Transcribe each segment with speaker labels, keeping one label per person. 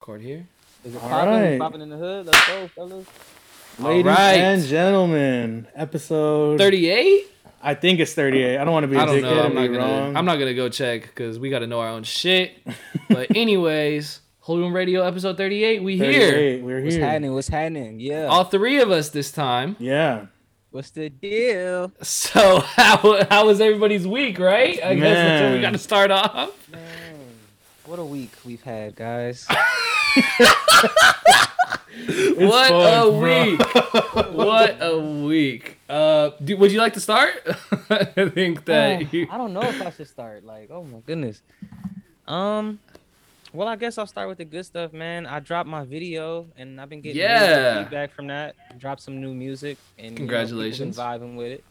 Speaker 1: Discord here.
Speaker 2: Is it
Speaker 3: All
Speaker 2: popping?
Speaker 3: right.
Speaker 2: It's Popping in the hood. Let's go, fellas.
Speaker 3: Ladies
Speaker 1: right.
Speaker 3: and gentlemen, episode
Speaker 1: 38?
Speaker 3: I think it's 38. I don't want to be a
Speaker 1: I don't
Speaker 3: dickhead
Speaker 1: know. I'm
Speaker 3: and
Speaker 1: not
Speaker 3: be
Speaker 1: gonna.
Speaker 3: wrong.
Speaker 1: I'm not gonna go check because we got to know our own shit. but anyways, Holy Room Radio episode 38. We here.
Speaker 3: 38, We're
Speaker 2: What's
Speaker 3: here.
Speaker 2: happening? What's happening? Yeah.
Speaker 1: All three of us this time.
Speaker 3: Yeah,
Speaker 2: What's the deal?
Speaker 1: So how how was everybody's week? Right? I guess that's where we
Speaker 3: Man.
Speaker 1: got to start off.
Speaker 2: Man, what a week we've had, guys.
Speaker 3: It's
Speaker 1: what
Speaker 3: fun,
Speaker 1: a
Speaker 3: bro.
Speaker 1: week! what a week! Uh, do, would you like to start? I think that
Speaker 2: Oh,
Speaker 1: you.
Speaker 2: I don't know if I should start. Like, oh my goodness. Um, well, I guess I'll start with the good stuff, man. I dropped my video, and I've been getting really good
Speaker 1: Yeah.
Speaker 2: feedback from that. Dropped some new music, and you know, people been
Speaker 1: Congratulations.
Speaker 2: vibing with it.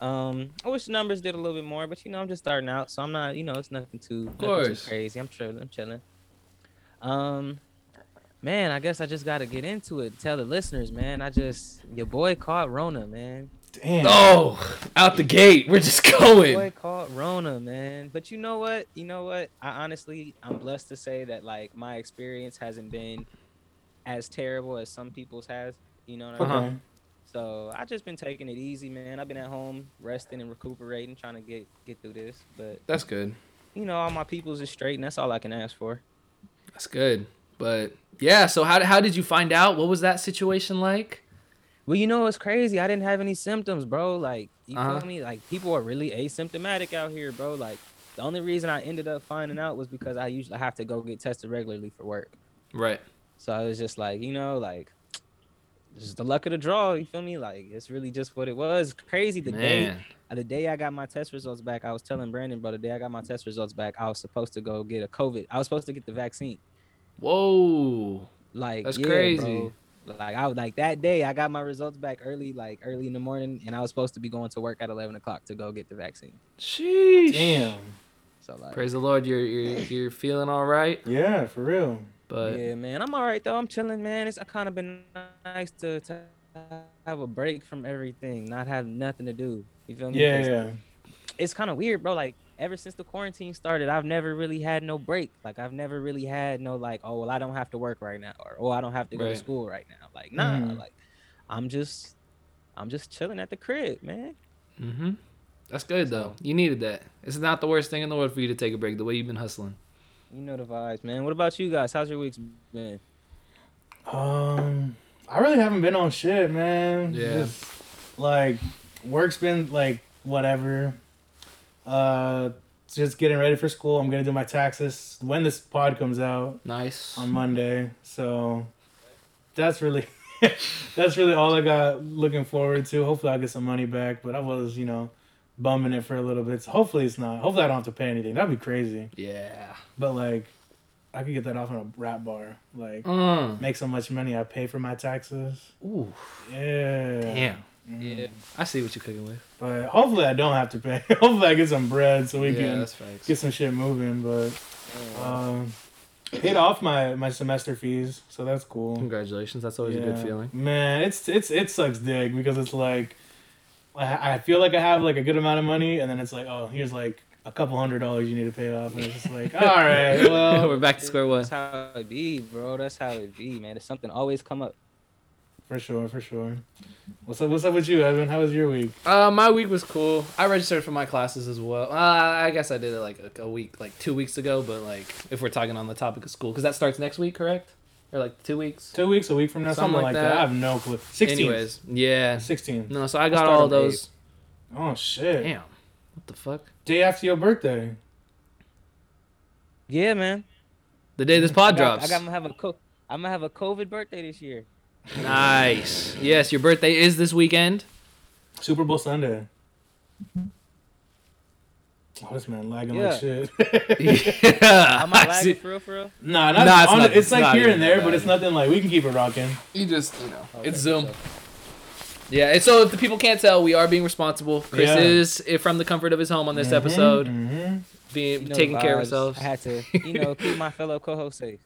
Speaker 2: Um, I wish the numbers did a little bit more, but you know, I'm just starting out, so I'm not, you know, it's nothing too, nothing too
Speaker 1: course.
Speaker 2: crazy. I'm chilling. I'm chilling. Um, man, I guess I just got to get into it. Tell the listeners, man. I just your boy caught Rona, man.
Speaker 3: Damn.
Speaker 1: Oh, out the gate, we're just
Speaker 2: Boy
Speaker 1: going.
Speaker 2: called Rona, man. But you know what? You know what? I honestly, I'm blessed to say that like my experience hasn't been as terrible as some people's has. You know what I
Speaker 1: Uh-huh.
Speaker 2: mean?
Speaker 3: Okay.
Speaker 2: So I just been taking it easy, man. I've been at home resting and recuperating, trying to get get through this. But
Speaker 1: That's good.
Speaker 2: you know, all my peoples is straight, and that's all I can ask for.
Speaker 1: That's good. But yeah, so how how did you find out? What was that situation like?
Speaker 2: Well, you know what's crazy? I didn't have any symptoms, bro. Like, you
Speaker 1: Uh-huh.
Speaker 2: feel me? Like, people are really asymptomatic out here, bro. Like, the only reason I ended up finding out was because I usually have to go get tested regularly for work.
Speaker 1: Right.
Speaker 2: So I was just like, you know, like just the luck of the draw. You feel me? Like it's really just what it was. Crazy the day
Speaker 1: Man.
Speaker 2: the day I got my test results back. I was telling Brandon, bro, the day I got my test results back, I was supposed to go get a COVID. I was supposed to get the vaccine.
Speaker 1: Whoa.
Speaker 2: Like
Speaker 1: That's
Speaker 2: yeah,
Speaker 1: crazy.
Speaker 2: bro. Like I was like that day I got my results back early, like early in the morning, and I was supposed to be going to work at eleven o'clock to go get the vaccine.
Speaker 1: Sheesh.
Speaker 3: Damn.
Speaker 2: So like
Speaker 1: Praise the Lord, you're you're you're feeling all right.
Speaker 3: Yeah, for real.
Speaker 1: But
Speaker 2: yeah, man, I'm all right though. I'm chilling, man. It's kind of been nice to, to have a break from everything, not have nothing to do. You feel me?
Speaker 3: Yeah,
Speaker 2: 'Cause
Speaker 3: yeah.
Speaker 2: It's kind of weird, bro. Like ever since the quarantine started, I've never really had no break. Like I've never really had no like, oh well, I don't have to work right now, or oh I don't have to go
Speaker 1: Right. Mm-hmm.
Speaker 2: to school right now. Like nah,
Speaker 3: Mhm.
Speaker 2: like I'm just, I'm just chilling at the crib, man.
Speaker 1: hmm that's good though. You needed that. It's not the worst thing in the world for you to take a break. The way you've been hustling.
Speaker 2: You know the vibes, man. What about you guys? How's your weeks been?
Speaker 3: Um, I really haven't been on shit, man.
Speaker 1: Yeah.
Speaker 3: Just, like, work's been like whatever. Uh, just getting ready for school. I'm gonna do my taxes when this pod comes out
Speaker 1: Nice.
Speaker 2: Um,
Speaker 3: on Monday. So, that's really, that's really all I got looking forward to. Hopefully, I'll get some money back. But I was, you know, bumming it for a little bit. So hopefully, it's not. Hopefully, I don't have to pay anything. That'd be crazy.
Speaker 1: yeah.
Speaker 3: But like, I could get that off on a rap bar. Like,
Speaker 1: Mm.
Speaker 3: make so much money, I pay for my taxes.
Speaker 1: Ooh.
Speaker 3: Yeah.
Speaker 1: Damn.
Speaker 3: Mm.
Speaker 2: Yeah.
Speaker 1: I see what you're cooking with.
Speaker 3: But hopefully I don't have to pay. hopefully I get some bread so we
Speaker 1: yeah,
Speaker 3: can
Speaker 1: that's facts.
Speaker 3: get some shit moving. But
Speaker 2: Man,
Speaker 3: um, paid off my my semester fees, so that's cool.
Speaker 1: Congratulations. That's always a good
Speaker 3: Yeah.
Speaker 1: feeling.
Speaker 3: Man, it's it's it sucks dick because it's like I, I feel like I have like a good amount of money, and then it's like oh here's like a couple hundred dollars you need to pay off, and it's just like all right, well
Speaker 1: we're back to square one.
Speaker 2: That's how it be, bro. That's how it be, man. It's something always come up.
Speaker 3: for sure, for sure. What's up? What's up with you, Evan? How was your week?
Speaker 1: Uh, my week was cool. I registered for my classes as well. Uh, I guess I did it like a, a week, like two weeks ago. But like, if we're talking on the topic of school, because that starts next week, correct? Or like two weeks.
Speaker 3: Two weeks, a week from now, something, like that. I have no clue. Sixteen.
Speaker 1: Anyways, yeah.
Speaker 3: 16.
Speaker 1: No, so I got
Speaker 2: started
Speaker 1: all
Speaker 2: on the
Speaker 1: those.
Speaker 3: Oh shit.
Speaker 1: Damn. What the fuck?
Speaker 3: Day after your birthday.
Speaker 2: Yeah, man.
Speaker 1: The day this pod
Speaker 2: I got-
Speaker 1: drops.
Speaker 2: I got, I'm gonna have a co- I'm gonna have a COVID birthday this year.
Speaker 1: Nice. Yes, your birthday is this weekend.
Speaker 3: Super Bowl Sunday. Oh, this man lagging like
Speaker 2: Yeah.
Speaker 3: shit.
Speaker 1: yeah.
Speaker 2: Am I
Speaker 1: I see-
Speaker 2: lagging for real? For real?
Speaker 3: nah, not,
Speaker 1: Nah, it's
Speaker 3: it's,
Speaker 1: not-
Speaker 3: it's,
Speaker 1: it's
Speaker 3: like
Speaker 1: not
Speaker 3: here
Speaker 1: even
Speaker 3: and there,
Speaker 1: that
Speaker 3: but it's
Speaker 1: bad.
Speaker 3: nothing like we can keep it rocking.
Speaker 1: You just, you know,
Speaker 2: Okay,
Speaker 1: it's Zoom.
Speaker 2: so-
Speaker 1: Yeah, and so if the people can't tell, we are being responsible. Chris
Speaker 3: Yeah.
Speaker 1: is eh, from the comfort of his home on this
Speaker 2: Mm-hmm.
Speaker 1: episode,
Speaker 3: hmm
Speaker 1: being
Speaker 2: You know the
Speaker 1: taking care of
Speaker 2: Mm-hmm. vibes.
Speaker 1: ourselves.
Speaker 2: I had to, you know, keep my fellow co-host safe.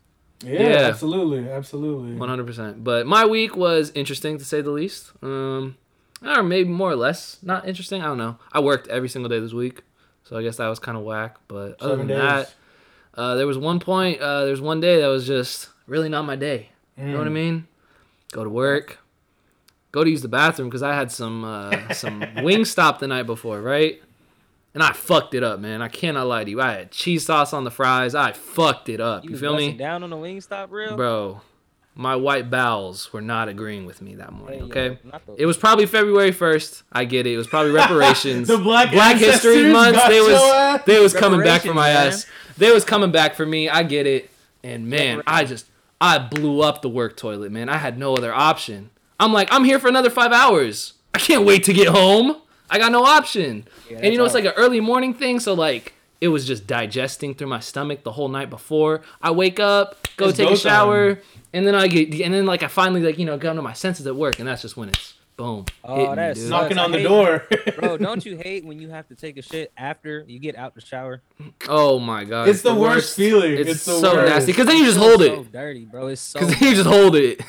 Speaker 3: Yeah,
Speaker 1: Yeah.
Speaker 3: absolutely, absolutely.
Speaker 1: One hundred percent. But my week was interesting to say the least. Um, or maybe more or less not interesting. I don't know. I worked every single day this week, so I guess that was kind of whack. But other
Speaker 3: Seven
Speaker 1: than
Speaker 3: days.
Speaker 1: that, uh, there was one point. Uh, there's one day that was just really not my day. You know what I
Speaker 3: Mm.
Speaker 1: mean? Go to work, go to use the bathroom because I had some uh, some wing stop the night before, right? And I fucked it up, man. I cannot lie to you. I had cheese sauce on the fries. I fucked it up. You,
Speaker 2: was
Speaker 1: feel me?
Speaker 2: busting Down on the wing stop real.
Speaker 1: Bro, my white bowels were not agreeing with me that morning, okay?
Speaker 2: not the-
Speaker 1: It was probably February 1st. I get it. It was probably reparations.
Speaker 3: The black
Speaker 1: History
Speaker 3: ancestors
Speaker 1: Month.
Speaker 3: got
Speaker 1: They
Speaker 3: your ass.
Speaker 1: was they was coming back for
Speaker 2: Reparations,
Speaker 1: my
Speaker 2: man.
Speaker 1: ass. They was coming back for me. I get it. And man, I just I blew up the work toilet, man. I had no other option. I'm like, I'm here for another 5 hours. I can't wait to get home. I got no option.
Speaker 2: Yeah,
Speaker 1: and you know it's
Speaker 2: that's
Speaker 1: like an early morning thing, so like it was just digesting through my stomach the whole night before. I wake up, go
Speaker 3: It's
Speaker 1: take
Speaker 3: go
Speaker 1: a
Speaker 3: time.
Speaker 1: shower, and then I get and then like I finally like you know come to my senses at work, and that's just when it's boom.
Speaker 2: Oh,
Speaker 1: hitting me,
Speaker 2: that
Speaker 1: dude.
Speaker 2: sucks.
Speaker 3: knocking
Speaker 2: I
Speaker 3: on the
Speaker 2: hate-
Speaker 3: door.
Speaker 2: Bro, don't you hate when you have to take a shit after you get out the shower?
Speaker 1: Oh my god,
Speaker 3: It's the worst feeling.
Speaker 1: It's,
Speaker 3: It's the
Speaker 1: so
Speaker 3: worst.
Speaker 1: nasty because then you just
Speaker 2: It's
Speaker 1: hold
Speaker 2: so
Speaker 1: it.
Speaker 2: dirty, bro. It's so.
Speaker 1: Because then you just hold it.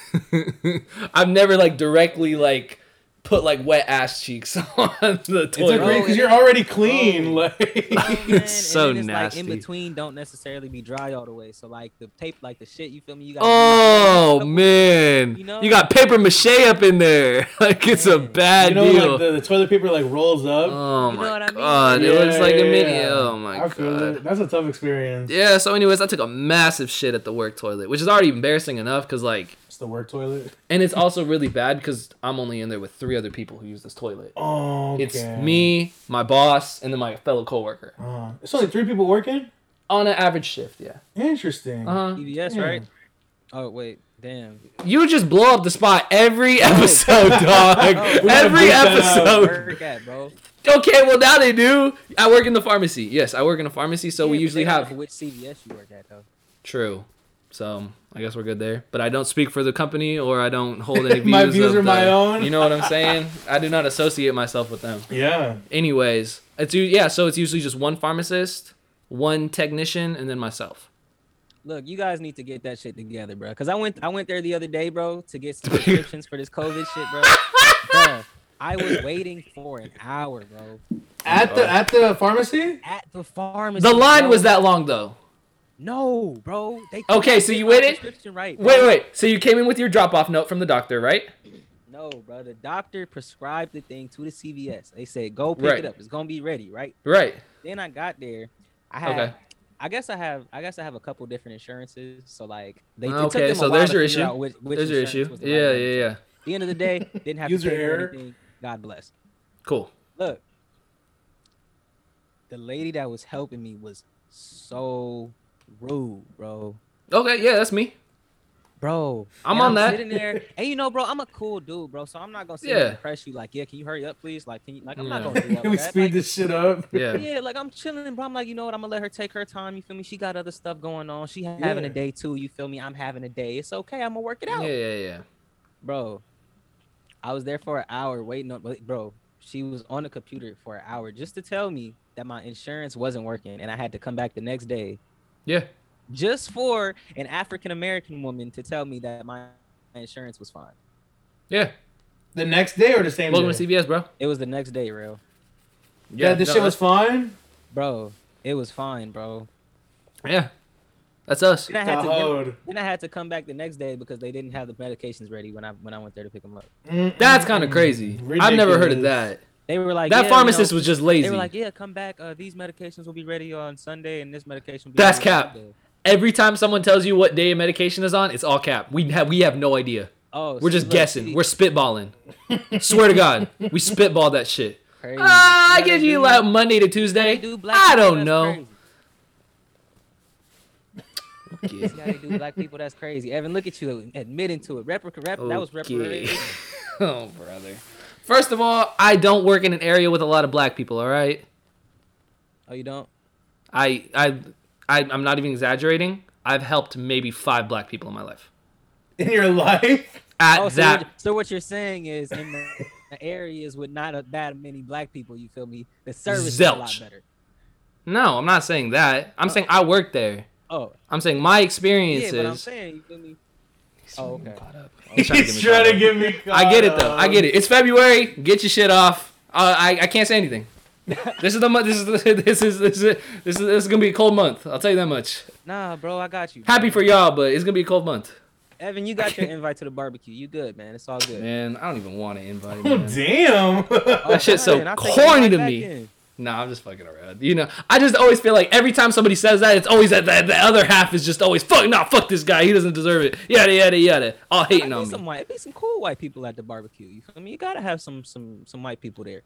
Speaker 1: I've never like directly like put like wet ass cheeks on the
Speaker 3: it's
Speaker 1: toilet.
Speaker 2: Bro,
Speaker 3: okay
Speaker 2: it-
Speaker 3: because you're already clean. Like
Speaker 2: man, and
Speaker 1: so
Speaker 2: then it's Like
Speaker 1: nasty.
Speaker 2: in between, don't necessarily be dry all the way. So like the tape, like the shit, you feel me? You got.
Speaker 1: Oh man,
Speaker 2: You know?
Speaker 1: you got paper mache up in there. Like it's a
Speaker 2: Man.
Speaker 1: bad
Speaker 3: you know,
Speaker 1: deal.
Speaker 3: like the, the toilet paper like rolls up.
Speaker 1: oh
Speaker 2: You know
Speaker 1: my
Speaker 2: what I mean?
Speaker 1: god, it
Speaker 3: Yeah,
Speaker 1: looks like a
Speaker 3: yeah,
Speaker 1: mini.
Speaker 3: yeah.
Speaker 1: Oh my
Speaker 3: I feel
Speaker 1: god.
Speaker 3: it. That's a tough experience.
Speaker 1: Yeah, so anyways, I took a massive shit at the work toilet, which is already embarrassing enough because like,
Speaker 3: It's the work toilet.
Speaker 1: and it's also really bad because I'm only in there with three other people who use this toilet.
Speaker 3: Oh, okay.
Speaker 1: It's me, my boss, and then my fellow coworker
Speaker 3: Uh, it's only three people working.
Speaker 1: on an average shift. Yeah.
Speaker 3: Interesting.
Speaker 1: Uh huh.
Speaker 2: EBS,
Speaker 3: Yeah.
Speaker 2: right? Oh wait, damn.
Speaker 1: You just blow up the spot every episode, dog.
Speaker 2: Oh.
Speaker 3: We gotta bleep
Speaker 1: every
Speaker 3: that out.
Speaker 1: episode.
Speaker 2: Where it at, bro?
Speaker 1: Okay, well now they do. I work in the pharmacy. Yes, I work in a pharmacy, so
Speaker 2: Yeah, but
Speaker 1: we
Speaker 2: they
Speaker 1: usually
Speaker 2: don't
Speaker 1: have
Speaker 2: know which CVS you work at though.
Speaker 1: True. So I guess we're good there. But I don't speak for the company, or I don't hold any views.
Speaker 3: My views
Speaker 1: of
Speaker 3: are my
Speaker 1: the-
Speaker 3: own.
Speaker 1: You know what I'm saying? I do not associate myself with them.
Speaker 3: Yeah.
Speaker 1: Anyways, it's u- yeah. So it's usually just one pharmacist, one technician, and then myself.
Speaker 2: Look, you guys need to get that shit together, bro. Cause I went, I went there the other day, bro, to get some prescriptions for this COVID shit, bro. Bruh, I was waiting for an hour, bro,
Speaker 3: At the at the pharmacy.
Speaker 2: at the pharmacy.
Speaker 1: The line
Speaker 2: bro.
Speaker 1: was that long though.
Speaker 2: No, bro. They could
Speaker 1: Okay,
Speaker 2: not
Speaker 1: so
Speaker 2: get
Speaker 1: you
Speaker 2: my
Speaker 1: waited?
Speaker 2: prescription Right. bro.
Speaker 1: Wait, wait. So you came in with your drop-off note from the doctor, right?
Speaker 2: No, bro. The doctor prescribed the thing to the CVS. They said go pick
Speaker 1: Right.
Speaker 2: it up. It's gonna be ready, right?
Speaker 1: Right.
Speaker 2: Then I got there. I had.
Speaker 1: Okay.
Speaker 2: I guess I have. I guess I have a couple different insurances. So like they it took
Speaker 1: Okay,
Speaker 2: them a
Speaker 1: so
Speaker 2: while
Speaker 1: there's
Speaker 2: to
Speaker 1: your
Speaker 2: figure
Speaker 1: issue.
Speaker 2: out Which, which
Speaker 1: There's your
Speaker 2: insurance
Speaker 1: issue.
Speaker 2: was the right
Speaker 1: Yeah,
Speaker 2: one.
Speaker 1: yeah, yeah.
Speaker 2: At the end of the day, didn't have
Speaker 3: User
Speaker 2: to pay for
Speaker 3: error.
Speaker 2: anything. God bless.
Speaker 1: Cool.
Speaker 2: Look, the lady that was helping me was so rude, bro.
Speaker 1: Okay. Yeah, that's me.
Speaker 2: Bro,
Speaker 1: I'm
Speaker 2: and
Speaker 1: on that.
Speaker 2: Sitting there, and you know, bro, I'm a cool dude, bro. So I'm not gonna sit
Speaker 1: Yeah.
Speaker 2: there and press you like, yeah, can you hurry up, please? Like, can you? Like, I'm not
Speaker 1: Yeah.
Speaker 2: gonna do that.
Speaker 3: we
Speaker 2: with that.
Speaker 3: speed
Speaker 2: Like,
Speaker 3: this shit up.
Speaker 1: Yeah.
Speaker 2: yeah, like I'm chilling, bro. I'm like, you know what? I'm gonna let her take her time. You feel me? She got other stuff going on. She having a
Speaker 3: Yeah.
Speaker 2: day too. You feel me? I'm having a day. It's okay. I'm gonna work it
Speaker 1: Yeah,
Speaker 2: out,
Speaker 1: yeah, yeah.
Speaker 2: bro. I was there for an hour waiting on, but, bro. She was on the computer for an hour just to tell me that my insurance wasn't working, and I had to come back the next day
Speaker 1: Yeah.
Speaker 2: just for an African American woman to tell me that my insurance was fine.
Speaker 1: Yeah.
Speaker 3: The next day or the same
Speaker 1: Welcome
Speaker 3: day.
Speaker 1: to CBS, bro.
Speaker 2: It was the next day, real.
Speaker 3: yeah, this
Speaker 1: no,
Speaker 3: shit was fine.
Speaker 2: Bro, it was fine, bro.
Speaker 1: Yeah. That's us.
Speaker 2: Then I, had to, then,
Speaker 3: Dahod.
Speaker 2: then I had to come back the next day because they didn't have the medications ready when I when I went there to pick them up.
Speaker 3: Mm-mm.
Speaker 1: That's kind of crazy. I've never heard of that.
Speaker 2: They were like
Speaker 1: That
Speaker 2: yeah,
Speaker 1: pharmacist
Speaker 2: you know,
Speaker 1: was just lazy.
Speaker 2: They were like, yeah, come back. Uh, these medications will be ready on Sunday, and this medication. Will be
Speaker 1: That's
Speaker 2: ready on
Speaker 1: cap.
Speaker 2: Monday."
Speaker 1: Every time someone tells you what day a medication is on, it's all cap. We have we have no idea.
Speaker 2: Oh,
Speaker 1: We're
Speaker 2: see,
Speaker 1: just
Speaker 2: look,
Speaker 1: guessing.
Speaker 2: see,
Speaker 1: We're spitballing. Swear to God, we spitball that shit.
Speaker 2: crazy.
Speaker 1: Ah, I
Speaker 2: Yeah, they
Speaker 1: give you
Speaker 2: do-
Speaker 1: like Monday to
Speaker 2: they
Speaker 1: Tuesday.
Speaker 2: do black
Speaker 1: I
Speaker 2: people,
Speaker 1: don't
Speaker 2: that's
Speaker 1: know.
Speaker 2: crazy. See how they do black people? That's crazy. Evan, look at you admitting to it. Replica, rep, that was
Speaker 1: Okay.
Speaker 2: reparations.
Speaker 1: oh, brother. First of all, I don't work in an area with a lot of black people. All right,
Speaker 2: Oh, you don't?
Speaker 1: I I, I I'm not even exaggerating. I've helped maybe five black people in my life.
Speaker 3: in your life.
Speaker 1: At
Speaker 2: Oh, so,
Speaker 1: that,
Speaker 2: what, so what you're saying is in the, the areas with not a, that many black people, you feel me? The service is a lot
Speaker 1: Zilch.
Speaker 2: better.
Speaker 1: no, I'm not saying that. I'm saying I worked there.
Speaker 2: Oh,
Speaker 1: I'm saying my
Speaker 2: yeah,
Speaker 1: experiences.
Speaker 2: but I'm saying, you feel me? Oh, okay.
Speaker 1: He's trying to get
Speaker 3: He's
Speaker 1: me caught
Speaker 3: trying to get me. Um,
Speaker 1: I get it though. I get it. It's February. Get your shit off. Uh, I I can't say anything. This is the month. This is this is this is this is, this is gonna be a cold month. I'll tell you that much.
Speaker 2: Nah, bro, I got you.
Speaker 1: Happy for y'all, but it's gonna be a cold month.
Speaker 2: Evan, you got your invite to the barbecue. You good, man. It's all good.
Speaker 1: Man, I don't even want to invite.
Speaker 3: Oh,
Speaker 1: Man.
Speaker 3: damn.
Speaker 2: Oh,
Speaker 1: shit's so
Speaker 2: fine, I'll take it
Speaker 1: corny
Speaker 2: right
Speaker 1: to
Speaker 2: back
Speaker 1: me.
Speaker 2: in.
Speaker 1: Nah, I'm just fucking around. You know, I just always feel like every time somebody says that, it's always that, that the other half is just always fuck. Nah, fuck this guy. He doesn't deserve it. Yada yada yada. All hating
Speaker 2: It'd
Speaker 1: on
Speaker 2: be some
Speaker 1: me.
Speaker 2: white, it'd be some cool white people at the barbecue. You feel me? You gotta have some some some white people there.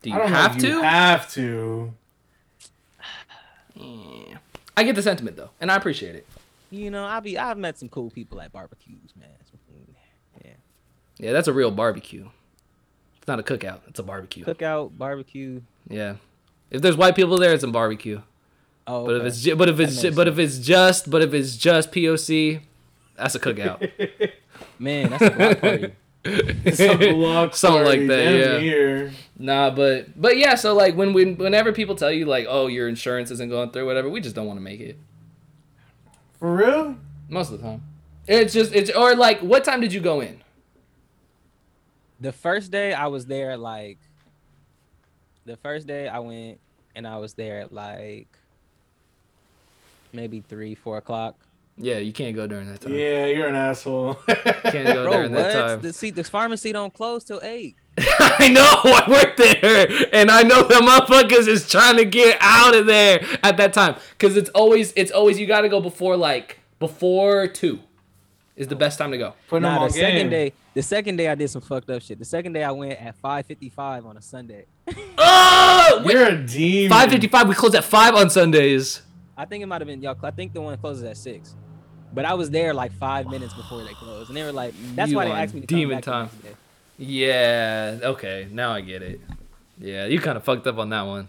Speaker 1: Do
Speaker 3: I
Speaker 1: you
Speaker 3: don't know if
Speaker 1: have
Speaker 3: you
Speaker 1: to?
Speaker 3: have to.
Speaker 1: Yeah. I get the sentiment though, and I appreciate it.
Speaker 2: You know, I be I've met some cool people at barbecues, man. Yeah,
Speaker 1: Yeah, that's a real barbecue. It's not a cookout. It's a barbecue.
Speaker 2: cookout barbecue.
Speaker 1: Yeah. If there's white people there, it's a barbecue.
Speaker 2: Oh,
Speaker 1: But if
Speaker 2: okay.
Speaker 1: it's ju- but if it's
Speaker 2: makes
Speaker 1: ju- but if it's just but if it's just POC, that's a cookout.
Speaker 2: man, that's a block party.
Speaker 1: Something like that, yeah.
Speaker 3: Here.
Speaker 1: Nah, but but yeah, so like when, when whenever people tell you like, oh, your insurance isn't going through, whatever, we just don't want to make it
Speaker 3: For real?
Speaker 1: most of the time. It's just it's or like, what time did you go in?
Speaker 2: The first day I was there, like the first day I went and I was there at like maybe three, four o'clock.
Speaker 1: Yeah, you can't go during that time.
Speaker 3: Yeah, you're an asshole.
Speaker 1: Can't go Oh,
Speaker 2: Bro,
Speaker 1: during that
Speaker 2: what?
Speaker 1: time.
Speaker 2: The see, the pharmacy don't close till eight.
Speaker 1: I know I work there, and I know the motherfuckers is trying to get out of there at that time. Cause it's always it's always you got to go before like before two, is the best time to go.
Speaker 3: Putting them
Speaker 2: Nah,
Speaker 3: on
Speaker 2: the second
Speaker 3: game.
Speaker 2: day, the second day I did some fucked up shit. The second day I went at 5:55 on a Sunday.
Speaker 1: Oh,
Speaker 3: You're a demon.
Speaker 1: five fifty five. We close at five on Sundays.
Speaker 2: I think it might have been y'all. I think the one closes at six, but I was there like five minutes before they closed, and they were like, "That's
Speaker 1: You
Speaker 2: why they
Speaker 1: on
Speaker 2: asked me to
Speaker 1: demon
Speaker 2: come back the
Speaker 1: time.
Speaker 2: next day.
Speaker 1: Yeah. Okay. Now I get it. Yeah, you kind of fucked up on that one.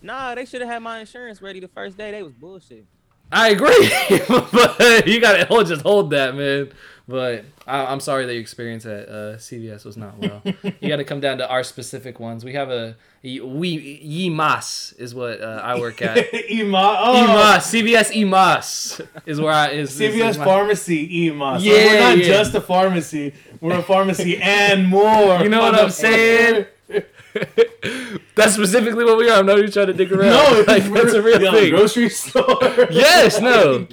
Speaker 2: Nah, they should have had my insurance ready the first day. They was bullshit.
Speaker 1: I agree, but you gotta hold, just hold that, man. But I, I'm sorry that your experience at uh, CVS was not well. you gotta come down to our specific ones. We have a we Yimas is what uh, I work at.
Speaker 3: Ema. Oh,
Speaker 1: Emas CVS Emas is where I is. is-
Speaker 3: CVS
Speaker 1: is my-
Speaker 3: Pharmacy Ema. So
Speaker 1: Yeah,
Speaker 3: we're not
Speaker 1: yeah.
Speaker 3: just a pharmacy. We're a pharmacy and more.
Speaker 1: You know what I'm saying? that's specifically what we are. I'm not even trying to dig around.
Speaker 3: No,
Speaker 1: like, that's a real
Speaker 3: yeah,
Speaker 1: thing.
Speaker 3: Grocery store.
Speaker 1: Yes, no.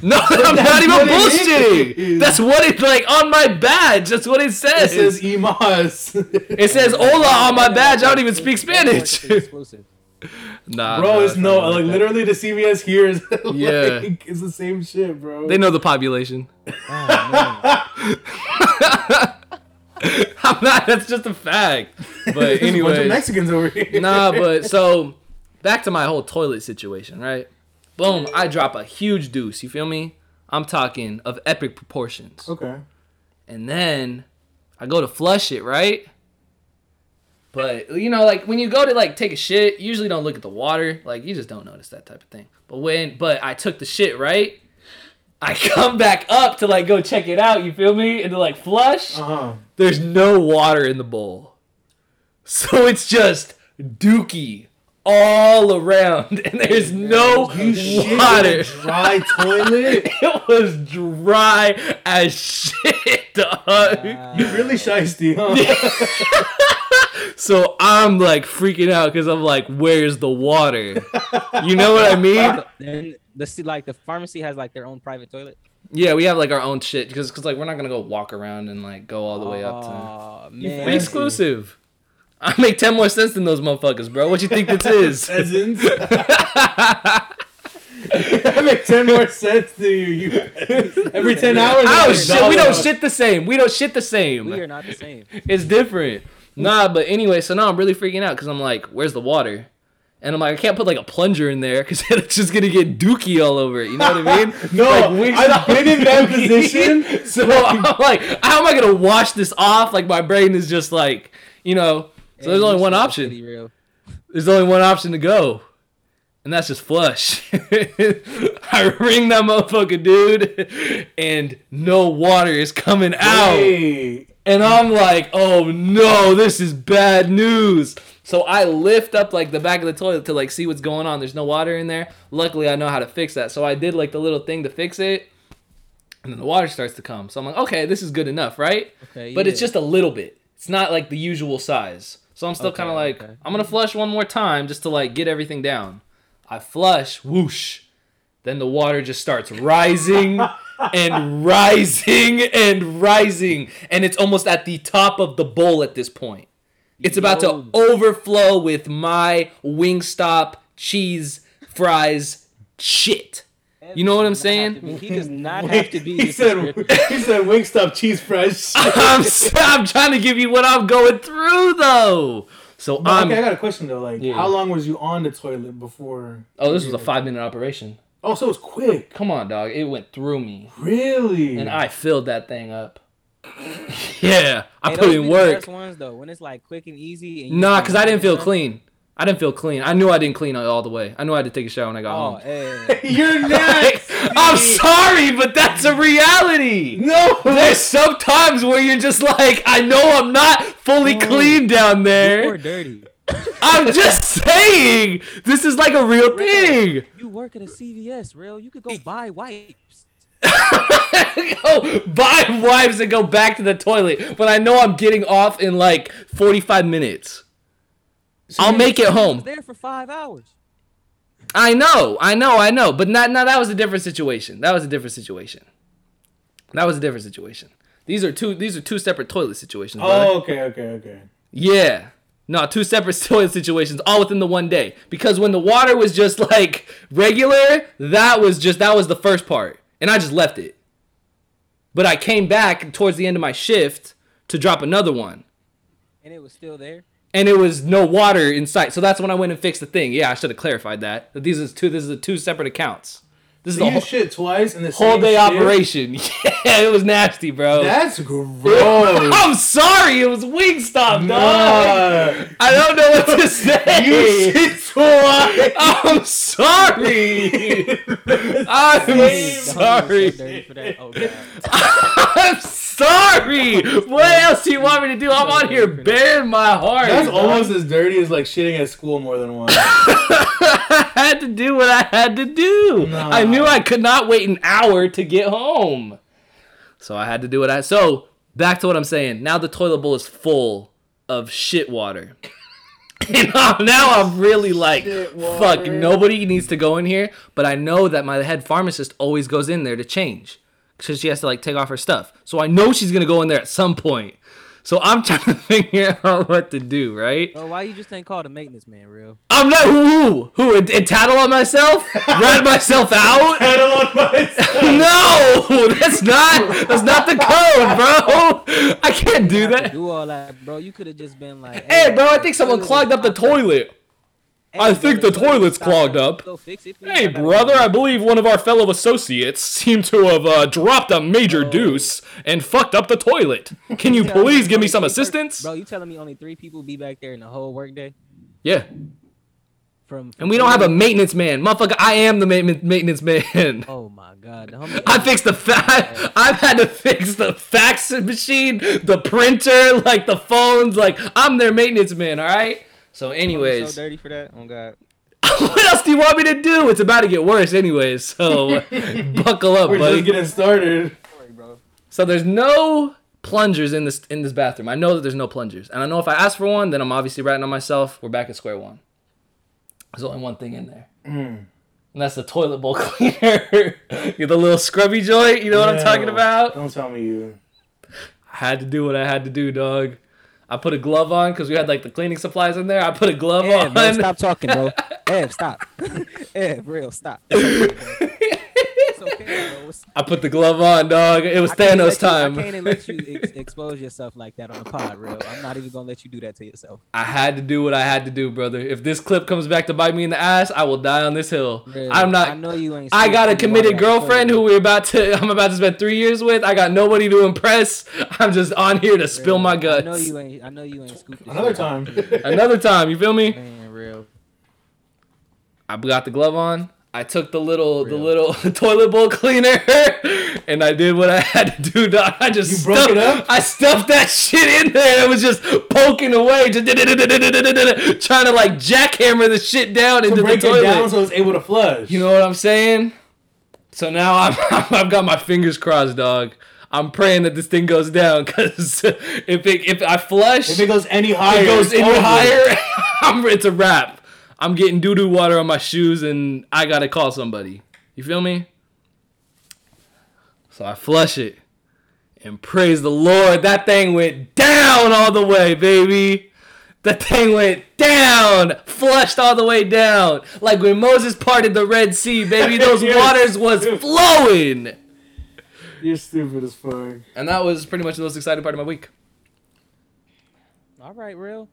Speaker 1: No, I'm not even
Speaker 3: what it
Speaker 1: bullshitting.
Speaker 3: is.
Speaker 1: That's what it like on my badge. That's what it says.
Speaker 3: It says Emas.
Speaker 1: It says "Hola" on my badge. I don't even speak Spanish.
Speaker 2: Exclusive.
Speaker 1: nah,
Speaker 3: bro, it's no
Speaker 1: not
Speaker 3: like
Speaker 1: that.
Speaker 3: literally the CVS here is like,
Speaker 1: Yeah.
Speaker 3: it's the same shit, bro.
Speaker 1: They know the population.
Speaker 2: Oh, man.
Speaker 1: I'm not. That's just a fact. But
Speaker 3: There's a bunch of
Speaker 1: anyway,
Speaker 3: Mexicans over here.
Speaker 1: nah. But so back to my whole toilet situation, right? Boom! I drop a huge deuce. You feel me? I'm talking of epic proportions.
Speaker 3: okay.
Speaker 1: and then I go to flush it, right? But you know, like when you go to like take a shit, you usually don't look at the water. Like you just don't notice that type of thing. But when but I took the shit, right? I come back up to like go check it out, you feel me? And to like flush.
Speaker 3: Uh huh.
Speaker 1: There's no water in the bowl. So it's just dookie all around and there's no
Speaker 3: You shit in
Speaker 1: water.
Speaker 3: a dry toilet.
Speaker 1: It was dry as shit, dog.
Speaker 3: You really shiesty, huh?
Speaker 1: So I'm like freaking out because I'm like, where's the water? You know what I mean?
Speaker 2: Then the see, like the pharmacy has like their own private toilet.
Speaker 1: Yeah, we have like our own shit because cause, like we're not gonna go walk around and like go all the way up to.
Speaker 2: Oh
Speaker 3: You
Speaker 1: We
Speaker 2: man,
Speaker 3: fancy.
Speaker 1: exclusive. I make ten more sense than those motherfuckers, bro. What you think this is?
Speaker 3: Peasants. that makes ten more sense to you. you peasants. Every ten hours.
Speaker 1: Oh
Speaker 3: I'm
Speaker 1: shit, we don't
Speaker 3: dollar.
Speaker 1: shit the same. We don't shit the
Speaker 2: we are
Speaker 1: same.
Speaker 2: not the same.
Speaker 1: It's different. Nah, but anyway, so now I'm really freaking out because I'm like, where's the water? And I'm like, I can't put like a plunger in there because it's just gonna get dookie all over it. You know what I mean?
Speaker 3: No,
Speaker 1: Like, we-
Speaker 3: I've been in that position.
Speaker 1: So I'm like, how am I gonna wash this off? Like my brain is just like, you know. So there's
Speaker 2: And
Speaker 1: only
Speaker 2: you
Speaker 1: one
Speaker 2: still
Speaker 1: option.
Speaker 2: pretty real.
Speaker 1: There's only one option to go, and that's just flush. I ring that motherfucker, dude, and no water is coming out.
Speaker 3: Hey,
Speaker 1: And I'm like, oh no, this is bad news. So I lift up like the back of the toilet to like see what's going on. There's no water in there. Luckily, I know how to fix that. So I did like the little thing to fix it. And then the water starts to come. So I'm like, okay, this is good enough, right?
Speaker 2: Okay,
Speaker 1: but it's
Speaker 2: yeah.
Speaker 1: just a little bit. It's not like the usual size. So I'm still
Speaker 2: Okay,
Speaker 1: kind of like,
Speaker 2: okay.
Speaker 1: I'm gonna flush one more time just to like get everything down. I flush, whoosh. Then the water just starts rising and rising and rising. And it's almost at the top of the bowl at this point. It's about
Speaker 2: Yo.
Speaker 1: to overflow with my Wingstop cheese fries shit. You know what I'm
Speaker 2: Does not have
Speaker 1: saying?
Speaker 2: to be- He does not have to be.
Speaker 3: he
Speaker 2: this
Speaker 3: said.
Speaker 2: descriptive.
Speaker 3: He said Wingstop cheese fries.
Speaker 1: I'm, s- I'm trying to give you what I'm going through though. So
Speaker 3: But,
Speaker 1: I'm.
Speaker 3: okay, I got a question though. Like,
Speaker 1: Um, Yeah.
Speaker 3: how long was you on the toilet before?
Speaker 1: Oh, this was a five minute operation.
Speaker 3: Oh, so it was quick.
Speaker 1: Come on, dog. It went through me.
Speaker 3: Really?
Speaker 1: and I filled that thing up. yeah, I
Speaker 2: Hey,
Speaker 1: put
Speaker 2: those
Speaker 1: in
Speaker 2: be the
Speaker 1: work.
Speaker 2: best ones though, when it's like quick and easy. And you
Speaker 1: Nah,
Speaker 2: just
Speaker 1: cause I didn't feel
Speaker 2: like,
Speaker 1: clean. I didn't feel clean. I knew I didn't clean all the way. I knew I had to take a shower when I got
Speaker 2: Oh,
Speaker 1: home.
Speaker 2: hey.
Speaker 3: You're
Speaker 1: Like,
Speaker 3: next.
Speaker 1: I'm sorry, but that's a reality.
Speaker 3: No.
Speaker 1: There's some times where you're just like, I know I'm not fully clean down
Speaker 2: you
Speaker 1: there.
Speaker 2: were dirty.
Speaker 1: I'm just saying, this is like a real thing.
Speaker 2: You work at a CVS, real. You could go buy wipes.
Speaker 1: go buy wipes and go back to the toilet when I know I'm getting off in like 45 minutes. I'll make it
Speaker 2: I was
Speaker 1: home.
Speaker 2: there for five hours.
Speaker 1: I know, I know, I know. But not now. That was a different situation. That was a different situation. That was a different situation. These are two. These are two separate toilet situations. brother.
Speaker 3: Oh, okay, okay, okay.
Speaker 1: Yeah. No, two separate toilet situations, all within the one day. Because when the water was just like regular, that was just that was the first part, and I just left it. But I came back towards the end of my shift to drop another one,
Speaker 2: And it was still there.
Speaker 1: and it was no water in sight. So that's when I went and fixed the thing. Yeah, I should have clarified that. That these is two. This is a two separate accounts. This is
Speaker 3: So
Speaker 1: a
Speaker 3: you
Speaker 1: whole,
Speaker 3: shit twice in the
Speaker 1: whole
Speaker 3: same
Speaker 1: day
Speaker 3: shift?
Speaker 1: operation. Yeah, it was nasty, bro. Oh,
Speaker 3: That's gross.
Speaker 1: I'm sorry, it was Wingstop, dog.
Speaker 3: Nah.
Speaker 1: I don't know what to say.
Speaker 3: You shit twice.
Speaker 1: I'm sorry. I'm
Speaker 2: The homeless were
Speaker 1: sorry.
Speaker 2: dirty for that. Oh, God.
Speaker 1: I'm sorry. What else do you want me to do? I'm on here bearing my heart.
Speaker 3: That's
Speaker 1: dog.
Speaker 3: almost as dirty as like shitting at school more than once.
Speaker 1: I had to do what I had to do.
Speaker 3: No.
Speaker 1: I knew I could not wait an hour to get home. So I had to do what I So, back to what I'm saying. Now the toilet bowl is full of shit water. and I'm, now I'm really like,
Speaker 3: Shit
Speaker 1: fuck,
Speaker 3: water.
Speaker 1: nobody needs to go in here, but I know that my head pharmacist always goes in there to change cuz she has to like take off her stuff. So I know she's going to go in there at some point. So I'm trying to figure out what to do, right?
Speaker 2: Bro, why you just ain't called a maintenance man, real?
Speaker 1: I'm not who who who and, and tattle on myself, rat myself out.
Speaker 3: Pedal on myself.
Speaker 1: No, that's not that's not the code, bro. I can't do
Speaker 2: You have to
Speaker 1: that.
Speaker 2: Do all that, bro. You could have just been like,
Speaker 1: Hey, bro, I think someone
Speaker 2: toilet
Speaker 1: clogged
Speaker 2: is
Speaker 1: up the
Speaker 2: stopped.
Speaker 1: toilet.
Speaker 2: Hey,
Speaker 1: I think
Speaker 2: brother,
Speaker 1: the
Speaker 2: toilet
Speaker 1: toilet's
Speaker 2: stopped.
Speaker 1: clogged up.
Speaker 2: Go fix it, please.
Speaker 1: Hey,
Speaker 2: I gotta
Speaker 1: brother,
Speaker 2: go.
Speaker 1: I believe one of our fellow associates seemed to have uh, dropped a major deuce and fucked up the toilet. Can you
Speaker 2: telling
Speaker 1: please give me
Speaker 2: only
Speaker 1: some
Speaker 2: three per-
Speaker 1: assistance?
Speaker 2: Bro, you telling me only three people be back there in the whole workday?
Speaker 1: Yeah.
Speaker 2: From
Speaker 1: And we don't have a maintenance man. Motherfucker, I am the ma- maintenance man.
Speaker 2: Oh my god, the homie-
Speaker 1: I fixed the fa- I've had to fix the fax machine, the printer, like the phones. Like I'm their maintenance man. All right. So,
Speaker 2: I'm
Speaker 1: anyways,
Speaker 2: so dirty for that. Oh god.
Speaker 1: what else do you want me to do? It's about to get worse, anyways. So, uh, buckle up,
Speaker 3: We're just
Speaker 1: buddy.
Speaker 3: getting started.
Speaker 1: So there's no plungers in this in this bathroom. I know that there's no plungers, and I know if I ask for one, then I'm obviously ratting on myself. We're back at square one. There's only one thing in there. And that's the toilet bowl cleaner. You're the little scrubby joint. You know what I'm talking
Speaker 3: No,
Speaker 1: about?
Speaker 3: Don't tell me you.
Speaker 1: had to do what I had to do, dog. I put a glove on because we had like the cleaning supplies in there. I put a glove
Speaker 2: Ev, bro,
Speaker 1: on.
Speaker 2: stop talking, bro. Ev, stop. Ev, real, stop. It's okay, bro. It's-
Speaker 1: I put the glove on, dog. It was
Speaker 2: I can't
Speaker 1: Thanos
Speaker 2: let you-
Speaker 1: time.
Speaker 2: I can't even let you ex- expose yourself like that on the pod, real. I'm not even gonna let you do that to yourself.
Speaker 1: I had to do what I had to do, brother. If this clip comes back to bite me in the ass, I will die on this hill.
Speaker 2: Real,
Speaker 1: I'm not.
Speaker 2: I
Speaker 1: I,
Speaker 2: know you ain't.
Speaker 1: got a
Speaker 2: scared to
Speaker 1: committed
Speaker 2: walk out the
Speaker 1: girlfriend who
Speaker 2: toilet.
Speaker 1: we're about to. I'm about to spend three years with. I got nobody to impress. I'm just on here to spill my
Speaker 2: Real,
Speaker 1: guts.
Speaker 2: I know you ain't. I know you ain't scooped. this
Speaker 3: Another
Speaker 2: shit up.
Speaker 3: time.
Speaker 1: Another time, you feel me?
Speaker 2: Man, real.
Speaker 1: I got the glove on. I took the little the
Speaker 2: Real.
Speaker 1: little toilet bowl cleaner, and I did what I had to do. Dog. I just
Speaker 3: You broke it up?
Speaker 1: I stuffed that shit in there. and It was just poking away, just trying to like jackhammer the shit down into
Speaker 3: to
Speaker 1: the
Speaker 3: break it down
Speaker 1: toilet.
Speaker 3: so it's able to flush.
Speaker 1: You know what I'm saying? So now I'm I've got my fingers crossed, dog. I'm praying that this thing goes down because if it, if I flush,
Speaker 3: If it goes any higher,
Speaker 1: it goes
Speaker 3: it's
Speaker 1: any
Speaker 3: over.
Speaker 1: higher, I'm, it's a wrap. I'm getting doo doo water on my shoes, and I gotta call somebody. You feel me? So I flush it, and praise the Lord, that thing went down all the way, baby. That thing went down, flushed all the way down, like when Moses parted the Red Sea, baby. Those
Speaker 3: Yes.
Speaker 1: waters was flowing,
Speaker 3: You're stupid as fuck.
Speaker 1: and that was pretty much the most exciting part of my week.
Speaker 2: All right, real.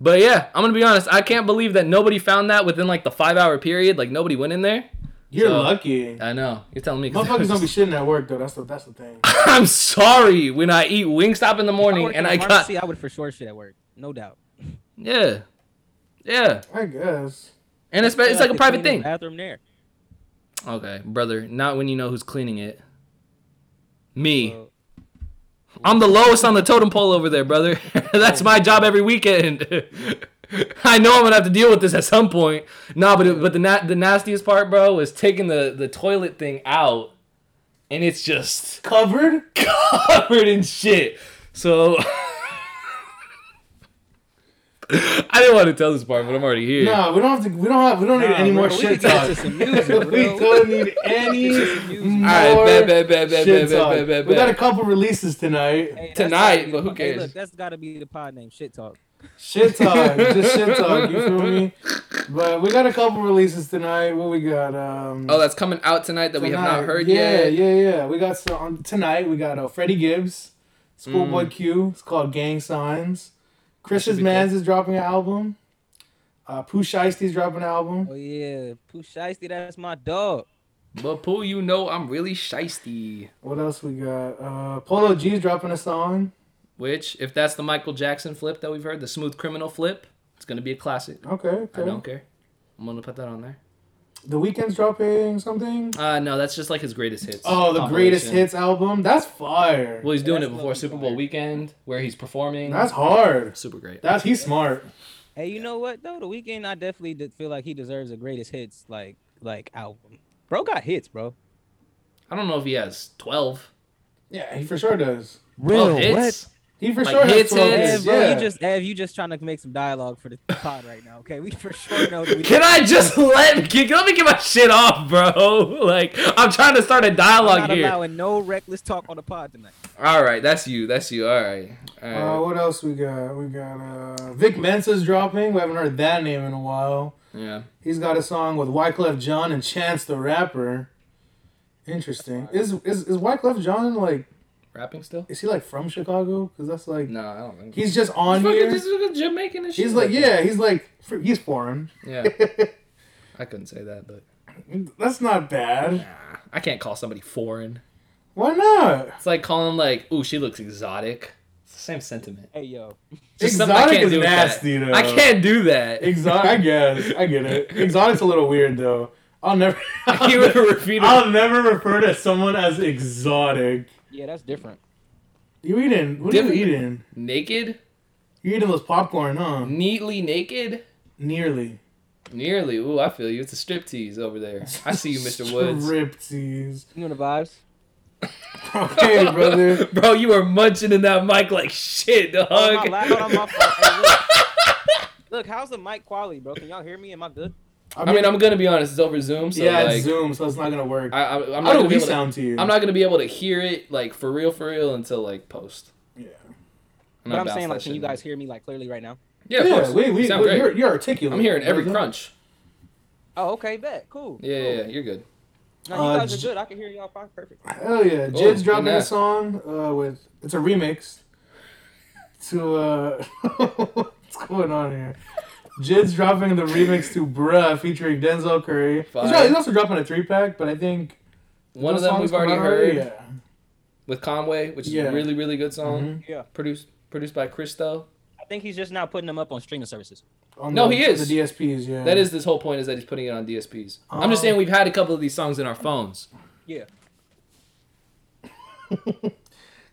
Speaker 1: But yeah, I'm gonna be honest. I can't believe that nobody found that within like the five hour period. Like nobody went in there.
Speaker 3: You're
Speaker 1: So-
Speaker 3: lucky.
Speaker 1: I know you're telling me. 'cause I
Speaker 3: Motherfuckers
Speaker 1: was-
Speaker 3: don't be shitting at work though. That's the that's the thing.
Speaker 1: I'm sorry when I eat Wingstop in the
Speaker 2: If I
Speaker 1: morning
Speaker 2: worked
Speaker 1: and
Speaker 2: in
Speaker 1: I
Speaker 2: a
Speaker 1: got
Speaker 2: pharmacy, I would for sure shit at work, no doubt.
Speaker 1: yeah, yeah,
Speaker 3: I guess.
Speaker 1: and it's it's like a
Speaker 2: They
Speaker 1: private
Speaker 2: clean the
Speaker 1: thing.
Speaker 2: Bathroom there.
Speaker 1: Okay, brother. Not when you know who's cleaning it. Me.
Speaker 2: Well,
Speaker 1: I'm the lowest on the totem pole over there, brother. That's my job every weekend. I know I'm gonna have to deal with this at some point. Nah, but it, but the na- the nastiest part, bro, was taking the the toilet thing out, and it's just
Speaker 3: Covered?
Speaker 1: covered in shit. So I didn't want to tell this part, but I'm already here.
Speaker 3: Nah, we don't have to. We don't have. We don't need
Speaker 2: Nah,
Speaker 3: any more
Speaker 2: bro, we
Speaker 3: shit
Speaker 2: could get
Speaker 3: talk.
Speaker 2: to some music, bro.
Speaker 3: we don't need any
Speaker 2: Get to some music.
Speaker 3: more
Speaker 1: All right, bet, bet, bet, bet, bet,
Speaker 3: shit
Speaker 1: bet,
Speaker 3: talk.
Speaker 1: bet, bet,
Speaker 3: We got a
Speaker 1: bet.
Speaker 3: couple releases tonight.
Speaker 2: hey, that's
Speaker 1: Tonight,
Speaker 2: gotta be
Speaker 1: but
Speaker 2: the-
Speaker 1: who
Speaker 2: hey,
Speaker 1: cares?
Speaker 2: look, that's got to be the pod name, shit talk.
Speaker 3: Shit talk, just shit talk. You feel me? But we got a couple releases tonight. What we got? Um,
Speaker 1: Oh, that's coming out tonight that we have not
Speaker 3: tonight.
Speaker 1: heard
Speaker 3: yeah,
Speaker 1: yet.
Speaker 3: Yeah, yeah, We got some on tonight. We got uh, Freddie Gibbs, Schoolboy Q. It's called Gang Signs. Chris's
Speaker 1: Mm. be
Speaker 3: Mans is dropping an album. Uh, Pooh Shiesty's dropping an album.
Speaker 2: Oh yeah, Pooh Shiesty, that's my dog.
Speaker 1: But Pooh, you know I'm really shisty.
Speaker 3: What else we got? Uh, Polo G's dropping a song.
Speaker 1: Which, if that's the Michael Jackson flip that we've heard, the smooth criminal flip, it's gonna be a classic.
Speaker 3: Okay, okay.
Speaker 1: I don't care. I'm gonna put that on there.
Speaker 3: The Weeknd's dropping something.
Speaker 1: Uh no, that's just like his greatest hits.
Speaker 3: Oh, the
Speaker 1: compilation.
Speaker 3: greatest hits album. That's fire.
Speaker 1: Well, he's doing
Speaker 2: That's
Speaker 1: it before
Speaker 2: low-key
Speaker 1: Super Bowl
Speaker 2: fire.
Speaker 1: weekend where he's performing.
Speaker 3: That's hard.
Speaker 1: super great.
Speaker 3: That's he's smart.
Speaker 2: Hey, you know what though? The weekend, I definitely did feel like he deserves the greatest hits, like like album. Bro got hits, bro.
Speaker 1: I don't know if he has 12.
Speaker 3: Yeah, he for sure does.
Speaker 1: 12 Oh, hits.
Speaker 3: He for
Speaker 1: Like
Speaker 3: sure
Speaker 1: hits,
Speaker 3: has 12
Speaker 1: hits?
Speaker 2: Ev,
Speaker 3: hits.
Speaker 2: bro,
Speaker 3: Yeah.
Speaker 2: you just Ev, you just trying to make some dialogue for the pod right now. Okay, we for sure know that we
Speaker 1: Can I just let can, let me get my shit off, bro? Like I'm trying to start a
Speaker 2: I'm
Speaker 1: dialogue
Speaker 2: not
Speaker 1: here.
Speaker 2: allowing no reckless talk on the pod tonight.
Speaker 1: All right, that's you. That's you. All right. All right.
Speaker 3: Uh, what else we got? We got uh, Vic Mensa's dropping. We haven't heard that name in a while.
Speaker 1: yeah.
Speaker 3: He's got a song with Wyclef John and Chance the Rapper. Interesting. Is is is Wyclef John like?
Speaker 1: Rapping still?
Speaker 3: Is he like from Chicago? Because that's like
Speaker 1: No, I don't think.
Speaker 3: he's just on
Speaker 1: Fucking
Speaker 3: here.
Speaker 1: just look at Jamaican and shit.
Speaker 3: He's like yeah. He's like fr- he's foreign.
Speaker 1: Yeah. I couldn't say that, but
Speaker 3: That's not bad.
Speaker 1: I can't call somebody foreign.
Speaker 3: Why not?
Speaker 1: It's like calling like, "Ooh, she looks exotic." It's the same sentiment.
Speaker 2: Hey yo,
Speaker 1: Just something I
Speaker 3: Exotic
Speaker 1: can't
Speaker 3: is
Speaker 1: do with
Speaker 3: nasty
Speaker 1: that.
Speaker 3: though.
Speaker 1: I can't do that.
Speaker 3: Exotic. I guess I get it. Exotic's a little weird though. I'll never.
Speaker 1: you would repeat it.
Speaker 3: I'll never refer to someone as exotic.
Speaker 2: yeah, that's different.
Speaker 3: You eating? What are
Speaker 1: Different.
Speaker 3: you eating?
Speaker 1: Naked,
Speaker 3: You eating those popcorn, huh?
Speaker 1: neatly naked,
Speaker 3: Nearly.
Speaker 1: nearly. Ooh, I feel you. It's a strip tease over there. I see you, Mr. Woods.
Speaker 3: Striptease.
Speaker 2: You know the vibes.
Speaker 3: Okay, brother.
Speaker 1: Bro, you were munching in that mic like shit, dog.
Speaker 2: Oh, my loud on my phone. Hey, look. Look, how's the mic quality, bro? Can y'all hear me? Am I good?
Speaker 1: I mean, I'm gonna be honest. It's over Zoom, so
Speaker 3: yeah,
Speaker 1: like,
Speaker 3: it's Zoom, so it's not gonna work.
Speaker 1: I, I, I'm not
Speaker 3: How do
Speaker 1: gonna be
Speaker 3: we
Speaker 1: able
Speaker 3: sound to you?
Speaker 1: to. I'm not gonna be able to hear it like for real, for real until like post.
Speaker 3: Yeah,
Speaker 1: And
Speaker 2: But
Speaker 1: I
Speaker 2: I'm
Speaker 1: bounce
Speaker 2: saying,
Speaker 1: that
Speaker 2: like, can
Speaker 1: shit
Speaker 2: you
Speaker 1: in.
Speaker 2: guys hear me like clearly right now?
Speaker 1: Yeah, of course.
Speaker 3: yeah. We, we,
Speaker 1: You sound
Speaker 3: we-
Speaker 1: great.
Speaker 3: you're, you're articulate.
Speaker 1: I'm hearing every
Speaker 3: brother.
Speaker 1: crunch.
Speaker 2: Oh, okay, bet. Cool.
Speaker 1: Yeah,
Speaker 2: cool.
Speaker 1: yeah, yeah, you're good.
Speaker 2: No, you
Speaker 3: Uh,
Speaker 2: guys are
Speaker 3: j-
Speaker 2: good. I can hear y'all fine. Perfect.
Speaker 3: Hell yeah! Jid's
Speaker 1: good
Speaker 3: dropping a
Speaker 1: night.
Speaker 3: song uh, with it's a remix to uh, what's going on here? Jid's dropping the remix to "Bruh" featuring Denzel Curry. He's,
Speaker 1: Fire.
Speaker 3: dro- he's also dropping a three pack, but I think
Speaker 1: One of
Speaker 3: those
Speaker 1: them
Speaker 3: songs
Speaker 1: we've already
Speaker 3: come out already?
Speaker 1: heard with Conway, which is
Speaker 3: Yeah.
Speaker 1: a really, really good song.
Speaker 3: Mhm.
Speaker 2: Yeah.
Speaker 1: Produced produced by Christo.
Speaker 3: Mm-hmm.
Speaker 2: I think he's just now putting them up on streaming services.
Speaker 3: Yeah. On
Speaker 1: No,
Speaker 3: the-
Speaker 1: he is.
Speaker 3: the DSPs. Yeah,
Speaker 1: That is this whole point is that he's putting it on DSPs. I'm just
Speaker 3: Oh.
Speaker 1: saying we've had a couple of these songs in our phones.
Speaker 2: Yeah.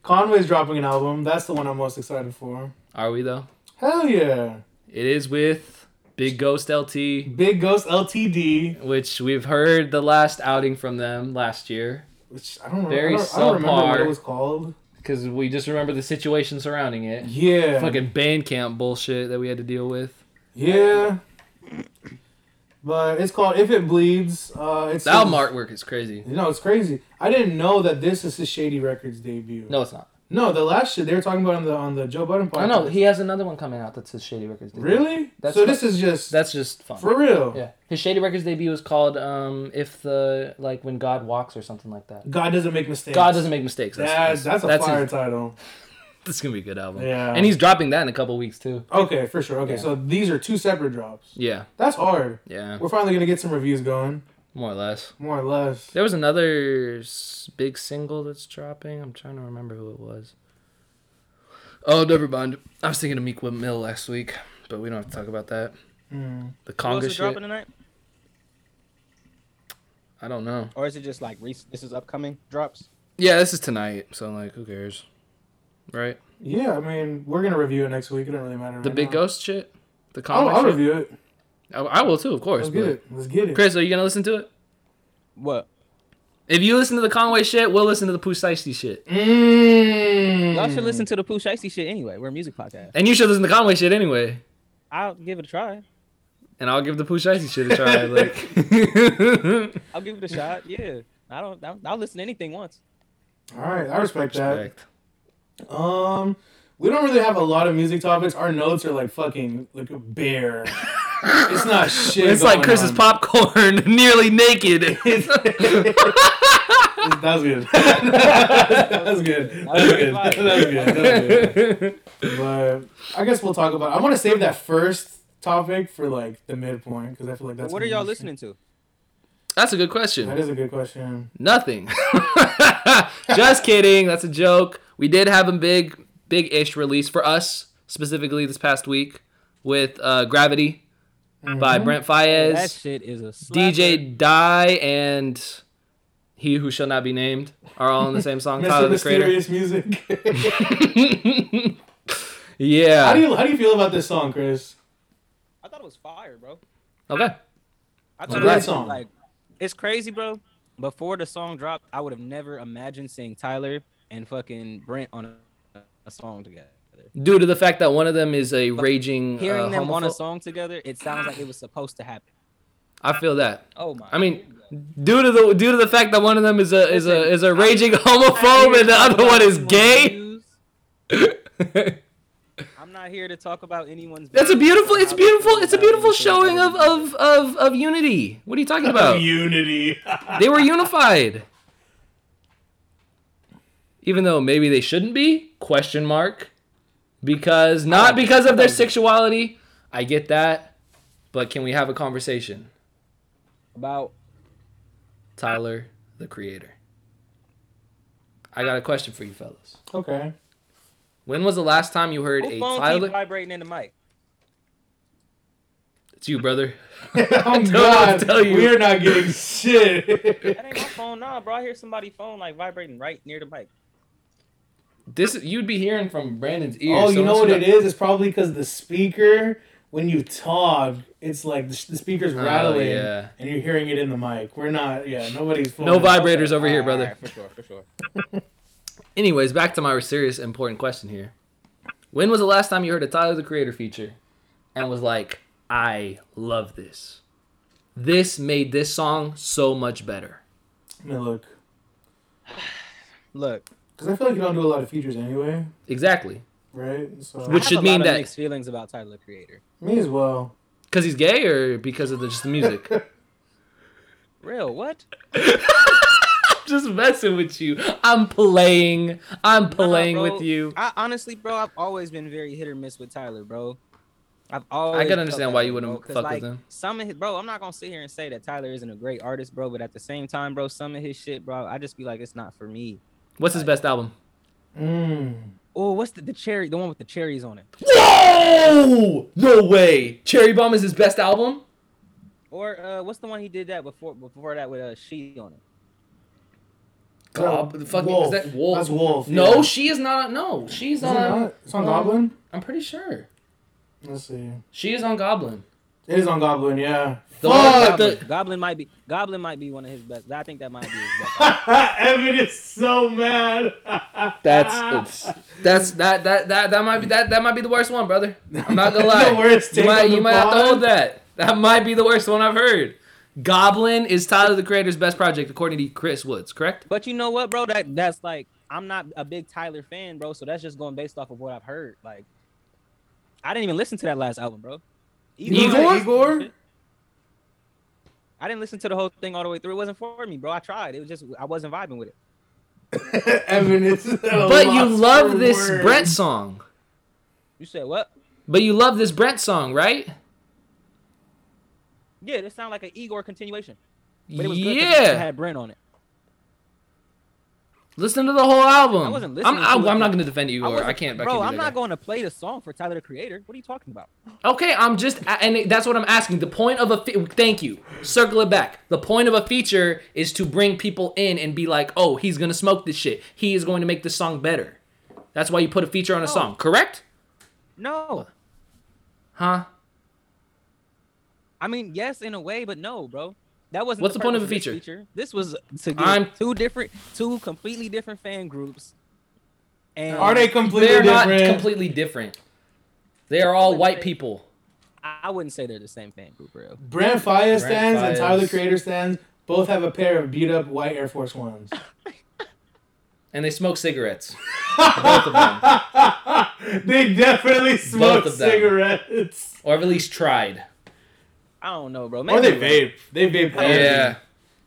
Speaker 3: Conway's dropping an album. That's the one I'm most excited for.
Speaker 1: Are we though?
Speaker 3: Hell yeah!
Speaker 1: It is with Big Ghost LT,
Speaker 3: Big Ghost LTD.
Speaker 1: which we've heard the last outing from them last year.
Speaker 3: which I don't,
Speaker 1: Very
Speaker 3: Very I don't, I don't remember what
Speaker 1: subpar.
Speaker 3: it was called.
Speaker 1: because we just remember the situation surrounding it.
Speaker 3: Yeah,
Speaker 1: Fucking Bandcamp bullshit that we had to deal with.
Speaker 3: yeah. But it's called If It Bleeds. Uh, it's
Speaker 1: The album artwork is crazy.
Speaker 3: No, it's crazy. I didn't know that this is his Shady Records debut.
Speaker 1: No, it's not.
Speaker 3: No, the last shit they were talking about on the on the Joe Budden podcast.
Speaker 1: I know he has another one coming out that's his Shady Records. debut.
Speaker 3: Really?
Speaker 1: That's
Speaker 3: so
Speaker 1: what-
Speaker 3: this is just
Speaker 1: That's just fun.
Speaker 3: for real.
Speaker 1: Yeah, his Shady Records debut was called um, "If the Like When God Walks" or something like that.
Speaker 3: God doesn't make mistakes.
Speaker 1: God doesn't make mistakes.
Speaker 3: That's that's a
Speaker 1: that's
Speaker 3: fire
Speaker 1: his-
Speaker 3: title.
Speaker 1: that's gonna be a good album.
Speaker 3: Yeah.
Speaker 1: and he's dropping that in a couple weeks too.
Speaker 3: Okay, for sure. Okay,
Speaker 1: Yeah.
Speaker 3: so these are two separate drops.
Speaker 1: Yeah,
Speaker 3: That's hard.
Speaker 1: yeah,
Speaker 3: We're finally gonna get some reviews going,
Speaker 1: more or less.
Speaker 3: more or less.
Speaker 1: There was another s- big single that's dropping. I'm trying to remember who it was. Oh, never mind. I was thinking of Meek Mill last week, but we don't have to talk about that.
Speaker 3: Hmm.
Speaker 1: The
Speaker 2: Who else
Speaker 1: conga
Speaker 2: is dropping
Speaker 1: shit.
Speaker 2: tonight?
Speaker 1: I don't know.
Speaker 2: Or is it just like rec- this is upcoming drops?
Speaker 1: Yeah, this is tonight, so like, who cares, right?
Speaker 3: Yeah, I mean, we're gonna review it next week. It doesn't really matter.
Speaker 1: The
Speaker 3: right
Speaker 1: big
Speaker 3: now.
Speaker 1: ghost shit. The
Speaker 3: I'll,
Speaker 1: comic.
Speaker 3: I'll
Speaker 1: shit?
Speaker 3: review it.
Speaker 1: I, I will too, of course.
Speaker 3: Let's get
Speaker 1: but-
Speaker 3: it. Let's get it.
Speaker 1: Chris, are you gonna listen to it?
Speaker 2: What?
Speaker 1: If you listen to the Conway shit, we'll listen to the Pooh Shiesty shit,
Speaker 3: Mm.
Speaker 2: Y'all should
Speaker 1: Hmm.
Speaker 2: listen to the Pooh Shiesty shit anyway. We're a music podcast.
Speaker 1: and you should listen to Conway shit anyway.
Speaker 2: I'll give it a try.
Speaker 1: And I'll give the Pooh Shiesty shit a try. Like,
Speaker 2: I'll give it a shot. Yeah. I don't. I'll, I'll listen to anything once.
Speaker 3: All right, I respect that.
Speaker 1: Respect.
Speaker 3: Um, we don't really have a lot of music topics. Our notes are like fucking like a bear. it's not shit.
Speaker 1: It's like
Speaker 3: going
Speaker 1: Chris's
Speaker 3: on.
Speaker 1: popcorn, nearly naked.
Speaker 3: That was good. that was good. That was good. That was good. That was good. But I guess we'll talk about. I want to save that first topic for like the midpoint because I feel like that's.
Speaker 2: what are y'all listening to?
Speaker 1: That's a good
Speaker 3: That
Speaker 1: question.
Speaker 3: is a good question.
Speaker 1: Nothing. Just kidding. That's a joke. We did have a big, big ish release for us specifically this past week with uh, Gravity by
Speaker 3: Mm-hmm.
Speaker 1: Brent Fayez.
Speaker 2: That shit is a slapper.
Speaker 1: DJ Die and He Who Shall Not Be Named are all in the same song, Tyler
Speaker 3: Mr.
Speaker 1: the Creator.
Speaker 3: Mm-hmm. Mysterious music. how do
Speaker 1: yeah.
Speaker 3: you how do you feel about this song, Chris?
Speaker 2: I thought it was fire, bro.
Speaker 1: Okay.
Speaker 2: I
Speaker 1: a
Speaker 2: thought it
Speaker 1: great
Speaker 2: was
Speaker 3: song.
Speaker 2: like it's crazy, bro. Before the song dropped, I would have never imagined seeing Tyler and fucking Brent on a, a song together.
Speaker 1: Due to the fact that one of them is a raging
Speaker 2: Hearing
Speaker 1: uh,
Speaker 2: them on a
Speaker 1: homophobe-
Speaker 2: song together, it sounds like it was supposed to happen.
Speaker 1: I feel that.
Speaker 2: Oh my!
Speaker 1: I mean, due to the due to the fact that one of them is a is a
Speaker 2: Listen,
Speaker 1: is a raging homophobe and the other one is gay.
Speaker 2: I'm not here to talk about anyone's.
Speaker 1: That's a
Speaker 2: business
Speaker 1: beautiful.
Speaker 2: or
Speaker 1: It's
Speaker 2: how they
Speaker 1: beautiful.
Speaker 2: feel
Speaker 1: It's a
Speaker 2: about
Speaker 1: beautiful
Speaker 2: anything
Speaker 1: showing of
Speaker 2: other than
Speaker 1: of of of unity. What are you talking about?
Speaker 3: Unity.
Speaker 1: They were unified. Even though maybe they shouldn't be? Question mark. Because not because of their sexuality. I get that. But can we have a conversation?
Speaker 2: about
Speaker 1: Tyler, the creator. I got a question for you fellas.
Speaker 3: okay.
Speaker 1: When was the last time you heard
Speaker 2: who
Speaker 1: a
Speaker 2: phone
Speaker 1: Tyler?
Speaker 2: keep vibrating in the mic.
Speaker 1: It's you, brother.
Speaker 3: Oh
Speaker 1: to
Speaker 3: God,
Speaker 1: tell you.
Speaker 3: we are not getting shit.
Speaker 2: That ain't my phone, nah, bro. I hear somebody's phone like vibrating right near the mic.
Speaker 1: This you'd be hearing from Brandon's ears.
Speaker 3: Oh, you know what it is? It's probably because the speaker, when you talk, it's like the, the speaker's rattling,
Speaker 1: Oh, yeah.
Speaker 3: and you're hearing it in the mic. We're not, yeah, nobody's.
Speaker 1: No
Speaker 3: fooling.
Speaker 1: vibrators over here,
Speaker 2: Alright,
Speaker 1: brother.
Speaker 2: alright, for sure, for sure.
Speaker 1: Anyways, back to my serious important question here. When was the last time you heard a Tyler the Creator feature and was like, I love this? This made this song so much better.
Speaker 3: Let me look,
Speaker 2: Look,
Speaker 3: because I feel like you don't do a lot of features anyway,
Speaker 1: Exactly.
Speaker 3: right? So
Speaker 1: Which
Speaker 2: I have
Speaker 1: should
Speaker 2: a
Speaker 1: mean
Speaker 2: lot of
Speaker 1: that-
Speaker 2: mixed feelings about Tyler the Creator.
Speaker 3: me as well.
Speaker 1: Because he's gay or because of the, just the music?
Speaker 2: Real what?
Speaker 1: just messing with you. I'm playing. I'm playing
Speaker 2: Nah, bro.
Speaker 1: with you.
Speaker 2: I honestly, bro, I've always been very hit or miss with Tyler, bro. I've always.
Speaker 1: I can
Speaker 2: felt
Speaker 1: understand
Speaker 2: that
Speaker 1: why
Speaker 2: way,
Speaker 1: you wouldn't
Speaker 2: bro, 'cause,
Speaker 1: fuck with
Speaker 2: like,
Speaker 1: him.
Speaker 2: Some of his, bro, I'm not gonna sit here and say that Tyler isn't a great artist, bro. But at the same time, bro, some of his shit, bro, I just be like, it's not for me.
Speaker 1: What's his best album?
Speaker 3: Mm.
Speaker 2: Oh, what's the, the cherry? The one with the cherries on it,
Speaker 1: Whoa! No way! Cherry Bomb is his best album?
Speaker 2: or uh, what's the one he did that before? Before that with a uh, she on it.
Speaker 1: God, the fucking,
Speaker 3: Wolf.
Speaker 1: is that Wolf?
Speaker 3: That's Wolf.
Speaker 1: No,
Speaker 3: yeah.
Speaker 1: she is not. No, she's
Speaker 3: Is it
Speaker 1: on.
Speaker 3: not? It's on
Speaker 1: um,
Speaker 3: Goblin.
Speaker 1: I'm pretty sure.
Speaker 3: Let's see.
Speaker 1: She is on Goblin.
Speaker 3: It is on Goblin, yeah.
Speaker 1: The-
Speaker 3: Fuck!
Speaker 1: the-
Speaker 2: Goblin might be Goblin might be one of his best. I think that might be his best.
Speaker 3: Evan is so mad. Ah.
Speaker 1: That's it's that's that that that that might be that that might be the worst one, brother. I'm not gonna lie.
Speaker 3: The worst
Speaker 1: you
Speaker 3: take
Speaker 1: might
Speaker 3: on
Speaker 1: you
Speaker 3: the
Speaker 1: might have to
Speaker 3: pod?
Speaker 1: hold that. That might be the worst one I've heard. Goblin is Tyler the Creator's best project according to Chris Woods, correct?
Speaker 2: But you know what, bro? That that's like I'm not a big Tyler fan, bro. So that's just going based off of what I've heard. Like, I didn't even listen to that last album, bro.
Speaker 1: Igor?
Speaker 3: Igor?
Speaker 2: I didn't listen to the whole thing all the way through. It wasn't for me, bro. I tried. It was just I wasn't vibing with it.
Speaker 3: Evan is. at a
Speaker 1: But you
Speaker 3: loss for
Speaker 1: love this
Speaker 3: words.
Speaker 1: Brent song.
Speaker 2: You said what?
Speaker 1: But you love this Brent song, right?
Speaker 2: Yeah, this sounded like an Igor continuation. But it was good 'cause it
Speaker 1: Yeah.
Speaker 2: had Brent on it.
Speaker 1: Listen to the whole album.
Speaker 2: I wasn't
Speaker 1: I'm,
Speaker 2: listening
Speaker 1: I,
Speaker 2: to it.
Speaker 1: am not gonna defend you, or
Speaker 2: wasn't-
Speaker 1: I can't. I
Speaker 2: bro,
Speaker 1: can't do
Speaker 2: I'm
Speaker 1: that
Speaker 2: not
Speaker 1: guy.
Speaker 2: going to play the song for Tyler the Creator. What are you talking about?
Speaker 1: Okay, I'm just, and that's what I'm asking. The point of a, fe- thank you, circle it back. The point of a feature is to bring people in and be like, oh, he's gonna smoke this shit. He is going to make this song better. That's why you put a feature on
Speaker 2: Oh.
Speaker 1: a song, correct?
Speaker 2: No.
Speaker 1: Huh?
Speaker 2: I mean, yes, in a way, but no, bro. That wasn't.
Speaker 1: What's the point of
Speaker 2: purpose
Speaker 1: a
Speaker 2: this
Speaker 1: feature?
Speaker 2: This was to get
Speaker 1: I'm-
Speaker 2: two different, two completely different fan groups. And
Speaker 3: Are they completely
Speaker 1: They're not
Speaker 3: different?
Speaker 1: completely different. They are all white people.
Speaker 2: I I wouldn't say they're the same fan group, bro.
Speaker 3: Brent Fire stands and
Speaker 1: Fires.
Speaker 3: Tyler the Creator stands both have a pair of beat up white Air Force Ones.
Speaker 1: And they smoke cigarettes.
Speaker 3: they definitely smoke
Speaker 1: of them.
Speaker 3: cigarettes.
Speaker 1: Or at least tried.
Speaker 2: I don't know, bro.
Speaker 3: Or
Speaker 2: Maybe
Speaker 3: they
Speaker 2: I'm wrong.
Speaker 3: vape. They vape.
Speaker 1: Yeah.
Speaker 3: everything.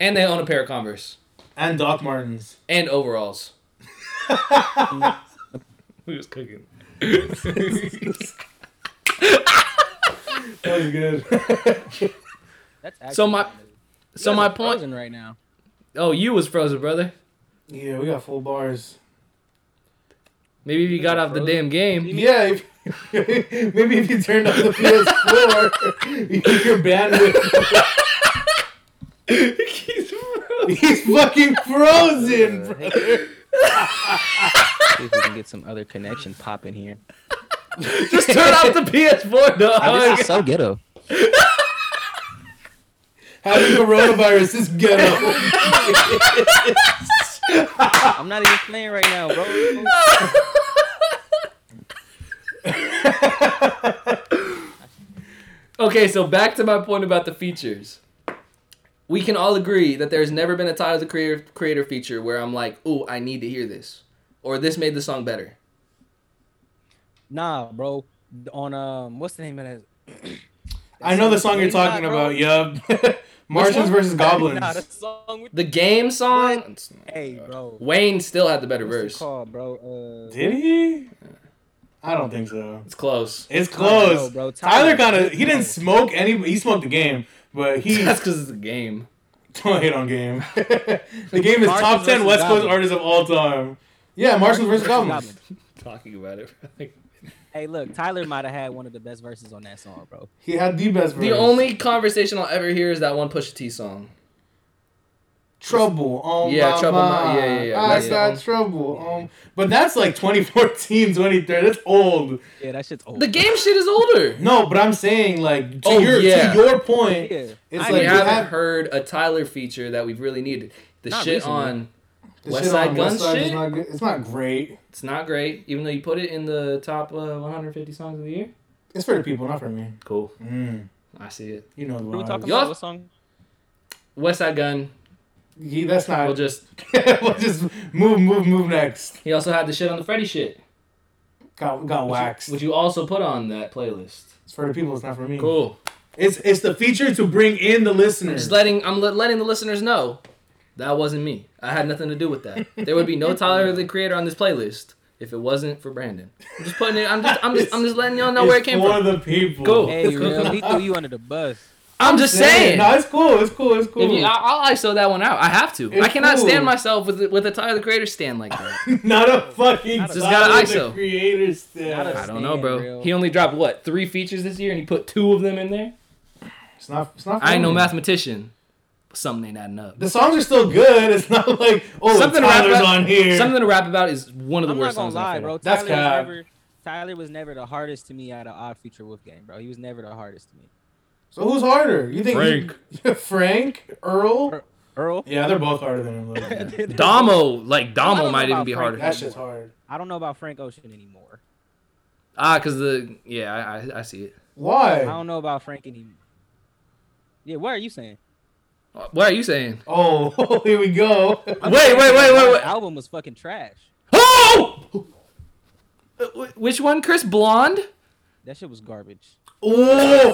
Speaker 1: And they own a pair of Converse.
Speaker 3: And Doc Martens.
Speaker 1: And overalls. we was cooking.
Speaker 3: That was good.
Speaker 2: That's actually
Speaker 1: So my-
Speaker 2: kind of-
Speaker 1: So
Speaker 2: You guys
Speaker 1: my
Speaker 2: are
Speaker 1: point.
Speaker 2: frozen right now.
Speaker 1: Oh, you was frozen, brother.
Speaker 3: yeah, we got full bars.
Speaker 1: Maybe if you got off the
Speaker 2: Frozen.
Speaker 1: damn game.
Speaker 3: Yeah, if, maybe if you turned off the PS4, your bandwidth.
Speaker 1: He's frozen.
Speaker 3: He's fucking frozen, brother.
Speaker 2: See if we can get some other connection popping here.
Speaker 1: Just turn off the PS4,
Speaker 2: This
Speaker 1: dog.
Speaker 2: is so ghetto.
Speaker 3: How the coronavirus is ghetto.
Speaker 2: I'm not even playing right now, bro.
Speaker 1: okay, so back to my point about the features. We can all agree that there's never been a Tyler the Creator creator feature where I'm like, "Ooh, I need to hear this," or "This made the song better."
Speaker 2: Nah, bro. On um, what's the name of that?
Speaker 3: I know the song you're
Speaker 2: Slingshot,
Speaker 3: talking
Speaker 2: bro?
Speaker 3: about. Yup. Martians versus Goblins.
Speaker 2: Nah, the song. With...
Speaker 1: The game song,
Speaker 2: Hey, bro.
Speaker 1: Wayne still had the better
Speaker 2: What's it
Speaker 1: verse.
Speaker 2: called, bro? Uh,
Speaker 3: Did he? I don't think so.
Speaker 1: It's close.
Speaker 3: It's
Speaker 2: don't
Speaker 3: close.
Speaker 2: know, bro.
Speaker 3: Tyler
Speaker 2: Tyler-
Speaker 3: kind of he didn't smoke any. He smoked the game, but he
Speaker 1: That's because it's a game.
Speaker 3: don't hit on game. the game is top
Speaker 2: Martians
Speaker 3: ten
Speaker 2: versus
Speaker 3: West Coast
Speaker 2: Goblins.
Speaker 3: artists of all time. Yeah, Martians versus Goblins.
Speaker 2: Goblin.
Speaker 1: Talking about it.
Speaker 2: Hey, look, Tyler might have had one of the best verses on that song, bro.
Speaker 3: He had the best.
Speaker 1: The
Speaker 3: verse.
Speaker 1: only conversation I'll ever hear is that one Pusha T song.
Speaker 3: trouble on
Speaker 1: Yeah,
Speaker 3: my
Speaker 1: Trouble on
Speaker 3: mind.
Speaker 1: my- yeah, yeah, yeah,
Speaker 3: I
Speaker 1: that's the
Speaker 3: got
Speaker 1: one.
Speaker 3: trouble. Um, but that's like 2014, 2013. That's old.
Speaker 2: Yeah, that shit's old.
Speaker 1: The game shit is older.
Speaker 3: No, but I'm saying like to
Speaker 1: Oh,
Speaker 3: your
Speaker 1: yeah.
Speaker 3: to your point.
Speaker 2: Yeah.
Speaker 3: It's
Speaker 2: I
Speaker 1: we
Speaker 3: like
Speaker 2: mean,
Speaker 3: you
Speaker 1: haven't
Speaker 3: have
Speaker 1: heard a Tyler feature that we've really needed. The
Speaker 2: Not
Speaker 1: shit
Speaker 2: recently.
Speaker 1: on
Speaker 3: the
Speaker 1: West
Speaker 3: shit
Speaker 1: Side
Speaker 3: on
Speaker 1: Gun
Speaker 3: West Side is
Speaker 1: shit?
Speaker 3: Not good. It's not great.
Speaker 1: it's not great, even though you put it in the top uh, 150 songs of the year.
Speaker 3: It's for the people, not for me.
Speaker 1: Cool,
Speaker 3: Mm,
Speaker 1: I see it.
Speaker 3: you know
Speaker 2: what are we
Speaker 3: the
Speaker 2: talking
Speaker 3: talking-
Speaker 1: Y'all-
Speaker 2: about? What song?
Speaker 1: West Side Gun.
Speaker 3: yeah, That's not.
Speaker 1: We'll just.
Speaker 3: we'll just move, move, move next.
Speaker 1: He also had the shit on the Freddy shit,
Speaker 3: Got got waxed.
Speaker 1: which you also put on that playlist.
Speaker 3: It's for the people. It's not for me.
Speaker 1: Cool.
Speaker 3: It's it's the feature to bring in the listeners.
Speaker 1: Just letting I'm le- letting the listeners know that wasn't me. I had nothing to do with that. There would be no Tyler the Creator on this playlist if it wasn't for Brandon. I'm just putting it. I'm just. I'm just. I'm just letting y'all know where it
Speaker 3: It's
Speaker 1: came
Speaker 3: for
Speaker 1: from.
Speaker 3: the people.
Speaker 1: Cool.
Speaker 2: Hey, real, he threw you under the bus.
Speaker 1: I'm just saying.
Speaker 3: No, it's cool. It's cool. It's
Speaker 1: If
Speaker 3: cool.
Speaker 1: you, I, I'll ISO that one out. I have to.
Speaker 3: It's
Speaker 1: I cannot
Speaker 3: cool.
Speaker 1: stand myself with with a Tyler the Creator stand like that.
Speaker 3: Not a fucking
Speaker 2: Just
Speaker 1: gotta
Speaker 3: Tyler,
Speaker 1: ISO.
Speaker 3: The creator
Speaker 2: Not
Speaker 1: I
Speaker 2: a-
Speaker 3: still.
Speaker 1: don't know, bro.
Speaker 2: Stand real.
Speaker 1: He only dropped what three features this year, and he put two of them in there.
Speaker 3: It's not. It's not.
Speaker 1: I ain't no
Speaker 3: funny.
Speaker 1: mathematician. but Something ain't adding up.
Speaker 3: The songs are still good. It's not like oh,
Speaker 1: Something to rap
Speaker 3: Tyler's
Speaker 1: about-
Speaker 3: on here.
Speaker 1: Something to rap about is one of the
Speaker 2: I'm not
Speaker 1: worst
Speaker 2: gonna
Speaker 1: songs.
Speaker 2: lie,
Speaker 1: I've
Speaker 2: bro.
Speaker 1: heard.
Speaker 3: That's
Speaker 2: Tyler was
Speaker 3: cap.
Speaker 2: never. Tyler was never the hardest to me out of Odd Future Wolfgang, bro. He was never the hardest to me.
Speaker 3: So who's harder? You think he- Frank, Earl?
Speaker 2: Earl. Earl.
Speaker 3: Yeah, they're both harder than him. like, yeah.
Speaker 1: Domo, like
Speaker 2: I
Speaker 1: Domo
Speaker 2: don't
Speaker 1: might
Speaker 2: know
Speaker 1: even
Speaker 2: about
Speaker 1: be
Speaker 2: Frank.
Speaker 1: harder.
Speaker 3: That shit's hard.
Speaker 2: I don't know about Frank Ocean anymore.
Speaker 1: Ah, cause the yeah, I, I, I see it.
Speaker 2: I
Speaker 3: Why?
Speaker 2: don't know about Frank anymore. Yeah, what are you saying?
Speaker 1: What are you saying?
Speaker 3: Oh, here we go.
Speaker 1: Wait, wait, wait, wait,
Speaker 2: The
Speaker 1: wait.
Speaker 2: album was fucking trash.
Speaker 1: Oh! Uh, wh- Which one, Chris? Blonde?
Speaker 2: That shit was garbage.
Speaker 3: Ooh, yo,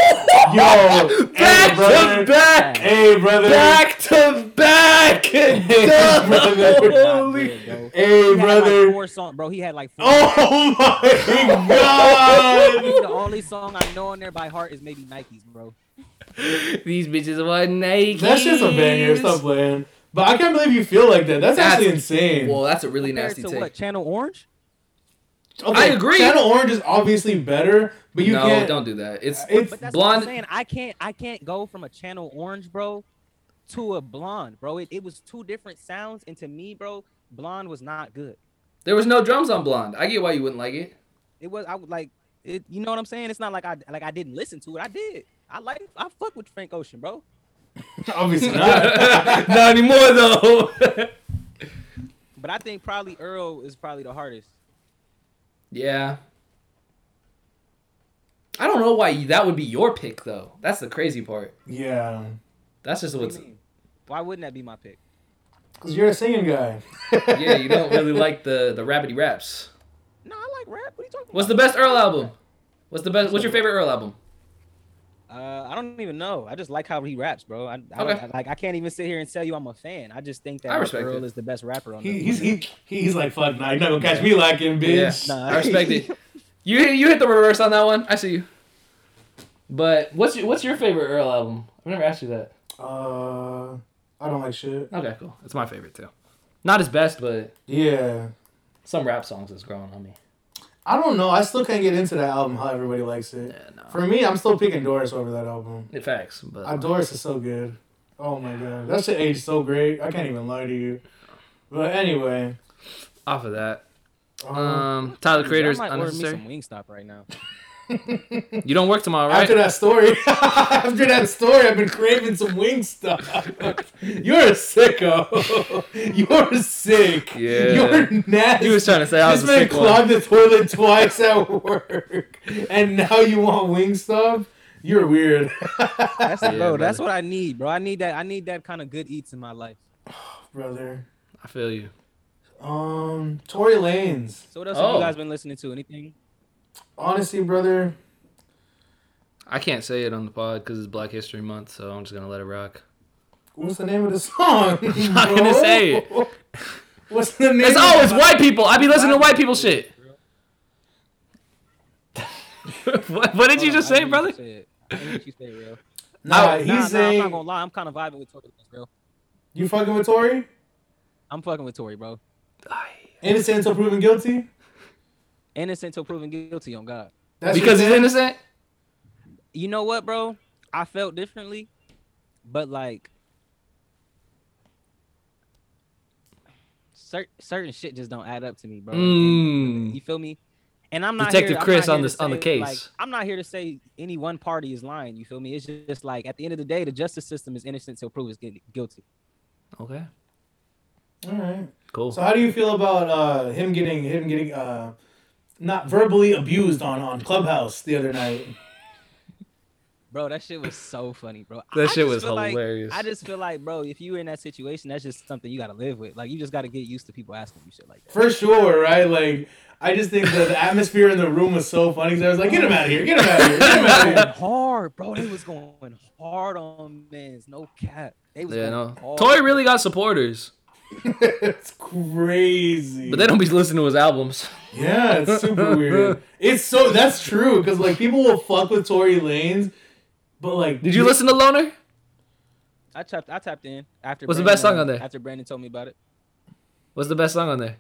Speaker 3: hey
Speaker 1: Back
Speaker 3: brother,
Speaker 1: to back,
Speaker 3: hey brother,
Speaker 1: back to back.
Speaker 3: brother.
Speaker 1: Holy.
Speaker 2: Not good, bro.
Speaker 3: hey
Speaker 2: He had like
Speaker 3: brother.
Speaker 2: four song, bro. He had like four.
Speaker 3: Oh my
Speaker 2: I
Speaker 3: god!
Speaker 2: think the only song I know on there by heart is maybe Nikes, bro.
Speaker 1: These bitches are naked.
Speaker 3: That shit's a banger. Stop playing. But I can't believe you feel like that. That's, actually insane.
Speaker 1: Well, that's a really
Speaker 2: Compared
Speaker 1: nasty
Speaker 2: to
Speaker 1: take.
Speaker 2: what? Channel Orange?
Speaker 1: I agree.
Speaker 3: Channel Orange is obviously better, but you
Speaker 1: no,
Speaker 3: can't.
Speaker 1: don't do that. It's
Speaker 3: It's
Speaker 2: But that's what
Speaker 1: Blonde-
Speaker 2: I'm saying. I can't. I can't go from a Channel Orange, bro, to a Blonde, bro. It, it was two different sounds, and to me, bro, Blonde was not good.
Speaker 1: there was no drums on Blonde. I get why you wouldn't like it.
Speaker 2: It was. I would like. It, you know what I'm saying? It's not like I like I didn't listen to it. I did. I like. I fuck with Frank Ocean, bro.
Speaker 3: obviously not.
Speaker 1: Not anymore though.
Speaker 2: But I think probably Earl is probably the hardest.
Speaker 1: yeah. I don't know why you- that would be your pick though. That's the crazy part.
Speaker 3: yeah,
Speaker 1: That's just
Speaker 2: What do
Speaker 1: what's.
Speaker 2: you mean? Why wouldn't that be my pick?
Speaker 3: because you're a singing guy.
Speaker 1: Yeah, you don't really like the the rabbity raps.
Speaker 2: No, I like rap. What are you talking
Speaker 1: What's the
Speaker 2: about?
Speaker 1: best Earl album? What's the best? What's your favorite Earl album?
Speaker 2: Uh, I don't even know. I just like how he raps, bro. I, I,
Speaker 1: Okay.
Speaker 2: I- like I can't even sit here and tell you I'm a fan. I just think that
Speaker 1: I respect
Speaker 2: Earl
Speaker 1: it.
Speaker 2: is the best rapper on
Speaker 3: He,
Speaker 2: the
Speaker 3: he's he, he's like fuck. Nah, you're not gonna catch me lacking, bitch.
Speaker 1: Yeah,
Speaker 2: Nah.
Speaker 1: I respect it. You hit- you hit the reverse on that one. I see you. But what's your, what's your favorite Earl album? I've never asked you that.
Speaker 3: Uh, I don't like shit.
Speaker 1: Okay, cool. It's my favorite too. Not his best, but
Speaker 3: Yeah.
Speaker 1: some rap songs is growing on me.
Speaker 3: I don't know. I still can't get into that album. How everybody likes it.
Speaker 1: Yeah, no.
Speaker 3: For me, I'm still picking Doris over that album.
Speaker 1: It facts, but
Speaker 3: Uh, Doris is so good. Oh my god, that shit aged so great. I can't even lie to you. But anyway,
Speaker 1: off of that,
Speaker 3: um,
Speaker 1: um, Tyler
Speaker 2: Jeez,
Speaker 1: Creator's
Speaker 2: I might order me
Speaker 1: unnecessary.
Speaker 2: some Wingstop right now.
Speaker 1: Um, You don't work tomorrow, right?
Speaker 3: after that story, after that story, I've been craving some wing stuff. You're a sicko. You're sick.
Speaker 1: Yeah.
Speaker 3: You're nasty.
Speaker 1: he was trying to say I was
Speaker 3: this
Speaker 1: a
Speaker 3: man
Speaker 1: sick one.
Speaker 3: clogged the toilet twice at work, and now you want wing stuff? You're weird.
Speaker 2: That's
Speaker 1: Yeah,
Speaker 2: bro. That's
Speaker 1: brother.
Speaker 2: what I need, bro. I need that. I need that kind of good eats in my life.
Speaker 3: brother.
Speaker 1: I feel you.
Speaker 3: Um, Tory Lanes.
Speaker 2: So what else have
Speaker 1: Oh.
Speaker 2: you guys been listening to? Anything?
Speaker 3: Honestly, brother.
Speaker 1: I can't say it on the pod because it's Black History Month, so I'm just gonna let it rock.
Speaker 3: What's the name of the song?
Speaker 1: I'm not gonna
Speaker 3: bro?
Speaker 1: say it.
Speaker 3: What's the name?
Speaker 1: It's
Speaker 3: of
Speaker 1: always
Speaker 3: the-
Speaker 1: white people. I be listening to white people shit. what, what did you
Speaker 2: Hold on,
Speaker 1: just
Speaker 2: Um,
Speaker 1: say,
Speaker 2: I hear
Speaker 1: brother?
Speaker 2: what you said. I hear what you say, bro.
Speaker 3: Nah,
Speaker 1: Oh,
Speaker 3: he's
Speaker 2: Nah, nah, I'm
Speaker 3: saying
Speaker 2: not gonna lie. I'm kind of vibing with Tory, bro.
Speaker 3: you fucking with Tory.
Speaker 2: I'm fucking with Tory, bro.
Speaker 3: Innocent until proven guilty.
Speaker 2: Innocent until proven guilty on God.
Speaker 3: That's
Speaker 1: Because
Speaker 3: your
Speaker 1: he's
Speaker 3: thing?
Speaker 1: innocent.
Speaker 2: you know what, bro? I felt differently, but like cer- certain shit just don't add up to me, bro. And-
Speaker 1: Mm.
Speaker 2: You feel me? And I'm not
Speaker 1: Detective
Speaker 2: here- I'm
Speaker 1: Chris
Speaker 2: not here
Speaker 1: on
Speaker 2: to
Speaker 1: this- on the
Speaker 2: say, like,
Speaker 1: case.
Speaker 2: I'm not here to say any one party is lying. You feel me? It's just like at the end of the day, the justice system is innocent till proven gu- guilty.
Speaker 1: Okay,
Speaker 3: All right.
Speaker 1: cool.
Speaker 3: So how do you feel about uh, him getting him getting uh, not verbally abused on on Clubhouse the other night?
Speaker 2: Bro, that shit was so funny, bro.
Speaker 1: That
Speaker 2: I
Speaker 1: shit
Speaker 2: just
Speaker 1: was
Speaker 2: feel like-
Speaker 1: hilarious.
Speaker 2: I just feel like, bro, if you were in that situation, that's just something you gotta live with. Like you just gotta get used to people asking you shit like that.
Speaker 3: For sure, right? Like I just think that the atmosphere in the room was so funny because I was like, get him out of here, get him out of here, get him out of
Speaker 2: going
Speaker 3: here.
Speaker 2: hard, bro. They was going hard on men's no cap. They was
Speaker 1: yeah,
Speaker 2: going
Speaker 1: no.
Speaker 2: hard.
Speaker 1: Tory really got supporters,
Speaker 3: it's crazy.
Speaker 1: but they don't be listening to his albums.
Speaker 3: Yeah, it's super weird. It's so that's true because like people will fuck with Tory Lanez, but like
Speaker 1: Did you listen to Loner?
Speaker 2: I tapped. I tapped in after.
Speaker 1: What's the
Speaker 2: Brandon,
Speaker 1: best song
Speaker 2: uh,
Speaker 1: on there?
Speaker 2: After Brandon told me about it,
Speaker 1: What's the best song on there?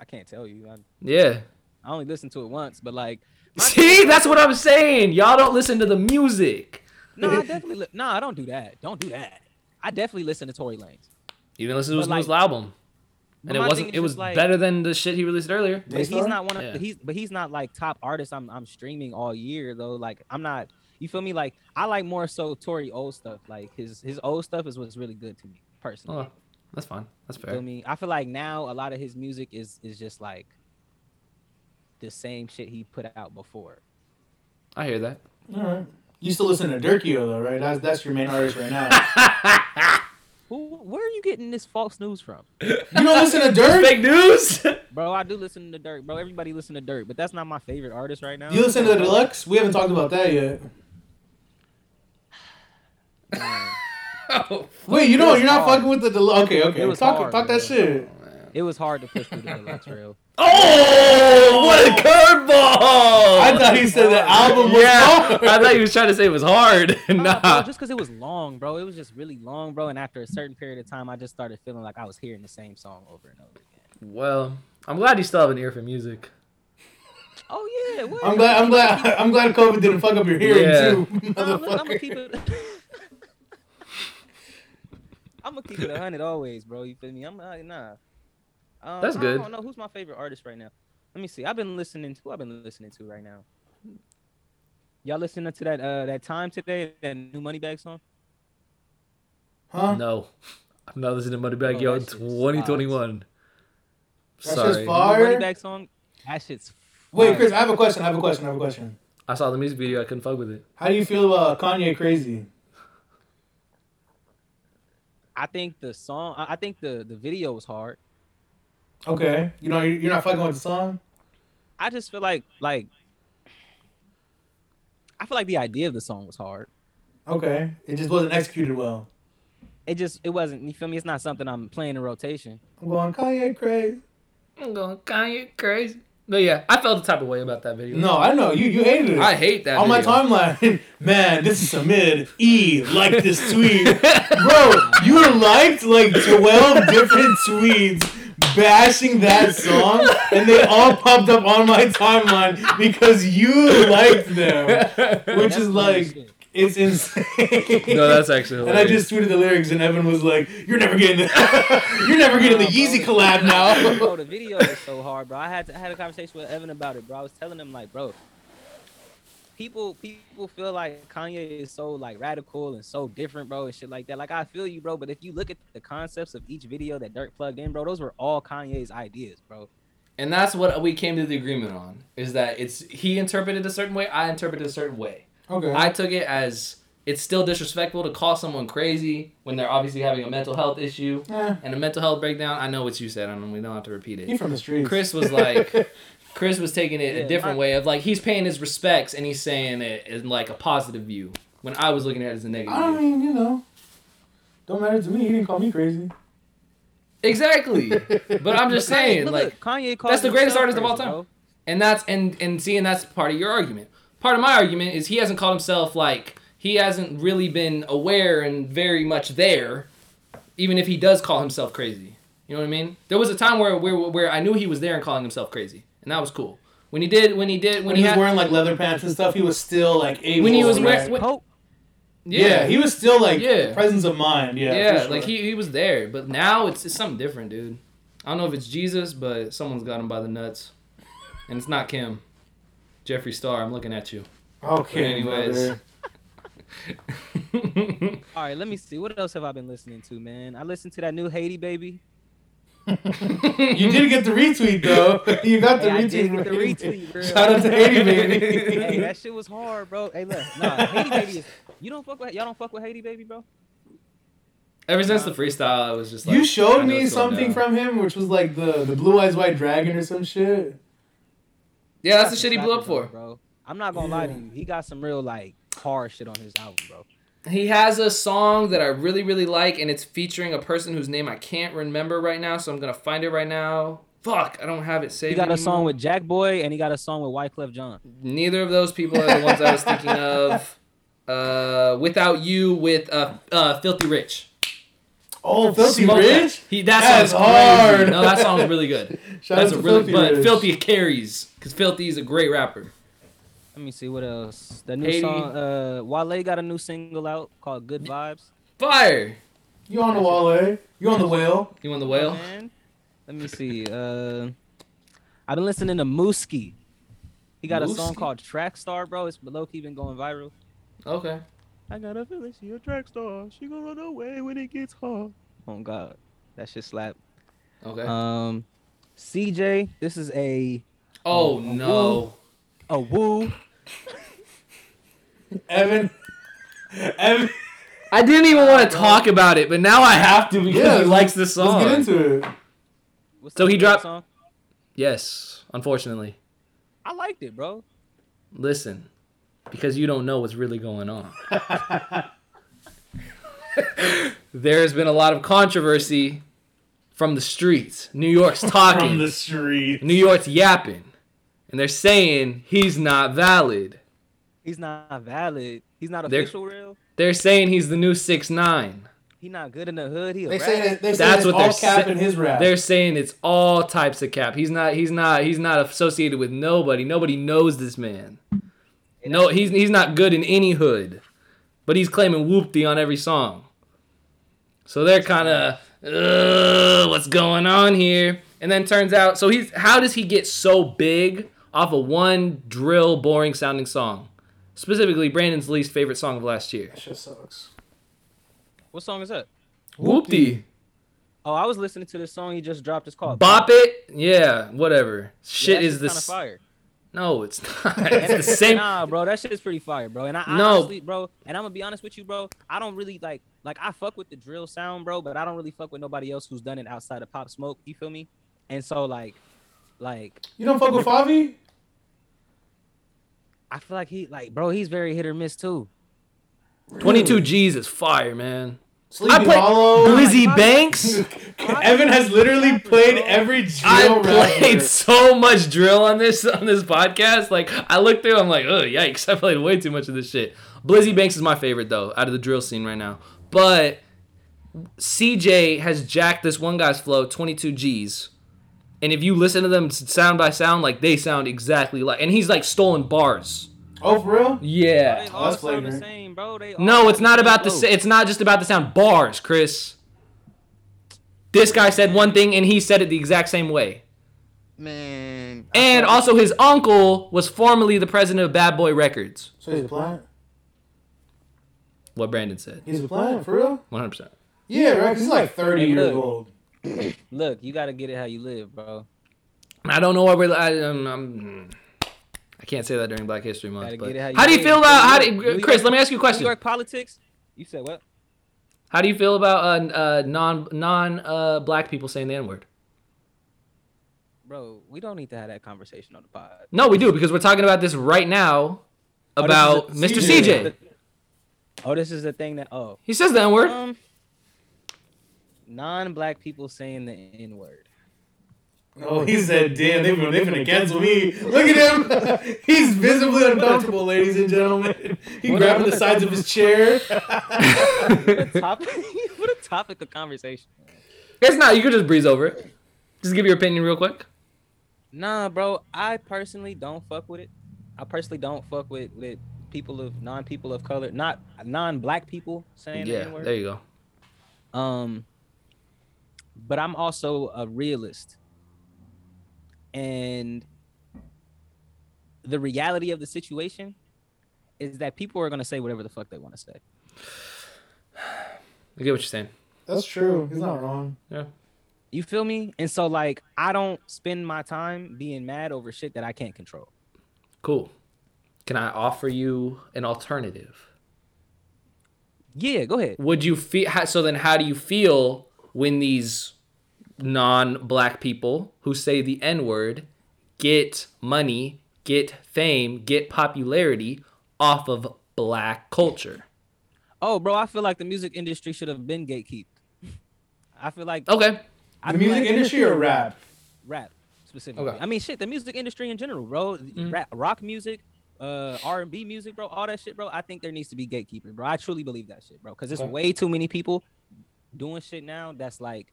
Speaker 2: I can't tell you. I,
Speaker 1: Yeah.
Speaker 2: I only listened to it once, but like, my-
Speaker 1: See, that's what I'm saying. Y'all don't listen to the music.
Speaker 2: no, I definitely. Li- no, I don't do that. Don't do that. I definitely listen to Tory Lanez.
Speaker 1: You didn't listen to his
Speaker 2: But, like-
Speaker 1: newest album,
Speaker 2: But
Speaker 1: and it
Speaker 2: my
Speaker 1: wasn't.
Speaker 2: thing is
Speaker 1: It was
Speaker 2: just, like,
Speaker 1: better than the shit he released earlier.
Speaker 2: But he's not one of
Speaker 1: Yeah.
Speaker 2: he's but he's not like top artist. I'm I'm streaming all year though. Like I'm not. You feel me? Like I like more so Tory old stuff. Like his his old stuff is what's really good to me personally.
Speaker 1: Oh, that's fine. That's
Speaker 2: You feel
Speaker 1: fair.
Speaker 2: me? I feel like now a lot of his music is is just like the same shit he put out before.
Speaker 1: I hear that.
Speaker 3: All right. You still listen to Durkio though, right? That's that's your main artist right now.
Speaker 2: Who? Where are you getting this false news from,
Speaker 3: You don't listen to Dirk?
Speaker 1: Fake news.
Speaker 2: bro? I do listen to Dirt, bro. Everybody listen to Dirt, but that's not my favorite artist right now.
Speaker 3: You listen to Deluxe? We haven't talked about that yet.
Speaker 2: Man,
Speaker 1: oh,
Speaker 3: Wait, you
Speaker 2: It
Speaker 3: know
Speaker 2: was
Speaker 3: you're not
Speaker 2: hard.
Speaker 3: fucking with the Deluxe. Okay,
Speaker 2: It
Speaker 3: okay.
Speaker 2: was
Speaker 3: Talk
Speaker 2: hard,
Speaker 3: talk
Speaker 2: man.
Speaker 3: that shit.
Speaker 1: man.
Speaker 2: it was hard to push through the deluxe trail.
Speaker 1: Oh, what a curveball!
Speaker 3: I thought he said the album was
Speaker 1: yeah,
Speaker 3: hard.
Speaker 1: I thought he was trying to say it was hard.
Speaker 3: Oh,
Speaker 2: Nah, bro,
Speaker 1: nah.
Speaker 2: just because it was long, bro. It was just really long, bro. And after a certain period of time, I just started feeling like I was hearing the same song over and over again.
Speaker 1: Well, I'm glad you still have an ear for music.
Speaker 2: Oh yeah, what?
Speaker 3: I'm glad I'm glad I'm glad COVID didn't fuck up your hearing
Speaker 1: Yeah.
Speaker 3: too.
Speaker 2: Nah, look, I'm gonna keep
Speaker 3: Motherfucker.
Speaker 2: it. I'm gonna keep it a hundred always, bro. You feel me? I'm like, nah. Um,
Speaker 1: That's
Speaker 2: I
Speaker 1: good.
Speaker 2: don't know who's my favorite artist right now. Let me see. I've been listening to. Who I've been listening to right now. Y'all listening to that uh that time today that new money bag song?
Speaker 3: Huh?
Speaker 1: No, I'm not listening to Moneybag
Speaker 2: Oh,
Speaker 1: Yo
Speaker 2: that
Speaker 1: in
Speaker 2: shit's
Speaker 1: 2021.
Speaker 3: That shit's
Speaker 1: Sorry,
Speaker 3: fire.
Speaker 2: The new money
Speaker 3: Fire.
Speaker 2: bag song. That shit's.
Speaker 3: Wait,
Speaker 2: fire.
Speaker 3: Chris, I have a question. I have a question. I have a question.
Speaker 1: I saw the music video. I couldn't fuck with it.
Speaker 3: How do you feel about Kanye Crazy?
Speaker 2: I think the song. I I think the the video was hard.
Speaker 3: Okay. You know you're you're not fucking with the song?
Speaker 2: I just feel like like. I feel like the idea of the song was hard.
Speaker 3: Okay. It just wasn't executed well.
Speaker 2: It just it wasn't. You feel me? It's not something I'm playing in rotation.
Speaker 3: I'm going Kanye Crazy.
Speaker 1: I'm going Kanye crazy. But yeah, I felt the type of way about that video.
Speaker 3: No, I know. You you hated it.
Speaker 1: I hate that.
Speaker 3: on my
Speaker 1: video.
Speaker 3: timeline, man, this is a mid. E like this tweet, bro. You liked like twelve different tweets bashing that song, and they all popped up on my timeline because you liked them,
Speaker 1: no,
Speaker 3: which is like it's insane.
Speaker 1: that's actually.
Speaker 3: And I
Speaker 1: Hilarious.
Speaker 3: just tweeted the lyrics, and Evan was like, "You're never getting the, you're never getting the
Speaker 2: Nah,
Speaker 3: Yeezy
Speaker 2: bro.
Speaker 3: collab now."
Speaker 2: bro, the video is so hard, bro. I had to, I had a conversation with Evan about it, bro. I was telling him like, bro, people people feel like Kanye is so like radical and so different, bro, and shit like that. Like I feel you, bro. But if you look at the concepts of each video that Dirk plugged in, bro, those were all Kanye's ideas, bro.
Speaker 1: And that's what we came to the agreement on is that it's he interpreted a certain way, I interpreted a certain way.
Speaker 3: okay.
Speaker 1: I took it as it's still disrespectful to call someone crazy when they're obviously having a mental health issue
Speaker 3: Eh,
Speaker 1: and a mental health breakdown. I know what you said, and we don't have to repeat
Speaker 3: he
Speaker 1: it.
Speaker 3: from the streets.
Speaker 1: Chris was like- Chris was taking it
Speaker 2: Yeah,
Speaker 1: a different
Speaker 2: my-
Speaker 1: way of like he's paying his respects and he's saying it in like a positive view. When I was looking at it as a negative.
Speaker 3: I
Speaker 1: view.
Speaker 3: mean, you know, don't matter to me. He didn't call me crazy.
Speaker 1: Exactly. but I'm just saying,
Speaker 2: Kanye, look,
Speaker 1: like
Speaker 2: look, Kanye called
Speaker 1: that's the greatest
Speaker 2: himself
Speaker 1: artist of all
Speaker 2: crazy,
Speaker 1: time.
Speaker 2: bro.
Speaker 1: And that's and and seeing that's part of your argument. Part of my argument is he hasn't called himself like he hasn't really been aware and very much there, even if he does call himself crazy. You know what I mean? There was a time where where, where I knew he was there and calling himself crazy, and that was cool. When he did, when he did, when,
Speaker 3: when
Speaker 1: he,
Speaker 3: he was
Speaker 1: had,
Speaker 3: wearing like leather pants and stuff, he was still like able.
Speaker 1: When he
Speaker 3: to,
Speaker 1: was
Speaker 3: like-
Speaker 1: wearing-
Speaker 2: Hope.
Speaker 3: yeah, he was still like
Speaker 1: Yeah.
Speaker 3: presence of mind. Yeah,
Speaker 1: yeah,
Speaker 3: for sure.
Speaker 1: like he, he was there. But now it's, it's something different, dude. I don't know if it's Jesus, but someone's got him by the nuts, and it's not Kim. Jeffree Star, I'm looking at you.
Speaker 3: Okay,
Speaker 1: Anyways.
Speaker 3: brother.
Speaker 2: All right, let me see. What else have I been listening to, man? I listened to that new Haiti baby.
Speaker 3: you did get the retweet though. You got the
Speaker 2: Hey, I
Speaker 3: retweet.
Speaker 2: did get the
Speaker 3: baby.
Speaker 2: retweet, bro.
Speaker 3: Shout out to Haiti, baby.
Speaker 2: hey, that shit was hard, bro. Hey, look, nah, Haiti baby is. You don't fuck with y'all don't fuck with Haiti baby, bro.
Speaker 1: Ever since the freestyle, I was just like.
Speaker 3: you
Speaker 1: I
Speaker 3: showed
Speaker 1: know
Speaker 3: me
Speaker 1: it's going
Speaker 3: something
Speaker 1: down.
Speaker 3: from him, which was like the the blue eyes white dragon or some shit.
Speaker 1: Yeah, that's the
Speaker 2: Got
Speaker 1: shit he
Speaker 2: some
Speaker 1: blew up
Speaker 2: slappers on
Speaker 1: for.
Speaker 2: it, bro. I'm not gonna lie to
Speaker 3: Yeah.
Speaker 2: you. He got some real like hard shit on his album, bro.
Speaker 1: He has a song that I really, really like, and it's featuring a person whose name I can't remember right now, so I'm gonna find it right now. Fuck, I don't have it saved.
Speaker 2: He got a
Speaker 1: anymore.
Speaker 2: song with Jack Boy and he got a song with Wyclef John.
Speaker 1: Neither of those people are the ones I was thinking of. Uh, without you, with uh, uh, Filthy Rich.
Speaker 3: Oh, filthy
Speaker 1: Smoke that.
Speaker 3: rich.
Speaker 1: He, that
Speaker 3: That's
Speaker 1: song's hard.
Speaker 3: hard.
Speaker 1: No, that song's really good.
Speaker 3: Shout
Speaker 1: That's a
Speaker 3: out to
Speaker 1: really,
Speaker 3: filthy
Speaker 1: but
Speaker 3: rich.
Speaker 1: Filthy carries because Filthy is a great rapper.
Speaker 2: Let me see what else. The new
Speaker 1: Haiti.
Speaker 2: song, uh, Wale got a new single out called "Good Vibes."
Speaker 1: Fire.
Speaker 3: You on the wall, eh? You on the whale?
Speaker 1: You on the whale?
Speaker 2: Man. Let me see. Uh, I've been listening to Mooski. He got a song
Speaker 1: Mooski?
Speaker 2: called Track Star, bro. It's low key been going viral.
Speaker 1: Okay.
Speaker 2: I got a feeling she a drag star. She gonna run away when it gets hard. Oh God, that shit slap.
Speaker 1: Okay.
Speaker 2: Um, CJ, this is a
Speaker 1: oh
Speaker 2: oh,
Speaker 1: no.
Speaker 2: a woo.
Speaker 3: Evan. Evan.
Speaker 1: I didn't even want to talk about it, but now I have to because
Speaker 3: Yeah,
Speaker 1: he likes the song.
Speaker 3: Let's get into it.
Speaker 2: What's
Speaker 1: So
Speaker 2: the
Speaker 1: he
Speaker 2: name of
Speaker 1: dropped-
Speaker 2: the Song?
Speaker 1: yes, unfortunately.
Speaker 2: I liked it, bro.
Speaker 1: Listen, because you don't know what's really going on. There's been a lot of controversy from the streets. New York's talking.
Speaker 3: From the street.
Speaker 1: New York's yapping. And they're saying he's not valid.
Speaker 2: He's not valid. He's not
Speaker 1: They're-
Speaker 2: official real.
Speaker 1: They're saying he's the new 6 9
Speaker 2: He not good in the hood. He a
Speaker 3: They
Speaker 2: rat.
Speaker 3: say that they
Speaker 1: That's
Speaker 3: say that's
Speaker 1: what
Speaker 3: all
Speaker 1: they're sa-
Speaker 3: cap in his rap.
Speaker 1: They're saying it's all types of cap. He's not he's not he's not associated with nobody. Nobody knows this man. No, he's he's not good in any hood. But he's claiming whoopty on every song. So they're kind of what's going on here? And then turns out so he's how does he get so big off of one drill boring sounding song? Specifically Brandon's least favorite song of last year.
Speaker 3: That shit sucks.
Speaker 2: What song is that?
Speaker 1: Whoopty.
Speaker 2: Oh, I was listening to this song he just dropped. It's called
Speaker 1: Bop it? Yeah, whatever. Shit is
Speaker 2: kind of
Speaker 1: this
Speaker 2: fire.
Speaker 1: No, it's not. It's the same.
Speaker 2: Nah, bro, that shit is pretty fire, bro. And I, I
Speaker 1: No.
Speaker 2: honestly, bro, and I'm gonna be honest with you, bro. I don't really like like I fuck with the drill sound, bro, but I don't really fuck with nobody else who's done it outside of Pop Smoke. You feel me? And so like, like
Speaker 3: You don't fuck with Favi?
Speaker 2: I feel like he like, bro, he's very hit or miss too.
Speaker 1: 22 G's is fire, man.
Speaker 3: Sleepy
Speaker 1: I play-
Speaker 3: Hollow.
Speaker 1: Blizzy
Speaker 2: God.
Speaker 1: Banks.
Speaker 3: Evan has literally played every
Speaker 1: I
Speaker 3: drill
Speaker 1: played
Speaker 3: rapper.
Speaker 1: so much drill on this on this podcast. Like I looked through, I'm like, oh yikes! I played way too much of this shit. Blizzy Banks is my favorite though, out of the drill scene right now. But CJ has jacked this one guy's flow 22 G's, and if you listen to them sound by sound, like they sound exactly like. And he's like stolen bars.
Speaker 3: Oh, for real?
Speaker 1: Yeah.
Speaker 2: They all
Speaker 3: that's
Speaker 2: sound the
Speaker 3: flagrant.
Speaker 2: same, bro. They all
Speaker 1: No,
Speaker 2: sound
Speaker 1: it's not about the.
Speaker 2: same.
Speaker 1: sa- It's not just about the sound. Bars, Chris. This guy said one thing and he said it the exact same way.
Speaker 4: Man. I
Speaker 1: And
Speaker 4: thought-
Speaker 1: also, his uncle was formerly the president of Bad Boy Records.
Speaker 3: So he's playing?
Speaker 1: What Brandon said,
Speaker 3: He's playing, for real?
Speaker 1: 100. percent
Speaker 3: Yeah, right? 'cause He's like 30
Speaker 2: Hey,
Speaker 3: years
Speaker 2: look.
Speaker 3: old.
Speaker 2: Look, you gotta get it how you live, bro.
Speaker 1: I don't know why we're. I, um, I'm, I can't say that during Black History Month.
Speaker 2: Gotta
Speaker 1: But
Speaker 2: get it
Speaker 1: how,
Speaker 2: how you
Speaker 1: do you
Speaker 2: live.
Speaker 1: feel about how do,
Speaker 2: New York-
Speaker 1: Chris? Let me ask you a
Speaker 2: New
Speaker 1: question.
Speaker 2: York politics. You said what?
Speaker 1: How do you feel about uh, uh, non non uh, black people saying the N word?
Speaker 2: Bro, we don't need to have that conversation on the pod.
Speaker 1: No, we do because we're talking about this right now
Speaker 2: Oh,
Speaker 1: about
Speaker 2: this
Speaker 1: Mr.
Speaker 2: is a-
Speaker 1: CJ.
Speaker 2: Oh, this is the thing that oh,
Speaker 1: He says the N word.
Speaker 2: um, non-black people saying the N-word.
Speaker 3: Oh, he said, damn, they've been, they've been cancel me. Look at him. He's visibly uncomfortable, ladies and gentlemen. He
Speaker 2: What
Speaker 3: grabbing
Speaker 2: a-
Speaker 3: the sides of his chair.
Speaker 2: What a topic, what a topic of conversation.
Speaker 1: It's not. You could just breeze over it. Just give your opinion real quick.
Speaker 2: Nah, bro, I personally don't fuck with it. I personally don't fuck with with people of non-people of color, not non-black people saying the
Speaker 1: yeah,
Speaker 2: N-word.
Speaker 1: there you go.
Speaker 2: Um, but I'm also a realist. And the reality of the situation is that people are going to say whatever the fuck they want to say.
Speaker 1: I get what you're saying.
Speaker 3: That's true. He's not wrong.
Speaker 2: You feel me? And so, like, I don't spend my time being mad over shit that I can't control.
Speaker 1: Cool. Can I offer you an alternative?
Speaker 2: Yeah, go ahead.
Speaker 1: Would you feel so? Then how do you feel when these non-black people who say the N-word get money, get fame, get popularity off of black culture?
Speaker 2: Oh, bro, I feel like the music industry should have been gatekept. I feel like
Speaker 1: Okay.
Speaker 2: I
Speaker 3: Oh, the
Speaker 2: feel
Speaker 3: music
Speaker 2: like-
Speaker 3: industry or rap?
Speaker 2: rap specifically.
Speaker 1: Okay.
Speaker 2: I mean, shit, the music industry in general, bro. Rap, rock music, uh, R and B music, bro. All that shit, bro. I think there needs to be gatekeeping, bro. I truly believe that shit, bro. Because there's
Speaker 3: Okay.
Speaker 2: way too many people doing shit now that's like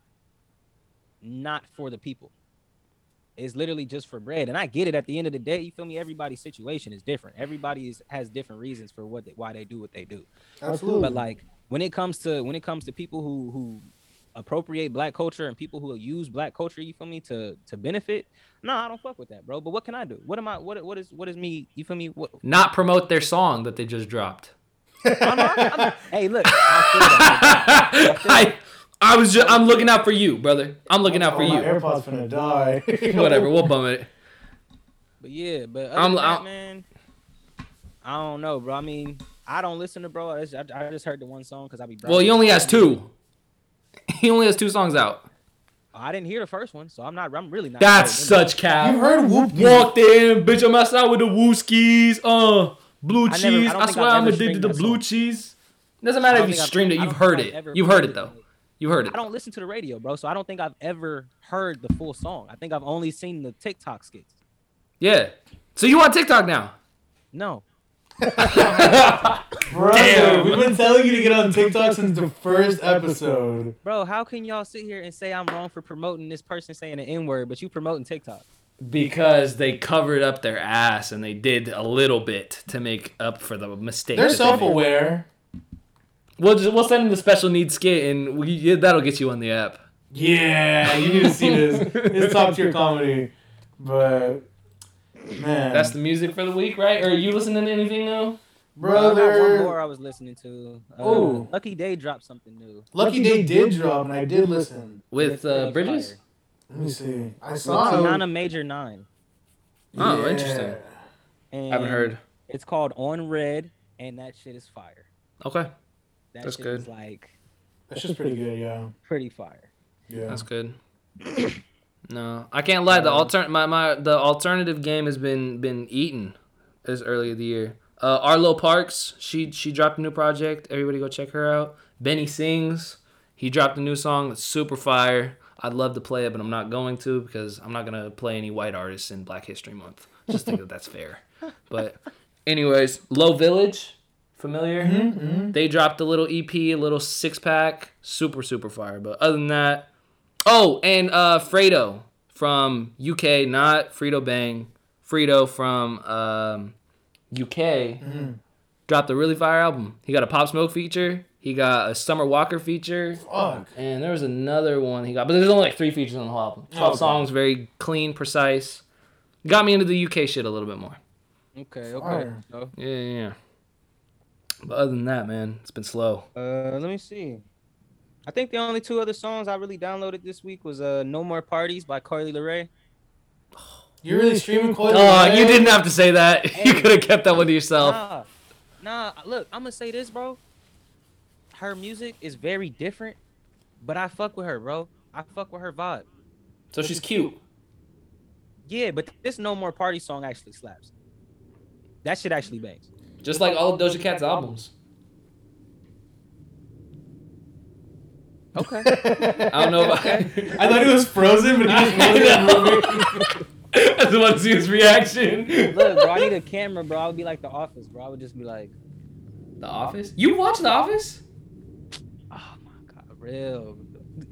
Speaker 2: not for the people. It's literally just for bread, and I get it. At the end of the day, you feel me? Everybody's situation is different. Everybody is, has different reasons for what they, why they do what they do.
Speaker 3: Absolutely.
Speaker 2: But like when it comes to when it comes to people who who appropriate black culture and people who use black culture, you feel me, to to benefit. No, I don't fuck with that, bro. But what can I do? What am I? What what is what is me? You feel me? What
Speaker 1: Not promote their song that they just dropped.
Speaker 2: I'm not- I'm- hey, look. I
Speaker 1: I, I was just, I'm looking out for you, brother. I'm looking out for
Speaker 3: Oh, my
Speaker 1: you.
Speaker 3: AirPods finna die.
Speaker 1: Whatever, we'll bum it.
Speaker 2: But yeah, but other
Speaker 1: I'm-
Speaker 2: than that,
Speaker 1: I'm-
Speaker 2: man, I don't know, bro. I mean, I don't listen to bro. I just, I just heard the one song because I be.
Speaker 1: Well, he only has two. He only has two songs out.
Speaker 2: Oh, I didn't hear the first one, so I'm not. I'm really not.
Speaker 1: That's
Speaker 2: I never-
Speaker 1: such cow.
Speaker 3: You've heard Whoop Music.
Speaker 1: Walked in, bitch. I'm outside with the woo skis. Uh, blue
Speaker 2: I never- I
Speaker 1: cheese.
Speaker 2: don't
Speaker 1: I,
Speaker 2: think
Speaker 1: swear
Speaker 2: I've
Speaker 1: I'm
Speaker 2: ever
Speaker 1: addicted
Speaker 2: streamed
Speaker 1: to
Speaker 2: that
Speaker 1: blue
Speaker 2: song.
Speaker 1: cheese. Doesn't matter if
Speaker 2: I don't
Speaker 1: you
Speaker 2: think I've-
Speaker 1: streamed it.
Speaker 2: I
Speaker 1: You've
Speaker 2: don't
Speaker 1: heard
Speaker 2: think I've
Speaker 1: it.
Speaker 2: ever
Speaker 1: You've heard
Speaker 2: played
Speaker 1: it though.
Speaker 2: it.
Speaker 1: You heard it.
Speaker 2: I don't listen to the radio, bro, so I don't think I've ever heard the full song. I think I've only seen the TikTok skits.
Speaker 1: Yeah. So you on TikTok now?
Speaker 2: No,
Speaker 3: Brother,
Speaker 1: Damn.
Speaker 3: we've been telling you to get on TikTok since the first episode.
Speaker 2: bro, how can y'all sit here and say I'm wrong for promoting this person saying the N word, but you promoting TikTok?
Speaker 1: Because they covered up their ass and they did a little bit to make up for the mistake.
Speaker 3: They're
Speaker 1: that they made.
Speaker 3: self-aware.
Speaker 1: We'll just, we'll send him the special needs skit and we, yeah, that'll get you on the app.
Speaker 3: Yeah, you need to see this. It's top tier comedy, but man,
Speaker 1: That's the music for the week, right? Or are you listening to anything though?
Speaker 2: I got one more
Speaker 3: brother.
Speaker 2: I was listening to. Uh,
Speaker 3: Ooh.
Speaker 2: Lucky Day dropped something new.
Speaker 3: Lucky Day did drop, and I did listen.
Speaker 1: With
Speaker 2: It
Speaker 1: uh,
Speaker 2: was
Speaker 1: Bridges?
Speaker 2: fire.
Speaker 3: Let me see. I
Speaker 2: With
Speaker 3: saw. it.
Speaker 2: Tiana Major Nine.
Speaker 1: Oh, interesting.
Speaker 2: And
Speaker 1: I haven't heard.
Speaker 2: It's called On Red, and that shit is fire.
Speaker 1: Okay,
Speaker 2: That
Speaker 1: That's
Speaker 2: shit
Speaker 1: good.
Speaker 2: is like
Speaker 3: That's just pretty good, yeah.
Speaker 2: pretty fire.
Speaker 3: Yeah.
Speaker 1: that's good. No, I can't lie. The altern my, my the alternative game has been been eaten as early of the year. Uh, Arlo Parks, she she dropped a new project. Everybody go check her out. Benny sings. He dropped a new song that's super fire. I'd love to play it, but I'm not going to because I'm not gonna play any white artists in Black History Month. Just think that that's fair. But anyways, Low Village, familiar?
Speaker 3: Hmm. Mm-hmm.
Speaker 1: They dropped a little EP, a little six pack, super super fire. But other than that, oh, and uh, Fredo from UK, not Frito Bang, Fredo from um, UK,
Speaker 3: Mm-hmm.
Speaker 1: dropped a really fire album. He got a Pop Smoke feature. He got a Summer Walker feature.
Speaker 3: Fuck.
Speaker 1: And there was another one he got, but there's only like three features on the whole album. Twelve
Speaker 3: okay.
Speaker 1: songs, very clean, precise. Got me into the UK shit a little bit more.
Speaker 2: Okay, okay.
Speaker 3: Fire.
Speaker 2: So,
Speaker 1: Yeah, yeah. yeah. But other than that, man, it's been slow.
Speaker 2: uh, let me see. I think the only two other songs I really downloaded this week was uh No More Parties by Carly Rae.
Speaker 3: You really streaming Coil?
Speaker 1: Oh,
Speaker 3: Ray?
Speaker 1: you didn't have to say that. You
Speaker 2: Hey.
Speaker 1: could have kept that one to yourself.
Speaker 2: Nah, nah, look, I'm gonna say this, bro. Her music is very different, but I fuck with her, bro. I fuck with her vibe.
Speaker 1: so she's cute.
Speaker 2: Yeah, but this No More Party song actually slaps. That shit actually bangs.
Speaker 1: Just like all of Doja Cat's albums.
Speaker 2: Okay.
Speaker 1: I don't know about
Speaker 3: I thought he was frozen, but he just wasn't
Speaker 1: That's want to see his reaction.
Speaker 2: Look, bro, I need a camera, bro. I would be like the office, bro. I would just be like,
Speaker 1: The Office? You watch The Office?
Speaker 2: oh my god, real.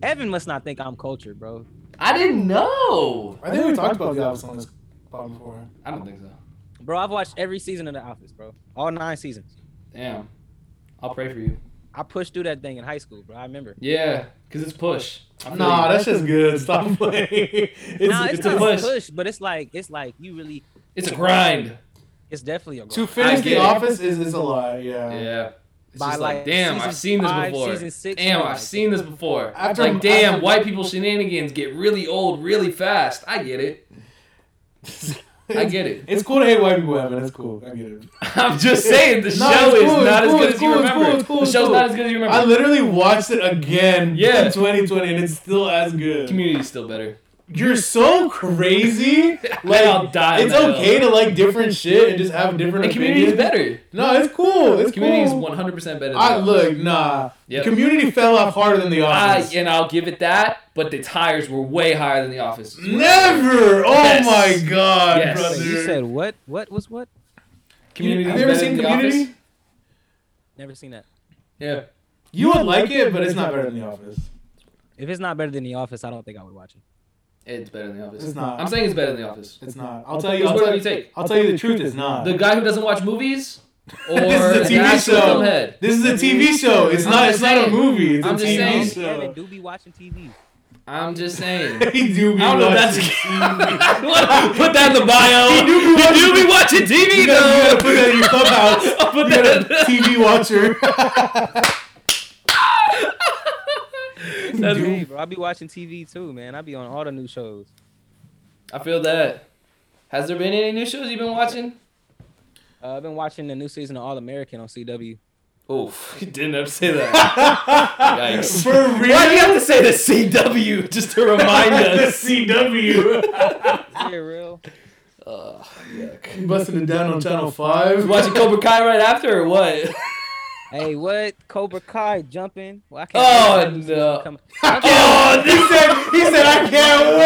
Speaker 2: Evan must not think I'm cultured, bro.
Speaker 1: I didn't know.
Speaker 3: I think we talked about the Office on this pod before.
Speaker 1: I don't think so.
Speaker 2: Bro, I've watched every season of The Office, bro. All nine seasons.
Speaker 1: Damn. I'll pray for you.
Speaker 2: I pushed through that thing in high school, bro. I remember.
Speaker 1: Yeah, because it's push. I'm
Speaker 3: Nah, that's just good. Stop playing. It's,
Speaker 2: nah, it's,
Speaker 3: it's
Speaker 2: not
Speaker 3: a
Speaker 2: a
Speaker 1: push.
Speaker 2: push. but it's like it's like you really.
Speaker 1: it's a grind.
Speaker 2: It's definitely a grind.
Speaker 3: To finish
Speaker 1: I
Speaker 3: the
Speaker 1: get it.
Speaker 3: Office is, is a lie. Yeah.
Speaker 1: Yeah. It's
Speaker 2: By,
Speaker 1: just like,
Speaker 2: like,
Speaker 1: damn,
Speaker 2: season
Speaker 1: I've seen this
Speaker 2: five,
Speaker 1: before.
Speaker 2: season six,
Speaker 1: damn,
Speaker 2: you're
Speaker 1: I've
Speaker 2: like-
Speaker 1: seen this before.
Speaker 3: After-
Speaker 1: like, damn,
Speaker 3: after-
Speaker 1: white people shenanigans get really old really fast. I get it. I get it.
Speaker 3: It's cool to hate white people, Evan. It's cool. I get it.
Speaker 1: I'm just saying, the
Speaker 3: No,
Speaker 1: show
Speaker 3: it's
Speaker 1: is
Speaker 3: cool,
Speaker 1: not
Speaker 3: it's
Speaker 1: as
Speaker 3: cool,
Speaker 1: good
Speaker 3: it's
Speaker 1: as you
Speaker 3: cool, it's
Speaker 1: remember.
Speaker 3: cool, it's cool,
Speaker 1: The
Speaker 3: it's
Speaker 1: show's
Speaker 3: cool.
Speaker 1: not as good as you remember.
Speaker 3: I literally watched it again
Speaker 1: Yeah.
Speaker 3: in 2020, and it's still as good.
Speaker 1: Community's still better.
Speaker 3: You're so crazy.
Speaker 1: Like, I'll die.
Speaker 3: It's okay to like different shit and just have different
Speaker 1: And
Speaker 3: opinions.
Speaker 1: Community's better.
Speaker 3: No, it's cool. It's
Speaker 1: Community is
Speaker 3: cool.
Speaker 1: 100 percent better. Than
Speaker 3: I
Speaker 1: The
Speaker 3: look nah.
Speaker 1: Yep.
Speaker 3: Community fell off harder than the
Speaker 1: I,
Speaker 3: office.
Speaker 1: and I'll give it that, but the tires were way higher than the office.
Speaker 3: Never. Oh
Speaker 1: Yes.
Speaker 3: my god,
Speaker 1: Yes.
Speaker 3: brother.
Speaker 2: Wait, you said what? What was what?
Speaker 1: Community.
Speaker 3: Have you ever seen Community?
Speaker 2: Never seen that.
Speaker 1: Yeah.
Speaker 3: You would like it, but it's not better than the office.
Speaker 2: If it's not better than The Office, I don't think I would watch it.
Speaker 1: It's better than the office.
Speaker 3: It's not.
Speaker 1: I'm saying it's better than the office.
Speaker 3: It's not. I'll tell you.
Speaker 1: It's
Speaker 3: I'll
Speaker 1: whatever
Speaker 3: tell
Speaker 1: you take.
Speaker 3: I'll tell you the truth. It's not.
Speaker 1: The guy who doesn't watch movies or
Speaker 3: this is a
Speaker 1: an
Speaker 3: TV
Speaker 1: actual
Speaker 3: show.
Speaker 1: dumbhead.
Speaker 3: This is a TV show. It's
Speaker 1: I'm
Speaker 3: not.
Speaker 1: just
Speaker 3: It's not a
Speaker 1: saying.
Speaker 3: movie. It's
Speaker 1: I'm
Speaker 3: a
Speaker 1: just
Speaker 3: TV
Speaker 1: saying.
Speaker 2: Evan
Speaker 1: so-
Speaker 2: Evan
Speaker 3: show.
Speaker 2: do be watching TV.
Speaker 5: I'm just saying.
Speaker 3: he do be
Speaker 5: I don't know if that's
Speaker 3: watching
Speaker 1: Put that in the bio.
Speaker 3: do be watching-
Speaker 1: You do be watching TV
Speaker 3: You gotta, you
Speaker 1: though.
Speaker 3: gotta put that in your clubhouse.
Speaker 1: Put
Speaker 3: you gotta
Speaker 1: that-
Speaker 3: TV watcher.
Speaker 1: That's-
Speaker 2: Hey, bro, I be watching TV too, man. I be on all the new shows.
Speaker 5: I feel that. Has there been any new shows you've been watching?
Speaker 2: Uh, I've been watching the new season of All American on CW.
Speaker 5: Oof, you didn't have to say that. Yikes.
Speaker 3: For real?
Speaker 5: Why do you have to say the CW just to remind us?
Speaker 3: CW.
Speaker 2: Is it real?
Speaker 5: Ugh, yuck.
Speaker 3: Busting it down on Channel 5.
Speaker 5: You watching Cobra Kai right after or what?
Speaker 2: Hey, what? Cobra Kai jumping? Well, I
Speaker 5: Oh,
Speaker 2: wait for the new season
Speaker 5: no.
Speaker 2: to come-
Speaker 3: Oh, he said, he said, I can't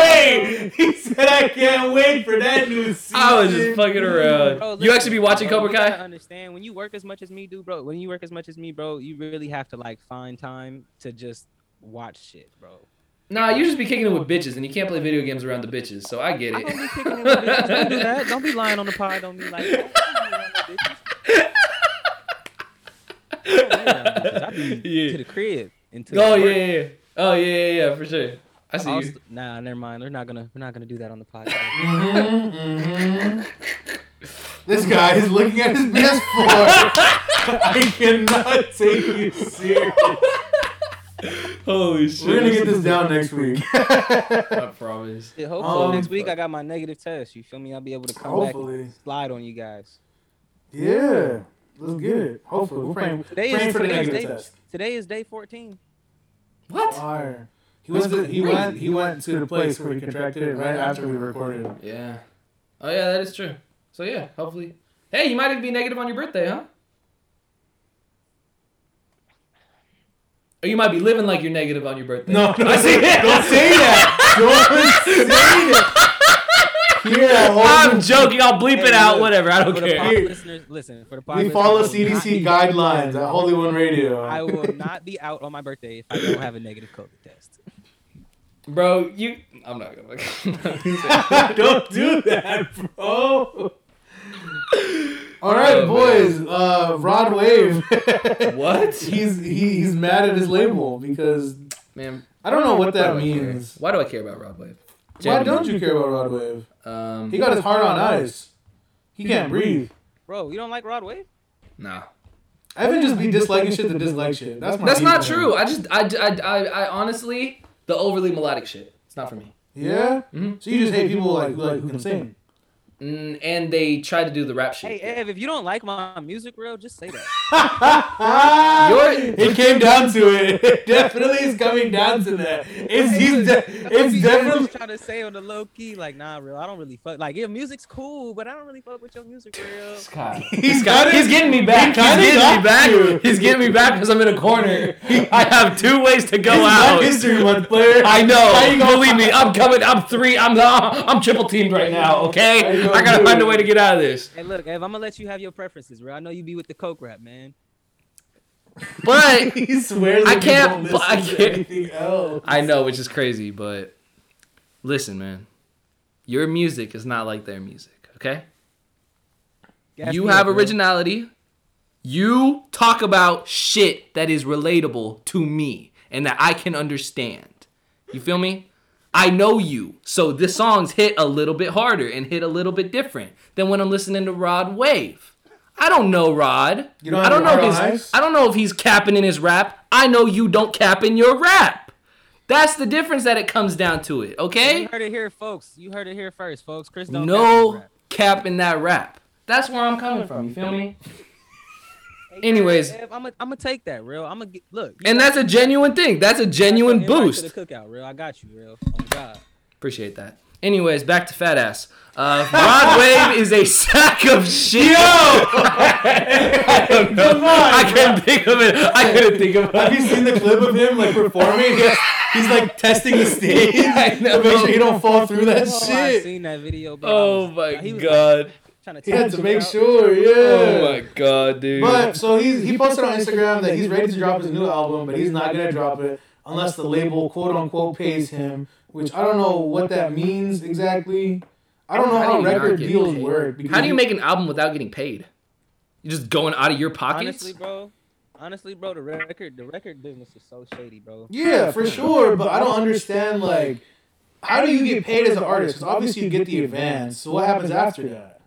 Speaker 3: wait. He said, I can't wait for that new season.
Speaker 1: I was just fucking around.
Speaker 2: Bro,
Speaker 1: you
Speaker 2: listen,
Speaker 1: actually be watching
Speaker 2: bro,
Speaker 1: Cobra
Speaker 2: you gotta
Speaker 1: Kai?
Speaker 2: Understand when you work as much as me do, bro. When you work as much as me, bro, you really have to like find time to just watch shit, bro.
Speaker 5: Nah, you just be kicking it with bitches, and you can't play video games around the bitches, so I get
Speaker 2: I
Speaker 5: it.
Speaker 2: don't be kicking it with bitches. Don't do that. Don't be lying on the pod on me like that. I don't be lying on bitches. I don't be lying on bitches. I be to the crib. And to
Speaker 5: Oh
Speaker 2: the
Speaker 5: yeah,
Speaker 2: work.
Speaker 5: yeah, yeah. Oh yeah, yeah, yeah, for sure. I see
Speaker 2: Also-
Speaker 5: you.
Speaker 2: Nah, never mind. We're not gonna we're not gonna do that on the podcast.
Speaker 3: Mm-hmm,
Speaker 4: This guy is looking at his PS4.
Speaker 3: I cannot take you serious.
Speaker 5: Holy shit!
Speaker 3: We're gonna get this down next week.
Speaker 5: I promise.
Speaker 2: Yeah, hopefully
Speaker 3: Um,
Speaker 2: next week I got my negative test. You feel me? I'll be able to come back
Speaker 3: Hopefully.
Speaker 2: and slide on you guys.
Speaker 3: Yeah. Let's get it. Hopefully. We're praying,
Speaker 2: Today
Speaker 3: praying
Speaker 2: is
Speaker 3: for the
Speaker 2: today is
Speaker 3: negative
Speaker 2: day,
Speaker 3: test.
Speaker 2: today is day fourteen.
Speaker 5: What?
Speaker 3: Fire. He went, to, he, went, he went to the place where he contracted it right after we recorded it.
Speaker 5: Yeah. Oh yeah, that is true. So yeah, hopefully. Hey, you might even be negative on your birthday, huh? Or you might be living like you're negative on your birthday.
Speaker 3: No, no,
Speaker 5: I see
Speaker 3: Don't say that. Don't say that. Here, I hold
Speaker 1: I'm
Speaker 3: you-
Speaker 1: joking. I'll bleep it
Speaker 2: Hey,
Speaker 1: out.
Speaker 2: look.
Speaker 1: Whatever. I don't
Speaker 2: For the pod
Speaker 1: care.
Speaker 3: Here.
Speaker 2: listeners, listen for the pod
Speaker 3: We follow
Speaker 2: listeners, I will
Speaker 3: CDC
Speaker 2: not
Speaker 3: guidelines at Holy One Radio.
Speaker 2: be- I will not be out on my birthday if I don't have a negative COVID test.
Speaker 5: Bro, you. I'm not gonna.
Speaker 3: Don't do that, bro. All right,
Speaker 5: Oh,
Speaker 3: boys. Uh, Rod Wave.
Speaker 5: what?
Speaker 3: he's he, he's mad at his label because
Speaker 5: Man,
Speaker 3: I don't know what that
Speaker 5: why do I care?
Speaker 3: means.
Speaker 5: Why do I care about Rob Wave?
Speaker 3: Why don't you care about Rod Wave?
Speaker 5: Um,
Speaker 3: He got his heart on ice. He can't breathe.
Speaker 2: Bro, you don't like Rod Wave?
Speaker 5: nah.
Speaker 3: Evan just be disliking shit to dislike shit. That's my
Speaker 5: That's
Speaker 3: beef
Speaker 5: not
Speaker 3: with him.
Speaker 5: true. I just, I, I, I, I honestly, the overly melodic shit. It's not for me.
Speaker 3: Yeah. Mm-hmm.
Speaker 5: Mhm.
Speaker 3: So you just hate people like who, like who can sing.
Speaker 5: Mm, and they try to do the rap shit.
Speaker 2: Hey Ev, if you don't like my music, real, just say that.
Speaker 5: You're-
Speaker 3: it came down to it. It definitely is coming down to that. It's he's de- it's definitely
Speaker 2: trying to say on the low key, like, nah, real. I don't really fuck. Like, your music's cool, but I don't really fuck with your music, real.
Speaker 5: Scott.
Speaker 3: he's
Speaker 5: Scott,
Speaker 3: kinda-
Speaker 5: he's getting me back. He's
Speaker 3: he kinda
Speaker 5: getting me
Speaker 3: got
Speaker 1: back.
Speaker 3: you.
Speaker 1: He's getting me back because I'm in a corner. I have two ways to go
Speaker 3: He's Black
Speaker 1: out.
Speaker 3: History Month player.
Speaker 1: I
Speaker 3: How
Speaker 1: know.
Speaker 3: you gonna-
Speaker 1: Believe me, I'm coming. I'm three. I'm I'm triple teamed right now.
Speaker 3: How you
Speaker 1: Okay,
Speaker 3: gonna
Speaker 1: I gotta
Speaker 3: do
Speaker 1: find a
Speaker 3: it?
Speaker 1: way to get out of this.
Speaker 2: Hey, look, Ev, I'm gonna let you have your preferences, bro. I know you be with the coke rap, man.
Speaker 1: But
Speaker 3: he swears
Speaker 1: I
Speaker 3: that he
Speaker 1: can't-
Speaker 3: Don't listen
Speaker 1: I
Speaker 3: to
Speaker 1: can't-
Speaker 3: anything else.
Speaker 1: I know, which is crazy. But listen, man, your music is not like their music. Okay,
Speaker 2: Gas
Speaker 1: you
Speaker 2: me
Speaker 1: have
Speaker 2: up, Real.
Speaker 1: originality. You talk about shit that is relatable to me and that I can understand. You feel me? I know you. So this song's hit a little bit harder and hit a little bit different than when I'm listening to Rod Wave. I don't know Rod.
Speaker 3: You don't
Speaker 1: I don't
Speaker 3: have
Speaker 1: know
Speaker 3: Rod on
Speaker 1: if
Speaker 3: Ice?
Speaker 1: he's, I don't know if he's capping in his rap. I know you don't cap in your rap. That's the difference that it comes down to it,
Speaker 2: You
Speaker 1: okay?
Speaker 2: heard it here, folks. You heard it here first, folks. Chris don't
Speaker 1: No
Speaker 2: rap.
Speaker 1: cap in that rap. That's where I'm coming from, you feel me? Anyways.
Speaker 2: Ev, I'm gonna I'm gonna take that, real. I'm gonna get look. you
Speaker 1: And
Speaker 2: got
Speaker 1: that's a genuine thing. That's a genuine
Speaker 2: an invite
Speaker 1: boost.
Speaker 2: To the cookout, real. I got you, real. Oh God.
Speaker 1: Appreciate that. Anyways, back to fat ass. Uh, Rod Wave is a sack of shit. Yo, I don't know.
Speaker 3: Come on,
Speaker 1: I can't think of it. I couldn't think of
Speaker 3: Have
Speaker 1: it.
Speaker 3: you seen the clip of him like performing? He's, he's like testing the stage
Speaker 1: I know.
Speaker 3: to make sure he don't fall through that
Speaker 2: Oh, I
Speaker 3: shit.
Speaker 2: seen that video. Bro. I
Speaker 1: Oh
Speaker 2: was-
Speaker 1: my
Speaker 2: he was, like,
Speaker 1: god.
Speaker 2: trying to
Speaker 3: He had
Speaker 2: test
Speaker 3: to
Speaker 2: it
Speaker 3: make
Speaker 2: out.
Speaker 3: sure,
Speaker 1: Oh
Speaker 3: yeah.
Speaker 1: my god, dude.
Speaker 3: But so he he posted on Instagram that he's ready to drop his new album, but he's not gonna drop it unless the label quote unquote pays him, which I don't know what that means exactly. I don't know
Speaker 1: How
Speaker 3: how
Speaker 1: do you
Speaker 3: record
Speaker 1: not get
Speaker 3: deals
Speaker 1: paid?
Speaker 3: work. because
Speaker 1: How do you make an album without getting paid? You're just going out of your pockets.
Speaker 2: Honestly, bro. honestly, bro, the record, the record business is so shady, bro.
Speaker 3: Yeah, for sure. But I don't understand like how do you get paid as an artist? Because obviously you get the advance. So what happens after that?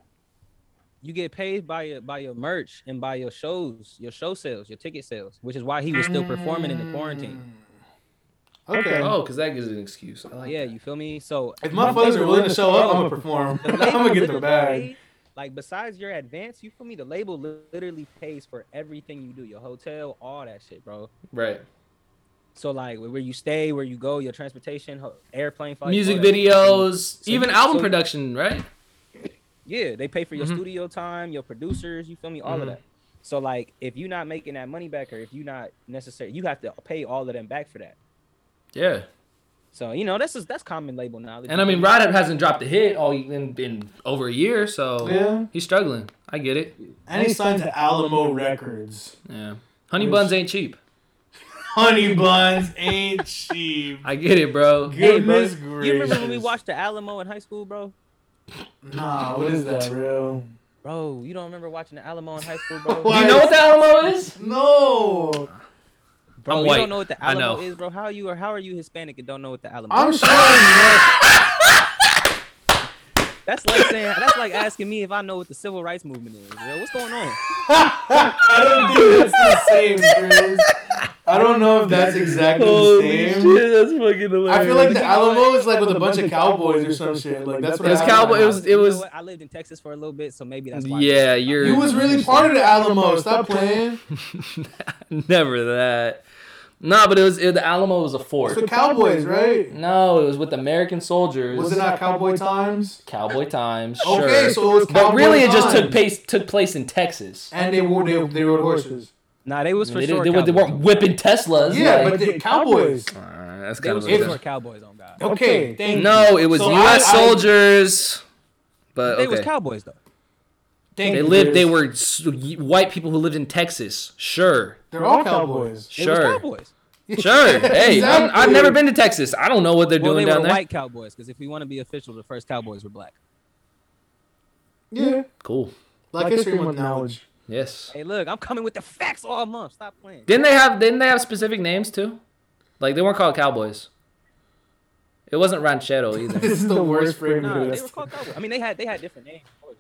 Speaker 2: You get paid by your by your merch and by your shows, your show sales, your ticket sales, which is why he was still performing in the quarantine.
Speaker 3: Okay.
Speaker 6: Oh, because that gives an excuse. I like
Speaker 2: yeah,
Speaker 6: that.
Speaker 2: you feel me? So
Speaker 3: If motherfuckers are willing to show up, I'm gonna perform. I'm gonna get the
Speaker 2: label
Speaker 3: bag.
Speaker 2: literally- Like besides your advance, you feel me? The label li- literally pays for everything you do, your hotel, all that shit, bro.
Speaker 6: right.
Speaker 2: So like where you stay, where you go, your transportation, ho- airplane flight,
Speaker 1: Music
Speaker 2: all that.
Speaker 1: videos, even
Speaker 2: so-
Speaker 1: album
Speaker 2: so-
Speaker 1: production, right?
Speaker 2: Yeah, they pay for your
Speaker 1: Mhm.
Speaker 2: studio time, your producers, you feel me? All
Speaker 1: Mhm.
Speaker 2: of that. So like if you're not making that money back or if you're not necessary, you have to pay all of them back for that.
Speaker 1: Yeah.
Speaker 2: So you know that's just, that's common label knowledge.
Speaker 1: And I mean, Rod Up hasn't dropped a hit all in, in over a year, so
Speaker 3: Yeah.
Speaker 1: he's struggling. I get it.
Speaker 3: And he signed to Alamo Records.
Speaker 1: Yeah. Honey
Speaker 3: Which-
Speaker 1: buns ain't cheap.
Speaker 3: Honey buns ain't cheap.
Speaker 1: I get it, bro.
Speaker 2: Hey, bro,
Speaker 3: Goodness gracious.
Speaker 2: you remember when we watched the Alamo in high school, bro?
Speaker 3: Nah, what is that, bro?
Speaker 2: Bro, you don't remember watching the Alamo in high school, bro?
Speaker 3: Why?
Speaker 1: You know what the Alamo is?
Speaker 3: No.
Speaker 2: Bro,
Speaker 1: I'm
Speaker 2: you
Speaker 1: white.
Speaker 2: don't know what the
Speaker 1: I
Speaker 2: Alamo
Speaker 1: know.
Speaker 2: is, bro. How are you or how are you Hispanic and don't know what the Alamo?
Speaker 3: I'm
Speaker 2: is?
Speaker 3: sure. I
Speaker 2: That's like saying that's like asking me if I know what the civil rights movement is, bro. What's going on?
Speaker 3: don't think that's the same, Chris. I don't know if that's exactly the same.
Speaker 1: that's fucking hilarious.
Speaker 3: I feel like the Alamo is like with a bunch of cowboys or some shit. Like that's what
Speaker 1: it was
Speaker 3: I have in
Speaker 1: cowboy.
Speaker 3: my
Speaker 1: It was.
Speaker 3: mind.
Speaker 1: It
Speaker 2: You know
Speaker 1: was.
Speaker 2: what? I lived in Texas for a little bit, so maybe that's why.
Speaker 1: Yeah, you're.
Speaker 3: You was really part of the Alamo. Stop playing.
Speaker 1: Never that. Nah, but it was. It, the Alamo was a
Speaker 3: It's
Speaker 1: fort.
Speaker 3: the cowboys, right?
Speaker 1: No, it was with American soldiers.
Speaker 3: Was it not Cowboy Times?
Speaker 1: Cowboy times.
Speaker 3: Okay,
Speaker 1: sure.
Speaker 3: so it was Cowboy
Speaker 1: but really, it just took
Speaker 3: Times.
Speaker 1: place took place in Texas.
Speaker 3: And they wore they, they rode horses.
Speaker 2: Nah, they was for
Speaker 1: they,
Speaker 2: sure.
Speaker 1: didn't- they, weren't- they
Speaker 2: cowboys.
Speaker 1: weren't whipping Teslas.
Speaker 3: Yeah,
Speaker 1: like-
Speaker 3: but the cowboys.
Speaker 1: Alright, that's
Speaker 2: They
Speaker 1: kind of. what
Speaker 2: was
Speaker 1: it
Speaker 2: for
Speaker 1: is.
Speaker 2: sure cowboys on God.
Speaker 3: Okay, thank you.
Speaker 1: No, it was
Speaker 3: So
Speaker 1: U.S.
Speaker 3: I- I-
Speaker 1: soldiers. But
Speaker 2: They was
Speaker 1: okay.
Speaker 2: cowboys though.
Speaker 3: Thank
Speaker 1: They
Speaker 3: you,
Speaker 1: lived. They
Speaker 3: Chris.
Speaker 1: were s- white people who lived in Texas. Sure,
Speaker 3: They're all cowboys.
Speaker 2: They
Speaker 1: sure,
Speaker 2: was cowboys.
Speaker 1: sure. Hey, I'm, I've
Speaker 3: Exactly.
Speaker 1: never been to Texas. I don't know what they're
Speaker 2: Well,
Speaker 1: doing
Speaker 2: they were
Speaker 1: down there.
Speaker 2: white cowboys because if we want to be official, the first cowboys were black.
Speaker 3: Yeah,
Speaker 1: Cool.
Speaker 3: like history with knowledge.
Speaker 1: Yes.
Speaker 2: Hey, look, I'm coming with the facts all month. Stop playing.
Speaker 1: Didn't they have? Didn't they have specific names too? Like they weren't called cowboys. It wasn't ranchero either.
Speaker 3: This is the worst frame
Speaker 2: Nah,
Speaker 3: of
Speaker 2: they were
Speaker 3: this.
Speaker 2: called cowboys. I mean, they had they had different names. of course,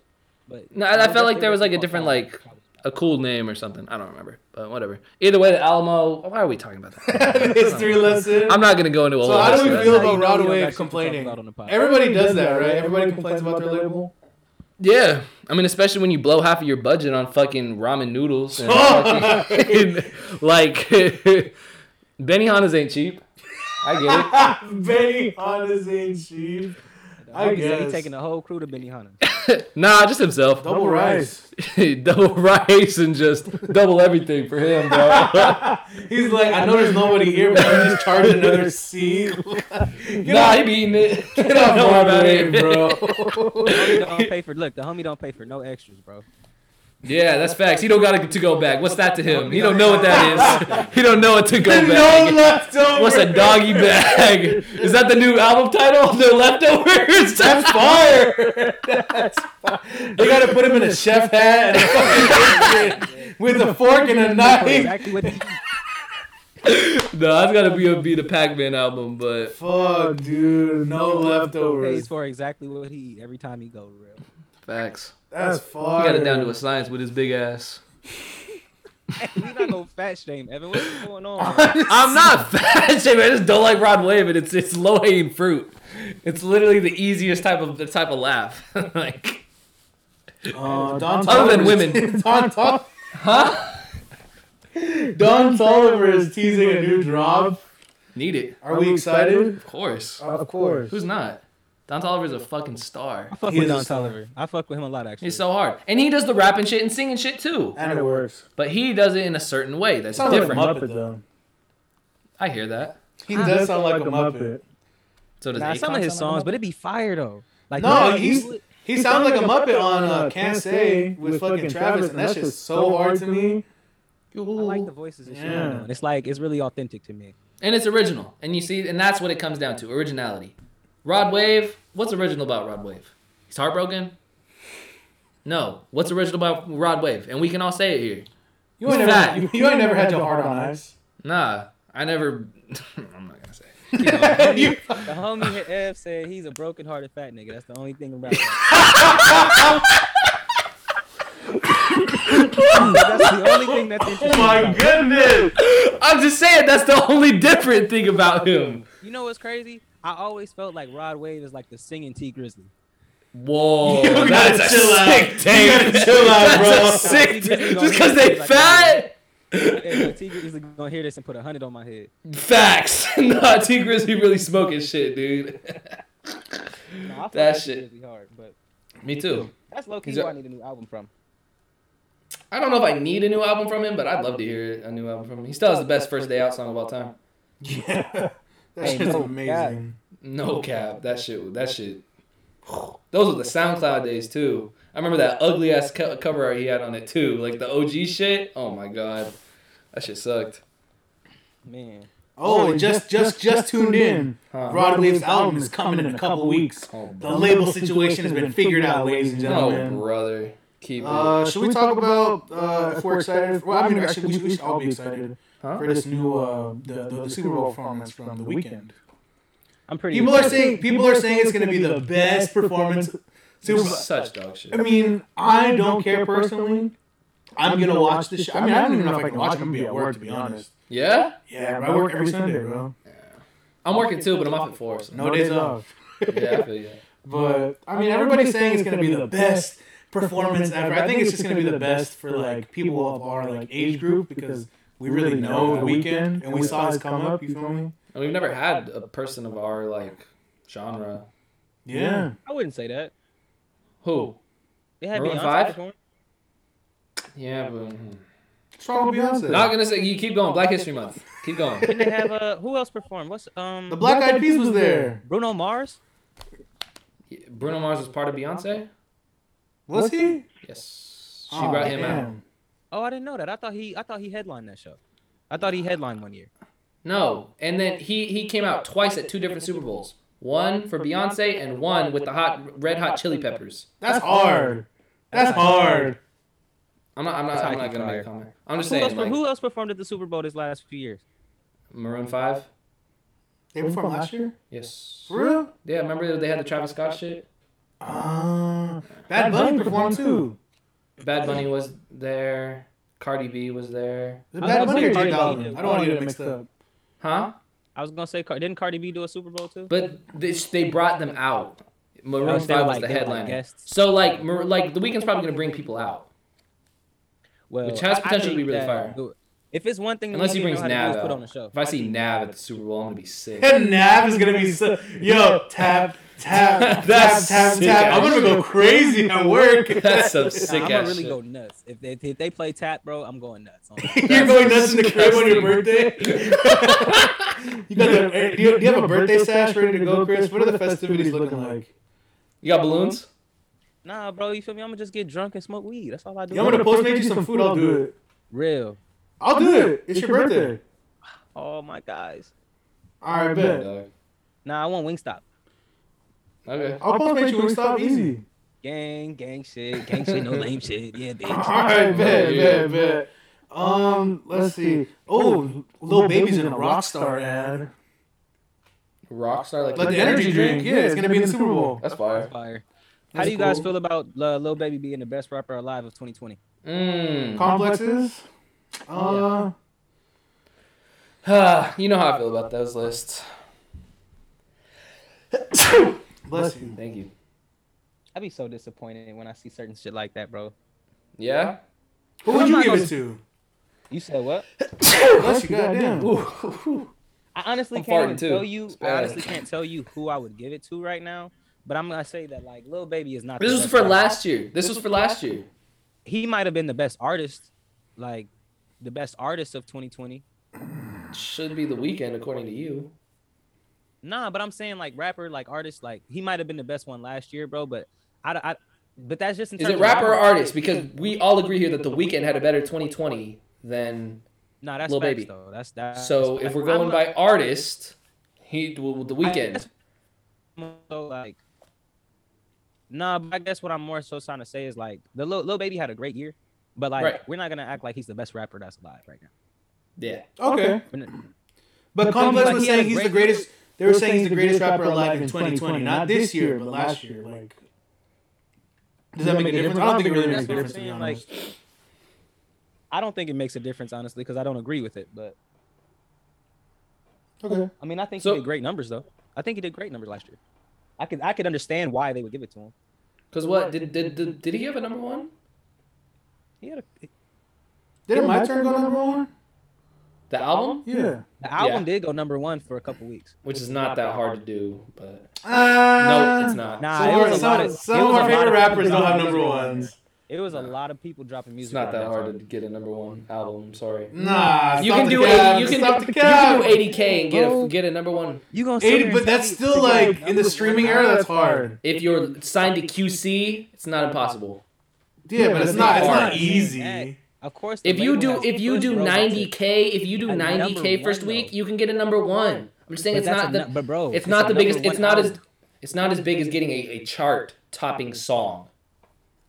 Speaker 2: But
Speaker 1: No, I- I felt like
Speaker 2: they
Speaker 1: there
Speaker 2: were
Speaker 1: was, like, a
Speaker 2: called
Speaker 1: different,
Speaker 2: cowboys.
Speaker 1: like- A cool name or something. I don't remember, but whatever. Either way, the Alamo. Why are we talking about that?
Speaker 3: History lesson.
Speaker 1: I'm not gonna go into a
Speaker 3: So
Speaker 1: whole
Speaker 3: how do we
Speaker 1: history.
Speaker 3: feel
Speaker 2: That's how
Speaker 3: about
Speaker 2: you know
Speaker 3: Rod
Speaker 2: we don't
Speaker 3: Wave
Speaker 2: got shit to talk
Speaker 3: complaining?
Speaker 2: about on the pod.
Speaker 3: Everybody does that, right? Everybody complains about their label.
Speaker 1: Yeah, I mean, especially when you blow half of your budget on fucking ramen noodles and fucking, like Benihana's ain't cheap. I get it.
Speaker 3: Benny Hannes ain't cheap. I
Speaker 2: He said he
Speaker 3: guess.
Speaker 2: taking the whole crew to Benihana.
Speaker 1: Nah, just himself.
Speaker 3: Double rice.
Speaker 1: double rice and just double everything for him, bro.
Speaker 3: He's like, I know there's nobody here, but I'm just charging another seat. Get
Speaker 1: nah,
Speaker 3: off-
Speaker 1: he be eating it.
Speaker 3: get off
Speaker 1: Don't worry about
Speaker 3: Broadway,
Speaker 1: it.
Speaker 2: homie
Speaker 3: bro.
Speaker 2: don't pay for look. The homie don't pay for no extras, bro.
Speaker 1: Yeah, that's facts. He don't got to to go back. What's that to him? He don't know what that is. He don't know what to go
Speaker 3: no
Speaker 1: back.
Speaker 3: leftovers.
Speaker 1: What's a doggy bag? Is that the new album title? The leftovers.
Speaker 3: That's fire. That's fire. They gotta put him in a chef hat and a fucking apron with a fork and a
Speaker 2: Know
Speaker 3: knife.
Speaker 2: Exactly what he eat.
Speaker 1: No, that's gotta be a be the Pac-Man album, but
Speaker 3: Fuck, dude. No
Speaker 2: pays
Speaker 3: leftovers.
Speaker 2: for exactly what he eat every time he go real.
Speaker 1: facts.
Speaker 3: That's
Speaker 1: He
Speaker 3: fire.
Speaker 1: got it down to a science with his big ass.
Speaker 2: we not gonna fat shame, Evan. What's going on? bro?
Speaker 1: I'm not fat shaming. I just don't like Rod Wave, and it's it's low hanging fruit. It's literally the easiest type of the type of laugh. like,
Speaker 3: Uh, Don
Speaker 1: Other than
Speaker 3: Toliver's-
Speaker 1: women.
Speaker 3: Don Tol-
Speaker 1: huh?
Speaker 3: Don Tolliver is teasing a new drop.
Speaker 1: Need it,
Speaker 3: Are we excited?
Speaker 1: of course.
Speaker 3: Of course.
Speaker 1: Who's not? Don Tolliver's a fucking star.
Speaker 2: I fuck
Speaker 3: He
Speaker 2: with
Speaker 3: is a
Speaker 2: Don
Speaker 3: star.
Speaker 2: Tolliver. I fuck with him a lot actually.
Speaker 1: He's so hard, and he does the rapping shit and singing shit too.
Speaker 3: And it works.
Speaker 1: But he does it in a certain way that's
Speaker 3: Sounds like a
Speaker 1: different.
Speaker 3: Muppet, though.
Speaker 1: I hear that.
Speaker 3: He does sound like a Muppet.
Speaker 1: So does
Speaker 2: nah,
Speaker 1: Akon
Speaker 2: some of his
Speaker 1: sound
Speaker 2: songs,
Speaker 1: like
Speaker 2: but it'd be fire though. Like
Speaker 3: No,
Speaker 2: you-
Speaker 3: he's
Speaker 2: you-
Speaker 3: he sounds like a Muppet on uh, Can't Say with fucking Travis, and that shit's so hard to me.
Speaker 1: a
Speaker 2: I
Speaker 1: Muppet?
Speaker 2: like the voices and shit.
Speaker 3: Yeah.
Speaker 2: on it. It's like it's really authentic to me.
Speaker 1: and it's original. And you see, and that's what it comes down to originality. Rod Wave, what's original about Rod Wave? He's heartbroken? No. What's original about Rod Wave? And we can all say it here.
Speaker 4: You ain't,
Speaker 1: fat.
Speaker 4: never, you, you ain't never had your heart on ice.
Speaker 1: Nah, I never. I'm not gonna say.
Speaker 4: You-
Speaker 2: The homie hit F said he's a broken-hearted fat nigga. That's the only thing about him. That's the only thing that's interesting.
Speaker 3: Oh my
Speaker 2: about him.
Speaker 3: goodness!
Speaker 1: I'm just saying that's the only different thing about him.
Speaker 2: You know what's crazy? I always felt like Rod Wave is like the singing T Grizzly.
Speaker 1: Whoa,
Speaker 3: You gotta
Speaker 1: that's a
Speaker 3: chill out.
Speaker 1: sick
Speaker 3: You
Speaker 1: take.
Speaker 3: gotta chill out, bro.
Speaker 1: That's a sick
Speaker 2: Just
Speaker 1: take.
Speaker 2: gonna
Speaker 1: Just because
Speaker 2: hit
Speaker 1: they
Speaker 2: you like
Speaker 1: fat.
Speaker 2: that. Yeah, T Grizzly gonna hear this and put a hundred on my head.
Speaker 1: Facts. nah, T Grizzly really smoking shit, dude.
Speaker 2: No, I fuck
Speaker 1: That
Speaker 2: with T
Speaker 1: shit.
Speaker 2: Grizzly hard, but
Speaker 1: Me too.
Speaker 2: That's low key
Speaker 1: He's a-
Speaker 2: where I need a new album from.
Speaker 1: I don't know if I need a new album from him, but I'd love to hear a new album from him. He still has the best first day out song of all time.
Speaker 4: Yeah. That
Speaker 2: Hey,
Speaker 4: shit's
Speaker 2: no,
Speaker 4: amazing.
Speaker 1: No cap. That shit. That shit. Those were the SoundCloud days too. I remember that ugly ass co- cover art he had on it too, like the OG shit. Oh my god, that shit sucked.
Speaker 2: Man,
Speaker 4: Oh, and just just just tuned in. Uh,
Speaker 1: Huh.
Speaker 4: Rod Wave's album is coming in a couple weeks.
Speaker 1: Oh,
Speaker 4: The label situation has been figured out, ladies and
Speaker 1: no,
Speaker 4: gentlemen.
Speaker 1: brother. Keep it.
Speaker 4: Uh, should we talk about uh, if we're excited? Well, I mean, actually, we should, we should all be excited
Speaker 1: Huh?
Speaker 4: for this new uh, the, the, the Super Bowl performance from the weekend.
Speaker 2: I'm pretty.
Speaker 4: People are saying people are saying it's gonna be the best performance. Super. Bowl.
Speaker 1: Such dog shit.
Speaker 4: I mean, I don't care personally. I'm gonna watch this. Sh- I mean, I don't even know if I can watch. it. I'm gonna be at work to be honest.
Speaker 1: Yeah,
Speaker 4: Yeah, but I work every Sunday, bro.
Speaker 1: I'm working too, but I'm off at four. So.
Speaker 4: No days off.
Speaker 1: Yeah, I feel you.
Speaker 4: But I mean, everybody's saying it's gonna be the best performance ever. I think it's just gonna be the best for like people of our like age group because we really know the weekend and we saw his come up. You feel me?
Speaker 1: And we've never had a person of our like genre.
Speaker 4: Yeah.
Speaker 2: I wouldn't say that.
Speaker 1: Who?
Speaker 2: They had
Speaker 1: Maroon
Speaker 2: Beyonce
Speaker 1: five?
Speaker 2: perform.
Speaker 1: Yeah, but hmm.
Speaker 4: What's wrong with Beyonce?
Speaker 1: not gonna say. You keep going. Black History Month. Keep going.
Speaker 2: Didn't they have uh, who else performed? What's um
Speaker 4: the Black Eyed Peas was there.
Speaker 2: Bruno Mars?
Speaker 1: Bruno Mars was part of Beyonce.
Speaker 4: Was he?
Speaker 1: Yes, she brought him out.
Speaker 2: Oh, I didn't know that. I thought he I thought he headlined that show. I thought he headlined one year.
Speaker 1: No, and then he he came out twice at two different Super Bowls. One for Beyonce and one with the hot Red Hot Chili Peppers.
Speaker 4: That's hard. That's hard.
Speaker 1: I'm not I'm not I'm not gonna make a comment. I'm just
Speaker 2: Who else,
Speaker 1: saying
Speaker 2: per-
Speaker 1: like
Speaker 2: who else performed at the Super Bowl this last few years?
Speaker 1: Maroon Five.
Speaker 4: They performed last year.
Speaker 1: Yes.
Speaker 4: For real?
Speaker 1: Yeah, remember they had the Travis Scott shit.
Speaker 4: Uh, Bad Bunny performed too.
Speaker 1: Bad Bunny was there. Cardi B was there.
Speaker 4: Is it
Speaker 2: I
Speaker 4: Bad
Speaker 2: was
Speaker 4: Bunny or
Speaker 2: gonna
Speaker 4: J
Speaker 2: say Cardi B
Speaker 4: Balvin?
Speaker 2: did.
Speaker 4: I don't want to get it mixed up.
Speaker 1: Huh?
Speaker 2: I was gonna say Car- didn't Cardi B do a Super Bowl too?
Speaker 1: But they, they brought them out.
Speaker 2: I
Speaker 1: Maroon
Speaker 2: was there,
Speaker 1: Five was
Speaker 2: like,
Speaker 1: the
Speaker 2: they were, like,
Speaker 1: headliner.
Speaker 2: guests.
Speaker 1: So like Mar- like the weekend's probably gonna bring people out.
Speaker 2: Well,
Speaker 1: Which has
Speaker 2: I- I
Speaker 1: potential to be
Speaker 2: think
Speaker 1: really
Speaker 2: that-
Speaker 1: fire.
Speaker 2: If it's one thing,
Speaker 1: Unless he
Speaker 2: you
Speaker 1: brings
Speaker 2: know how to
Speaker 1: Nav
Speaker 2: do is put
Speaker 1: out.
Speaker 2: on a show.
Speaker 1: If I see Nav at the Super Bowl, I'm gonna be sick.
Speaker 4: And Nav is gonna be so, yo tap tap tap
Speaker 1: That's
Speaker 4: tap
Speaker 1: sick,
Speaker 4: tap. I'm gonna go crazy at work.
Speaker 1: That's some
Speaker 2: Nah,
Speaker 1: sick
Speaker 2: I'm
Speaker 1: ass
Speaker 2: gonna really
Speaker 1: shit.
Speaker 2: go nuts. If they, if they play tap, bro, I'm going nuts. I'm like,
Speaker 4: You're going nuts in the crib on your
Speaker 1: disgusting.
Speaker 4: birthday. you got the, eh, do, you, do you have a birthday sash ready to go, Chris? What are the festivities looking like?
Speaker 1: You got balloons?
Speaker 2: nah, bro, you feel me? I'm gonna just get drunk and smoke weed. That's all I do.
Speaker 4: Yeah, I'm gonna post make you some food. I'll do it.
Speaker 2: real.
Speaker 4: I'll do it. It's your birthday.
Speaker 2: Oh my guys.
Speaker 4: All right,
Speaker 1: Yeah,
Speaker 4: bet.
Speaker 1: dog.
Speaker 2: Nah, I want Wingstop.
Speaker 1: Okay.
Speaker 4: I'll post make you Wingstop easy.
Speaker 2: Gang, gang shit, gang shit, no lame shit. Yeah,
Speaker 4: All
Speaker 2: bitch.
Speaker 4: right, bet,
Speaker 1: Yeah.
Speaker 4: bet, bet. Um, let's see. Oh, Lil Baby's in a rock star ad.
Speaker 1: Rockstar like,
Speaker 4: Like the energy drink. Yeah, it's gonna be in the Super Bowl.
Speaker 1: That's fire.
Speaker 2: Fire. How
Speaker 4: That's
Speaker 2: do you guys
Speaker 4: cool.
Speaker 2: feel about uh, Lil Baby being the best rapper alive of 2020?
Speaker 1: Mm.
Speaker 4: Complexes. Uh,
Speaker 1: you know how I feel about those lists.
Speaker 4: bless you.
Speaker 1: Thank you.
Speaker 2: I'd be so disappointed when I see certain shit like that, bro.
Speaker 1: Yeah?
Speaker 4: Who would you give it to?
Speaker 2: You said what?
Speaker 4: Bless you, goddamn.
Speaker 2: I honestly
Speaker 1: I'm farting
Speaker 2: can't even
Speaker 1: too.
Speaker 2: tell you.
Speaker 1: It's
Speaker 2: I
Speaker 1: bad.
Speaker 2: honestly can't tell you who I would give it to right now. But I'm gonna say that like Lil Baby is not.
Speaker 1: This
Speaker 2: the
Speaker 1: was
Speaker 2: best
Speaker 1: for
Speaker 2: rapper.
Speaker 1: last year. This was for last year.
Speaker 2: He might have been the best artist, like the best artist of 2020.
Speaker 1: Should be the weekend according to you.
Speaker 2: Nah, but I'm saying like rapper, like artist, like he might have been the best one last year, bro. But I, I but that's just in
Speaker 1: Is
Speaker 2: terms
Speaker 1: it
Speaker 2: of
Speaker 1: rapper or
Speaker 2: rappers.
Speaker 1: artist? Because we all agree here that the weekend had a better 2020 than
Speaker 2: Nah, that's
Speaker 1: Lil
Speaker 2: Lil
Speaker 1: Baby.
Speaker 2: Baby though. That's that.
Speaker 1: so. If we're going by artist, he well, the weekend.
Speaker 2: so like nah but i guess what i'm more so trying to say is like the little, little baby had a great year But like,
Speaker 1: Right.
Speaker 2: we're not gonna act like he's the best rapper that's alive right now.
Speaker 1: Yeah.
Speaker 3: Okay.
Speaker 2: We're not-
Speaker 3: But,
Speaker 4: But
Speaker 3: Complex
Speaker 2: Complex
Speaker 3: was
Speaker 2: had a
Speaker 3: saying he's
Speaker 2: great-
Speaker 3: the greatest. They were saying he's the greatest rapper alive in 2020, not this year, but last year. Like, does that make a difference? I don't think it really makes a
Speaker 2: That's what I'm
Speaker 3: difference. To be
Speaker 2: saying,
Speaker 3: honest.
Speaker 2: I don't think it makes a difference honestly because I don't agree with it. But
Speaker 3: Okay.
Speaker 2: I mean, I think
Speaker 1: So-
Speaker 2: he did great numbers though. I think he did great numbers last year. I could I could understand why they would give it to him.
Speaker 1: Because what did, did did did he have a number one?
Speaker 2: He had a,
Speaker 3: Didn't my turn go number one?
Speaker 1: The album,
Speaker 3: Yeah.
Speaker 2: the album did go number one for a couple weeks.
Speaker 1: which is not that hard to do, but
Speaker 3: Uh,
Speaker 1: no, it's not.
Speaker 2: Nah,
Speaker 3: Some,
Speaker 2: it was a
Speaker 3: of, some,
Speaker 2: lot of
Speaker 3: some
Speaker 2: it
Speaker 3: of
Speaker 2: was
Speaker 3: our
Speaker 2: a lot
Speaker 3: favorite
Speaker 2: of-
Speaker 3: rappers don't have number ones.
Speaker 2: It was a
Speaker 1: Nah.
Speaker 2: lot of people dropping music.
Speaker 1: It's not
Speaker 2: around
Speaker 1: that
Speaker 2: time.
Speaker 1: hard to get a number one album. Sorry.
Speaker 3: Nah,
Speaker 1: You
Speaker 3: stop
Speaker 1: can
Speaker 3: the
Speaker 1: do
Speaker 3: cap,
Speaker 1: eighty. You can,
Speaker 3: stop the
Speaker 1: you can
Speaker 3: cap.
Speaker 1: do eighty k and get a,
Speaker 2: Bro.
Speaker 1: get a number one
Speaker 2: You gonna sit
Speaker 3: 80,
Speaker 2: there and
Speaker 3: but that's
Speaker 2: say-
Speaker 3: still like in the streaming era. That's hard.
Speaker 1: if you're signed to QC. It's not impossible.
Speaker 3: Yeah, but it's not. It's
Speaker 1: hard.
Speaker 3: not easy.
Speaker 2: Of course. the
Speaker 1: If you
Speaker 2: label
Speaker 1: do
Speaker 2: has
Speaker 1: if you
Speaker 2: push,
Speaker 1: do
Speaker 2: bro, that's it.
Speaker 1: ninety k, if you do
Speaker 2: A
Speaker 1: ninety k
Speaker 2: number
Speaker 1: first
Speaker 2: one,
Speaker 1: week,
Speaker 2: though.
Speaker 1: you can get a number one. I'm just saying
Speaker 2: But
Speaker 1: it's
Speaker 2: that's
Speaker 1: not
Speaker 2: a
Speaker 1: the
Speaker 2: nu- but bro,
Speaker 1: it's
Speaker 2: a
Speaker 1: not the
Speaker 2: number
Speaker 1: biggest.
Speaker 2: one
Speaker 1: It's not as
Speaker 2: album.
Speaker 1: it's not as big as getting a, a chart topping song.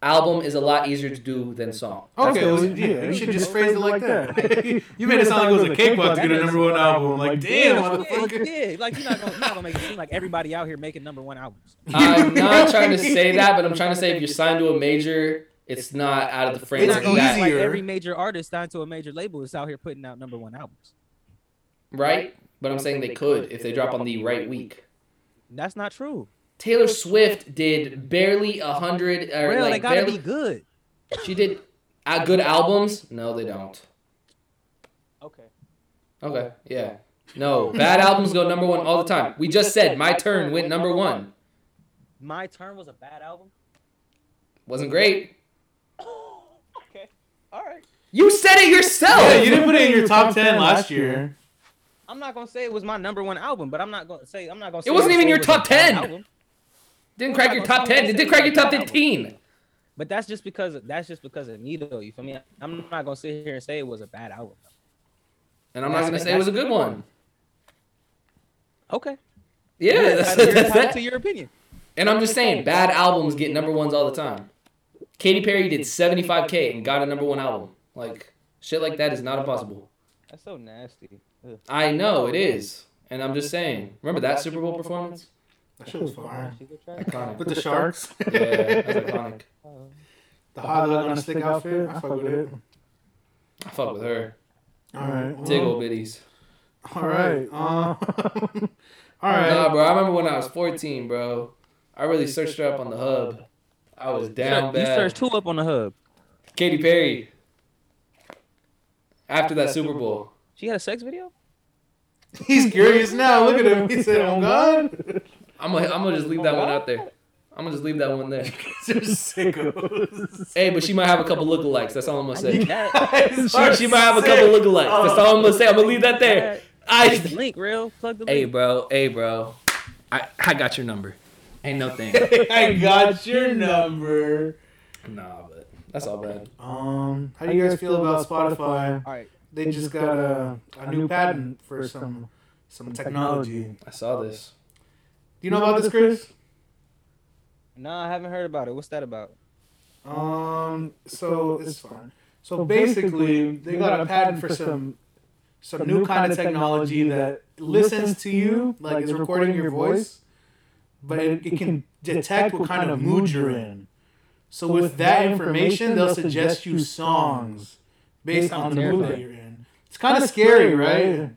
Speaker 1: Album is a lot easier to do than song.
Speaker 3: Okay,
Speaker 4: Okay,
Speaker 3: well,
Speaker 4: we-
Speaker 3: yeah,
Speaker 4: yeah,
Speaker 3: you
Speaker 4: we
Speaker 3: should
Speaker 4: could
Speaker 3: just
Speaker 4: just
Speaker 3: phrase it like that. you made it sound like it was a cakewalk to get a number one album. Like, damn,
Speaker 2: Yeah,
Speaker 3: motherfucker.
Speaker 2: yeah, like you're not gonna, you're not gonna make it seem like everybody out here making number one albums.
Speaker 1: I'm not trying to say that, but I'm trying to say if you're signed to a major, it's not out of the
Speaker 2: You're
Speaker 3: It's
Speaker 1: framework
Speaker 2: not gonna
Speaker 1: that
Speaker 2: act like
Speaker 3: easier.
Speaker 2: every major artist signed to a major label is out here putting out number one albums.
Speaker 1: right. But I'm saying they could if they drop on the right week.
Speaker 2: That's not true.
Speaker 1: Taylor Swift did barely a hundred or
Speaker 2: Well, they
Speaker 1: like
Speaker 2: gotta
Speaker 1: barely
Speaker 2: be good.
Speaker 1: She did uh, good albums. No, they don't.
Speaker 2: Okay.
Speaker 1: Okay, yeah. No, bad albums go number one all the time. We just said my turn went number one.
Speaker 2: My turn was a bad album.
Speaker 1: Wasn't great.
Speaker 2: okay. All right.
Speaker 1: You said it yourself.
Speaker 3: Yeah, you didn't put it in your top ten last year.
Speaker 2: I'm not gonna say it was my number one album, but I'm not gonna say I'm not gonna. Say
Speaker 1: wasn't even
Speaker 2: it
Speaker 1: your
Speaker 2: was a
Speaker 1: top
Speaker 2: bad
Speaker 1: 10.
Speaker 2: album.
Speaker 1: didn't crack your top ten. It did crack your top fifteen.
Speaker 2: But that's just because that's just because of me though. You feel me? I'm not gonna sit here and say it was a bad album.
Speaker 1: And I'm not gonna say it was a good one.
Speaker 2: Okay.
Speaker 1: Yeah, that's,
Speaker 2: That's,
Speaker 1: that's
Speaker 2: to
Speaker 1: that.
Speaker 2: your opinion.
Speaker 1: And I'm just saying, bad albums get number ones all the time. Katy Perry did 75k and got a number one album. Like shit, like that is not impossible.
Speaker 2: That's so nasty. Ugh.
Speaker 1: I know it is, and I'm just saying. Remember that Super Bowl performance?
Speaker 3: That shit was fire.
Speaker 2: She good trash?
Speaker 1: Iconic.
Speaker 3: With the sharks,
Speaker 1: Yeah, that was iconic.
Speaker 3: the hot dog on a stick outfit. I fuck with it.
Speaker 1: I fuck with her.
Speaker 3: All right.
Speaker 1: Tickle bitties.
Speaker 3: All right. All
Speaker 1: Nah,
Speaker 3: right.
Speaker 1: bro. I remember when I was 14, bro. I really searched her up on the hub. I was down
Speaker 2: you
Speaker 1: bad.
Speaker 2: searched two up on the hub.
Speaker 1: Katy Perry. After that Super Bowl.
Speaker 2: She had a sex video.
Speaker 3: He's curious now. Look at him. He said, "Oh God."
Speaker 1: I'm gonna, I'm gonna just leave that one out there. I'm gonna just leave that one there.
Speaker 3: They're sickos.
Speaker 1: Hey, but she might have a couple lookalikes. That's all I'm gonna say. Oh.
Speaker 2: That,
Speaker 1: She, she might have a couple lookalikes. That's all I'm gonna say. I'm gonna leave that there.
Speaker 2: that,
Speaker 1: I.
Speaker 2: the link real. Plug the
Speaker 1: Hey,
Speaker 2: link.
Speaker 1: bro. Hey, bro. I, I got your number. Ain't no thing.
Speaker 3: I got your number.
Speaker 1: nah, but that's all bad.
Speaker 3: Um, how do you guys feel about Spotify?
Speaker 2: All right.
Speaker 3: They just got a, a new patent for some some technology. Do
Speaker 1: I saw this.
Speaker 3: you know about this, Chris?
Speaker 2: Nah, I haven't heard about it. What's that about?
Speaker 3: Um, so it's fine. So basically, they got a patent for some some new kind of technology that listens to you, like is recording your voice, but it, it can detect what kind of mood you're in. So with that information, they'll suggest you songs based on the mood that you're in. It's kind of scary, right?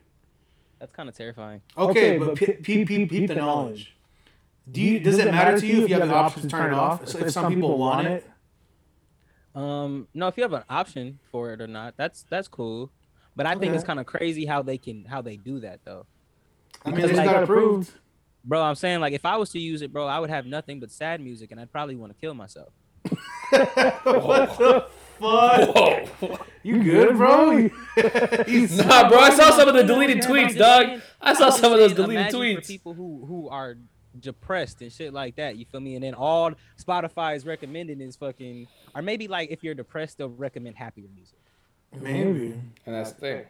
Speaker 2: That's kind of terrifying.
Speaker 3: Okay, but peep, peep, peep, peep the knowledge. Do you, does it matter to you if you have the option to turn it off? So if some people want it,
Speaker 2: Um, no, if you have an option for it or not, that's that's cool. But I think
Speaker 3: Okay.
Speaker 2: it's kind of crazy how they can how they do that though.
Speaker 3: I mean,
Speaker 2: Because,
Speaker 3: they just
Speaker 2: like-
Speaker 3: got approved.
Speaker 2: Bro, I'm saying like if I was to use it, bro, I would have nothing but sad music, and I'd probably want to kill myself.
Speaker 3: what the fuck?
Speaker 1: Whoa.
Speaker 3: You good, bro? He's
Speaker 1: Nah, bro, I saw some of the deleted
Speaker 2: Yeah, but I'm
Speaker 1: tweets,
Speaker 2: just
Speaker 1: dog.
Speaker 2: saying-
Speaker 1: I saw
Speaker 2: I'm
Speaker 1: some of those
Speaker 2: saying,
Speaker 1: deleted
Speaker 2: imagine For
Speaker 1: tweets.
Speaker 2: people who who are depressed and shit like that. You feel me? And then all Spotify is recommending is fucking, or maybe like if you're depressed, they'll recommend happier music.
Speaker 3: Maybe.
Speaker 1: And that's the thing.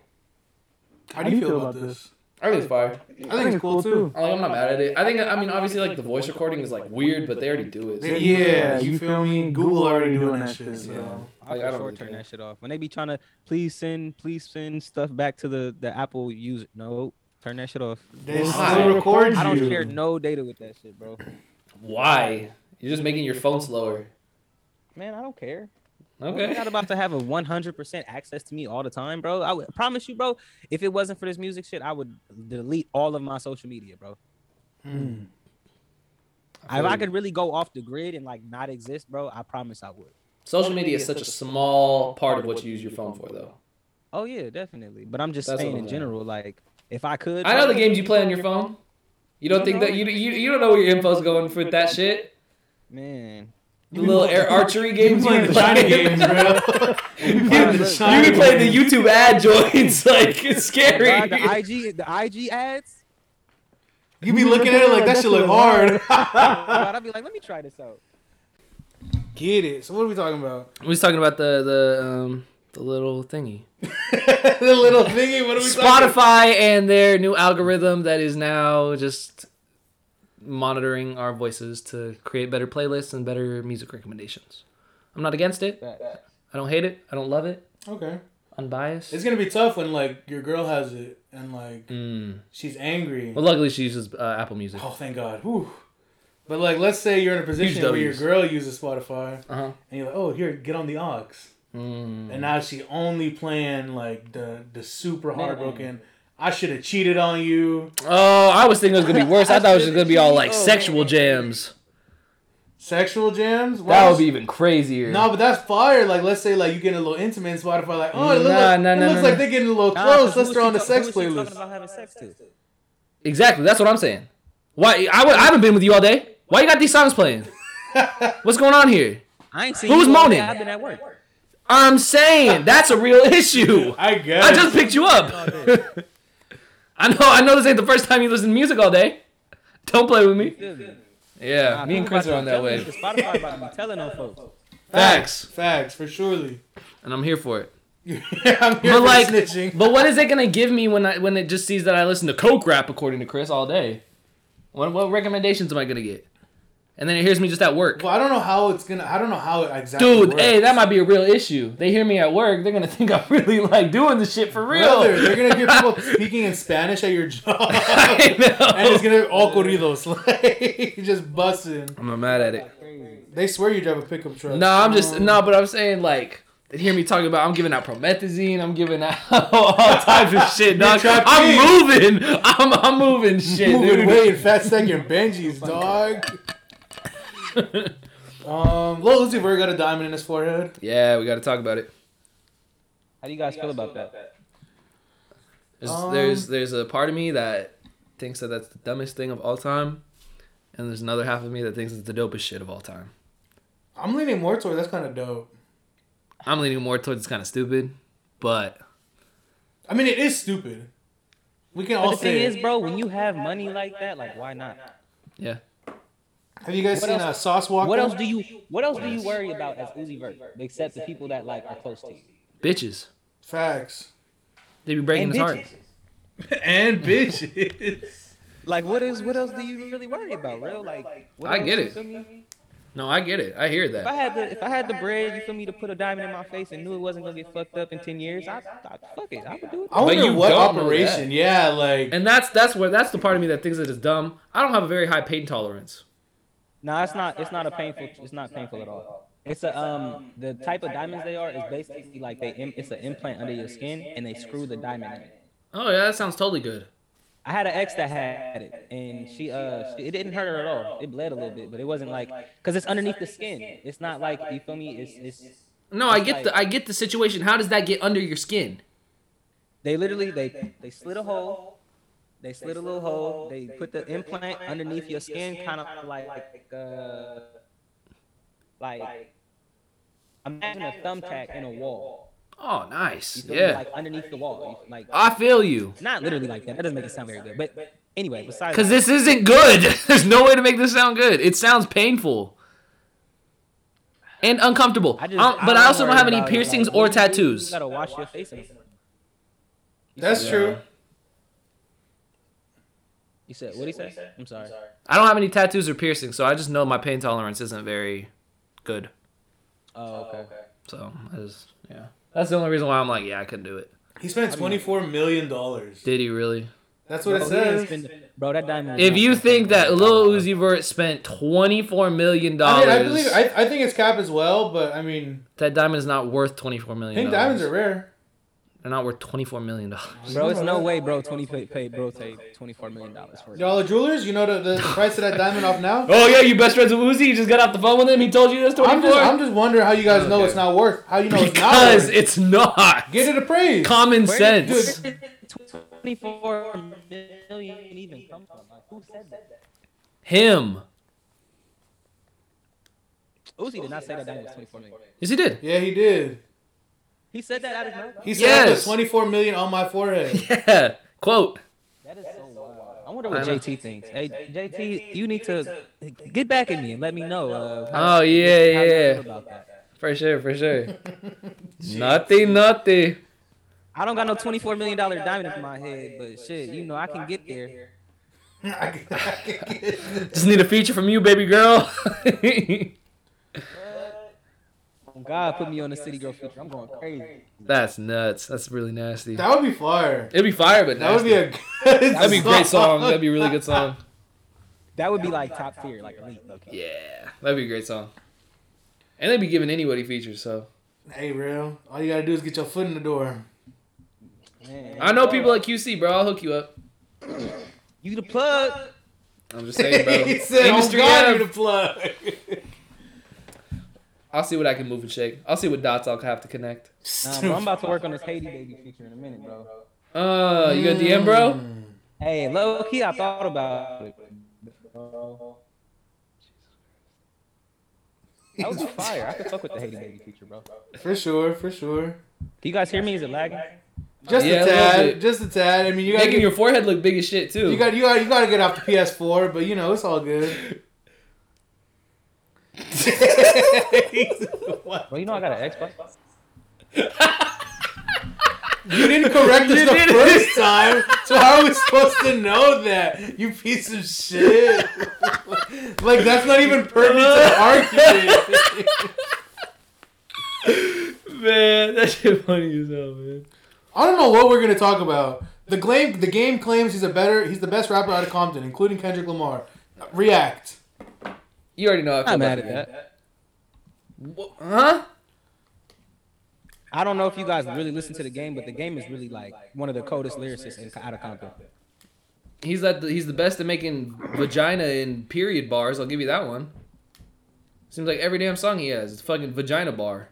Speaker 3: How do you feel about this?
Speaker 7: I think it's fire.
Speaker 3: I think it's cool too.
Speaker 7: I like, I'm not mad at it. I think I mean obviously like the voice recording is like weird, but they already do it.
Speaker 3: Yeah,
Speaker 7: So,
Speaker 3: you feel me? Google already doing that shit. So
Speaker 7: I- I
Speaker 2: I,
Speaker 7: don't
Speaker 2: for sure
Speaker 7: really
Speaker 2: turn
Speaker 7: care.
Speaker 2: that shit off. When they be trying to please send, please send stuff back to the the Apple user. No, turn that shit off.
Speaker 3: they
Speaker 7: Why?
Speaker 3: still record you.
Speaker 2: I don't share no data with that shit, bro.
Speaker 7: why? You're just making your phone slower.
Speaker 2: Man, I don't care. You're
Speaker 7: Okay.
Speaker 2: not about to have a 100% access to me all the time, bro. I would I promise you, bro. If it wasn't for this music shit, I would delete all of my social media, bro.
Speaker 3: Mm.
Speaker 2: If I could really go off the grid and like not exist, bro, I promise I would.
Speaker 7: Social media is such a small part of what you use your phone for, though.
Speaker 2: Oh yeah, definitely. But I'm just
Speaker 7: That's what
Speaker 2: saying
Speaker 7: I'm
Speaker 2: in
Speaker 7: saying.
Speaker 2: general, like if I could,
Speaker 7: I know
Speaker 2: bro,
Speaker 7: the games you play on your phone. You don't think that you you, you don't know where your info's going for that shit.
Speaker 2: man.
Speaker 7: The little air archery games
Speaker 3: You playing the shiny games, bro. You
Speaker 2: Bro,
Speaker 3: playing the
Speaker 2: look,
Speaker 3: shiny
Speaker 7: You can play the
Speaker 3: games.
Speaker 7: YouTube ad joints. Like it's scary.
Speaker 2: God, the IG, the IG ads.
Speaker 3: You be looking at it like that shit look hard.
Speaker 2: Oh, God, I'd be like, let me try this out.
Speaker 3: Get it. So what are we talking about?
Speaker 1: We was talking about the the um the little thingy.
Speaker 3: the little thingy. What are we talking
Speaker 1: Spotify and their new algorithm that is now just monitoring our voices to create better playlists and better music recommendations. I'm not against it. I don't hate it. I don't love it.
Speaker 3: about? Okay.
Speaker 1: Unbiased.
Speaker 3: It's gonna be tough when like your girl has it and like
Speaker 1: Mm.
Speaker 3: she's angry.
Speaker 1: Well, luckily she uses uh, Apple Music.
Speaker 3: Oh, thank God. Whew. But like, let's say you're in a position where your
Speaker 1: W's.
Speaker 3: girl uses Spotify,
Speaker 1: Uh-huh.
Speaker 3: and you're like, "Oh, here, get on the aux,"
Speaker 1: Mm.
Speaker 3: and now she only playing like the the super
Speaker 2: Man.
Speaker 3: heartbroken. I should have cheated on you.
Speaker 1: Oh, I was thinking it was gonna be worse. I thought it was just gonna be all like
Speaker 2: Oh.
Speaker 1: sexual jams.
Speaker 3: Sexual jams. Why
Speaker 1: That would
Speaker 3: is-
Speaker 1: be even crazier.
Speaker 3: No, but that's fire. Like, let's say like you getting a little intimate in Spotify. Like, oh, it, look,
Speaker 1: Nah,
Speaker 3: like,
Speaker 1: nah,
Speaker 3: it
Speaker 1: nah,
Speaker 3: looks
Speaker 1: nah,
Speaker 3: like
Speaker 1: nah.
Speaker 3: they're getting a little
Speaker 2: Nah,
Speaker 3: close.
Speaker 2: 'cause
Speaker 3: Let's
Speaker 2: who
Speaker 3: throw on
Speaker 2: is
Speaker 3: the
Speaker 2: she
Speaker 3: sex
Speaker 2: talk- who is she talking
Speaker 3: playlist.
Speaker 2: about having sex to?
Speaker 1: Exactly. That's what I'm saying. Why? I, would, I haven't been with you all day. Why you got these songs playing? What's going on here?
Speaker 2: I ain't seen
Speaker 1: Who's
Speaker 2: you all day.
Speaker 1: moaning?
Speaker 2: I've been at work.
Speaker 1: I'm saying that's a real issue.
Speaker 3: I guess.
Speaker 1: I just picked you up. I know. I know this ain't the first time you listen to music all day. Don't play with me.
Speaker 2: Feel me?
Speaker 1: Yeah,
Speaker 2: Nah,
Speaker 1: me and
Speaker 2: people
Speaker 1: Chris are
Speaker 2: about
Speaker 1: on
Speaker 2: to
Speaker 1: that
Speaker 2: be telling-
Speaker 1: wave.
Speaker 2: Spotify about to be telling on folks.
Speaker 1: Facts,
Speaker 3: facts for surely.
Speaker 1: and I'm here for it.
Speaker 3: I'm here
Speaker 1: But
Speaker 3: for
Speaker 1: like,
Speaker 3: snitching.
Speaker 1: but what is it gonna give me when I when it just sees that I listen to coke rap according to Chris all day? What what recommendations am I gonna get? And then it hears me just at work.
Speaker 3: Well, I don't know how it's gonna. I don't know how it exactly.
Speaker 1: Dude,
Speaker 3: works.
Speaker 1: hey, that might be a real issue. They hear me at work, they're gonna think I'm really like doing this shit for real.
Speaker 3: Brother, they're gonna hear people speaking in Spanish at your job,
Speaker 1: I
Speaker 3: and
Speaker 1: know.
Speaker 3: it's gonna be all corridos, like just busting.
Speaker 1: I'm not mad at it.
Speaker 3: They swear you drive a pickup truck. Um,
Speaker 1: No, I'm just no, but I'm saying like they hear me talking about I'm giving out promethazine, I'm giving out all types of shit, dog.
Speaker 3: trapped
Speaker 1: I'm moving, I'm I'm moving shit,
Speaker 3: moving
Speaker 1: dude.
Speaker 3: way in fast second Benji's dog. um, Lil Uzi Vert got a diamond in his forehead.
Speaker 1: Yeah, we got to talk about it.
Speaker 2: How do you guys feel about that?
Speaker 1: There's,
Speaker 3: Um,
Speaker 1: there's there's a part of me that thinks that that's the dumbest thing of all time, and there's another half of me that thinks it's the dopest shit of all time.
Speaker 3: I'm leaning more toward that's kind of dope.
Speaker 1: I'm leaning more towards it's kind of stupid, but
Speaker 3: I mean, it is stupid. We can
Speaker 2: But
Speaker 3: all
Speaker 2: the thing
Speaker 3: say.
Speaker 2: is,
Speaker 3: It.
Speaker 2: bro, when you have money like that, like why not?
Speaker 1: yeah.
Speaker 3: Have you guys
Speaker 2: What
Speaker 3: seen uh,
Speaker 2: else-
Speaker 3: Sauce Walker?
Speaker 2: What else do you What else do you worry about as Uzi Vert except the people that like are close to you?
Speaker 1: Bitches.
Speaker 3: Facts
Speaker 1: They be breaking
Speaker 2: And
Speaker 1: his heart.
Speaker 2: bitches.
Speaker 3: and bitches.
Speaker 2: Like what is What else do you really worry about, real? Like what
Speaker 1: I
Speaker 2: else,
Speaker 1: get
Speaker 2: you
Speaker 1: it.
Speaker 2: feel me?
Speaker 1: No, I get it. I hear
Speaker 2: If I
Speaker 1: that.
Speaker 2: had the If I had the bread, you feel me, to put a diamond in my face and knew it wasn't gonna get fucked up in ten years, I, I fuck it, I would do it.
Speaker 3: I wonder
Speaker 1: you
Speaker 3: what
Speaker 1: don't know
Speaker 3: operation.
Speaker 1: that.
Speaker 3: Yeah, like
Speaker 1: And that's that's where that's the part of me that thinks it is dumb. I don't have a very high pain tolerance.
Speaker 2: No, it's not. It's not a painful. It's not painful at all. It's a um. The type of diamonds they are is basically like they. Im- it's an implant under your skin, and they screw the diamond in. it.
Speaker 1: Oh yeah, that sounds totally good.
Speaker 2: I had an ex that had it, and she uh, she, it didn't hurt her at all. It bled a little bit, but it wasn't like, cause it's underneath the skin. It's not like you feel me. It's it's.
Speaker 1: No, I
Speaker 2: It's
Speaker 1: get
Speaker 2: like-
Speaker 1: the I get the situation. How does that get under your skin?
Speaker 2: They literally they they slid a hole. They slid a little hole. They put the implant underneath your skin, kind of like uh, like. Imagine a thumbtack in a wall.
Speaker 1: Oh, nice.
Speaker 2: You feel me?
Speaker 1: Yeah.
Speaker 2: Like underneath the wall. Like
Speaker 1: I feel you.
Speaker 2: not literally like that. That doesn't make it sound very good. But anyway, besides
Speaker 1: Cuz
Speaker 2: that,
Speaker 1: this isn't good. There's no way to make this sound good. It sounds painful. And uncomfortable.
Speaker 2: I just-
Speaker 1: Um,
Speaker 2: I
Speaker 1: but
Speaker 2: don't
Speaker 1: I also
Speaker 2: worry
Speaker 1: don't have any
Speaker 2: about it.
Speaker 1: piercings
Speaker 2: Like,
Speaker 1: or
Speaker 2: you-
Speaker 1: tattoos.
Speaker 2: You gotta wash your face. in it.
Speaker 3: that's
Speaker 1: Yeah.
Speaker 3: true.
Speaker 2: You said what he said? I'm sorry.
Speaker 1: I don't have any tattoos or piercings, so I just know my pain tolerance isn't very good.
Speaker 2: Oh, okay.
Speaker 1: So I just yeah. That's the only reason why I'm like, yeah, I could do it.
Speaker 3: He spent twenty four million dollars.
Speaker 1: Did he really?
Speaker 3: That's what it
Speaker 2: Bro, Oh, he didn't
Speaker 3: says.
Speaker 2: spend it- Bro, that diamond.
Speaker 1: If you think that Lil Uzi Vert spent twenty four million
Speaker 3: I,
Speaker 1: dollars,
Speaker 3: mean, I believe I, I think it's cap as well, but I mean,
Speaker 1: that diamond's not worth twenty four million.
Speaker 3: pink diamonds are
Speaker 1: dollars.
Speaker 3: rare.
Speaker 1: They're not worth twenty four million dollars.
Speaker 2: Bro, it's no way, bro. Twenty paid, paid bro, paid twenty-four million dollars for it.
Speaker 3: Y'all are jewelers. You know the, the price of that diamond off now.
Speaker 1: Oh yeah, you best friends with Uzi. You just got off the phone with him. He told you this
Speaker 3: I'm just, I'm just wondering how you guys know it's not worth. How you know it's not
Speaker 1: Oh, Because
Speaker 3: worth?
Speaker 1: it's not.
Speaker 3: Get it appraised.
Speaker 1: Common
Speaker 2: Where did-
Speaker 1: sense.
Speaker 2: where did Twenty-four million even come from? Like, who said that?
Speaker 1: Him.
Speaker 2: Uzi did not say that diamond was twenty-four million.
Speaker 1: Yes, he did.
Speaker 3: Yeah, he did.
Speaker 2: He said that out of his mouth.
Speaker 3: He said I
Speaker 1: Yes.
Speaker 3: put 24 million on my forehead.
Speaker 1: Yeah. Quote.
Speaker 2: That is so wild. I wonder
Speaker 1: I
Speaker 2: what
Speaker 1: know.
Speaker 2: JT thinks. Hey, JT, you need to get back at me and let me know. Uh, how-
Speaker 1: Oh yeah,
Speaker 2: how you feel
Speaker 1: yeah.
Speaker 2: about that.
Speaker 1: For sure, for sure. nothing, nothing.
Speaker 2: I don't got no twenty-four million dollar diamond in my head, but shit, you know I can get there.
Speaker 1: Just need a feature from you, baby girl.
Speaker 2: God put me on the city girl feature. I'm going crazy.
Speaker 1: That's nuts. That's really nasty.
Speaker 3: that would be fire.
Speaker 1: It'd be fire, but
Speaker 3: That would be
Speaker 1: nasty.
Speaker 3: a good
Speaker 1: That'd be a great song. That'd be a really good song.
Speaker 2: That would be like top tier, like elite. Okay.
Speaker 1: Yeah, that'd be a great song. And they'd be giving anybody features, so
Speaker 3: Hey, real. All you gotta do is get your foot in the door.
Speaker 2: Man.
Speaker 1: I know people at QC, bro. I'll hook you up.
Speaker 2: You the plug.
Speaker 1: I'm just saying, bro.
Speaker 3: he said,
Speaker 1: Industry
Speaker 3: "Oh God, you
Speaker 1: Ave.
Speaker 3: the plug."
Speaker 1: I'll see what I can move and shake. I'll see what dots I'll have to connect.
Speaker 2: Nah, bro, I'm about to work on this Haiti baby feature in a minute, bro.
Speaker 1: Uh, you got DM,
Speaker 2: Mm.
Speaker 1: bro?
Speaker 3: Hmm.
Speaker 2: Hey, low key, I thought about it. bro. That was fire. I could fuck with the Haiti baby feature, bro. Can
Speaker 3: For sure, for sure.
Speaker 2: you guys hear me? Is it lagging?
Speaker 3: Just
Speaker 1: Yeah, a
Speaker 3: a
Speaker 1: little bit.
Speaker 3: tad, just a tad. I mean, you gotta
Speaker 1: Making
Speaker 3: get,
Speaker 1: your forehead look big as shit too.
Speaker 3: you got you got you gotta get off the PS4, but you know it's all good.
Speaker 2: Well, you know I got an Xbox.
Speaker 3: You didn't correct us
Speaker 1: You
Speaker 3: the
Speaker 1: didn't.
Speaker 3: first time, so how are we supposed to know that? You piece of shit. like that's not even pertinent to the argument.
Speaker 1: man, that shit funny as hell, man.
Speaker 3: I don't know what we're gonna talk about. The claim, the game claims he's a better, he's the best rapper out of Compton, including Kendrick Lamar. React.
Speaker 1: You already know. how I feel
Speaker 2: I'm
Speaker 1: about
Speaker 2: mad at
Speaker 1: you.
Speaker 2: that.
Speaker 1: Wha- Huh?
Speaker 2: I don't know if you guys really listen to the game, but the game is really like one of the coldest lyricists in, out of Compton.
Speaker 1: He's that. He's the best at making vagina and period bars. I'll give you that one. Seems like every damn song he has is fucking vagina bar.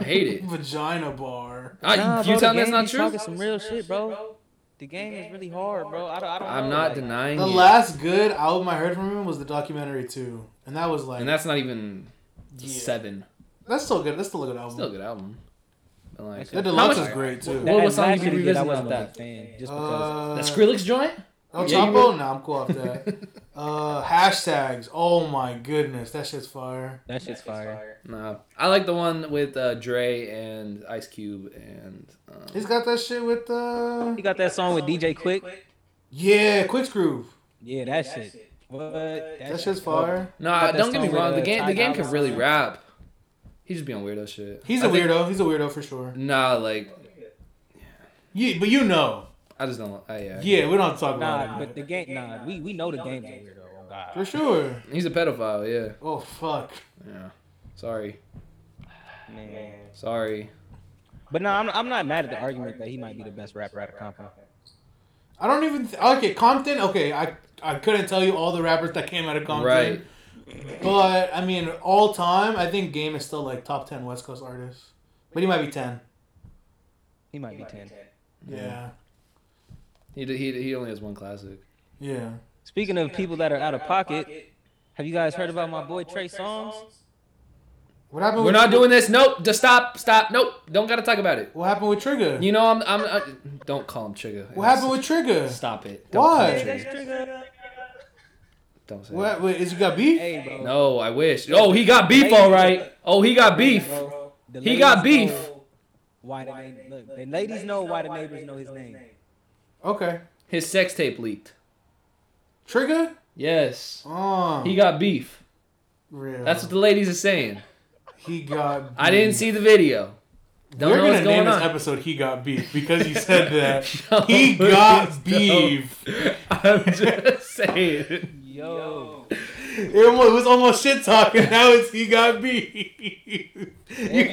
Speaker 1: I hate it.
Speaker 3: Vagina bar.
Speaker 1: I,
Speaker 2: Nah,
Speaker 1: you
Speaker 2: bro,
Speaker 1: telling me that's
Speaker 2: the game
Speaker 1: not
Speaker 2: be
Speaker 1: true?
Speaker 2: Talking some real shit, bro. The game is really hard, bro. I don't. I don't
Speaker 1: I'm
Speaker 2: know,
Speaker 1: not
Speaker 2: like-
Speaker 1: denying
Speaker 3: The
Speaker 1: it.
Speaker 3: last good album I heard from him was the documentary too, and that was like
Speaker 1: and that's not even seven.
Speaker 3: that's still good. That's still a good album.
Speaker 1: Still a good album. But like,
Speaker 3: The
Speaker 1: how
Speaker 3: deluxe
Speaker 1: much-
Speaker 3: is great too.
Speaker 1: What was
Speaker 2: That
Speaker 1: song you
Speaker 2: last shit he did, I
Speaker 1: revisited
Speaker 2: wasn't
Speaker 1: off
Speaker 2: a
Speaker 1: that?
Speaker 2: big fan, just because.
Speaker 3: Uh,
Speaker 1: that Skrillex joint?
Speaker 3: El
Speaker 1: Yeah, you
Speaker 3: Chapo? Nah, I'm cool off that. uh, hashtags. Oh my goodness, that shit's fire.
Speaker 2: That shit's fire.
Speaker 1: Nah, I like the one with uh, Dre and Ice Cube and. Um,
Speaker 3: He's got that shit with uh,
Speaker 2: He got that song with DJ Quick.
Speaker 3: yeah, Quick Groove.
Speaker 2: Yeah, that shit. What? That
Speaker 3: That shit's fire.
Speaker 1: nah,
Speaker 2: that
Speaker 1: don't get me
Speaker 2: song with,
Speaker 1: wrong. The
Speaker 2: uh,
Speaker 1: game,
Speaker 2: Ty
Speaker 1: the game
Speaker 2: Dolla
Speaker 1: can really
Speaker 2: Sign.
Speaker 1: rap. He's just being weirdo shit.
Speaker 3: He's
Speaker 1: a
Speaker 3: a weirdo. He's a weirdo for sure.
Speaker 1: Nah, like
Speaker 3: Yeah, but you know. dope.
Speaker 1: I just don't. I, yeah.
Speaker 3: Yeah, we don't talk about
Speaker 2: Nah,
Speaker 3: it.
Speaker 2: but the game. Nah, we we know the game's a weirdo. Oh
Speaker 3: for
Speaker 2: god.
Speaker 3: sure.
Speaker 1: He's a pedophile. Yeah.
Speaker 3: Oh fuck.
Speaker 1: Yeah. Sorry.
Speaker 2: Man.
Speaker 1: Sorry.
Speaker 2: But no, I'm I'm not mad at the argument that he might be the best rapper out of Compton.
Speaker 3: I don't even. Th- okay, Compton. Okay, I I couldn't tell you all the rappers that came out of Compton.
Speaker 1: Right.
Speaker 3: But I mean, all time, I think Game is still like top ten West Coast artists. But he might be ten.
Speaker 2: He might be ten.
Speaker 3: Yeah.
Speaker 1: He, d- he, d- he only has one classic.
Speaker 3: Yeah.
Speaker 2: Speaking of people that are out of pocket, have you guys heard about my boy Trey Songz?
Speaker 3: What happened?
Speaker 1: We're
Speaker 3: with
Speaker 1: not
Speaker 3: Trigger?
Speaker 1: doing this. Nope. Just stop. Stop. Nope. Don't gotta talk about it.
Speaker 3: What happened with Trigger?
Speaker 1: You know I'm I'm. I, don't call him Trigger.
Speaker 3: what happened with Trigger?
Speaker 1: Stop it. Don't call him
Speaker 3: Why?
Speaker 1: Trigger. Don't say.
Speaker 3: What? Wait, is he got beef?
Speaker 2: Hey, bro.
Speaker 1: that. No, I wish. Oh, he got beef, all right. Oh, he got beef.
Speaker 2: Bro, the
Speaker 1: He got beef.
Speaker 2: ladies know Why the name? Look, the ladies know why the neighbors know his name.
Speaker 3: Okay.
Speaker 1: His sex tape leaked.
Speaker 3: Trigger?
Speaker 1: Yes.
Speaker 3: Oh,
Speaker 1: He got beef.
Speaker 3: real.
Speaker 1: That's what the ladies are saying.
Speaker 3: he got.
Speaker 1: I didn't see the video. Don't
Speaker 8: We're
Speaker 1: know
Speaker 8: gonna
Speaker 1: what's
Speaker 8: name
Speaker 1: going
Speaker 8: this
Speaker 1: on.
Speaker 8: episode "He Got Beef" because he said that
Speaker 1: No,
Speaker 8: he
Speaker 1: please
Speaker 8: got
Speaker 1: don't.
Speaker 8: beef.
Speaker 1: I'm just saying.
Speaker 2: Yo.
Speaker 8: It almost- it was almost shit talking. Now it's he got beef.
Speaker 2: If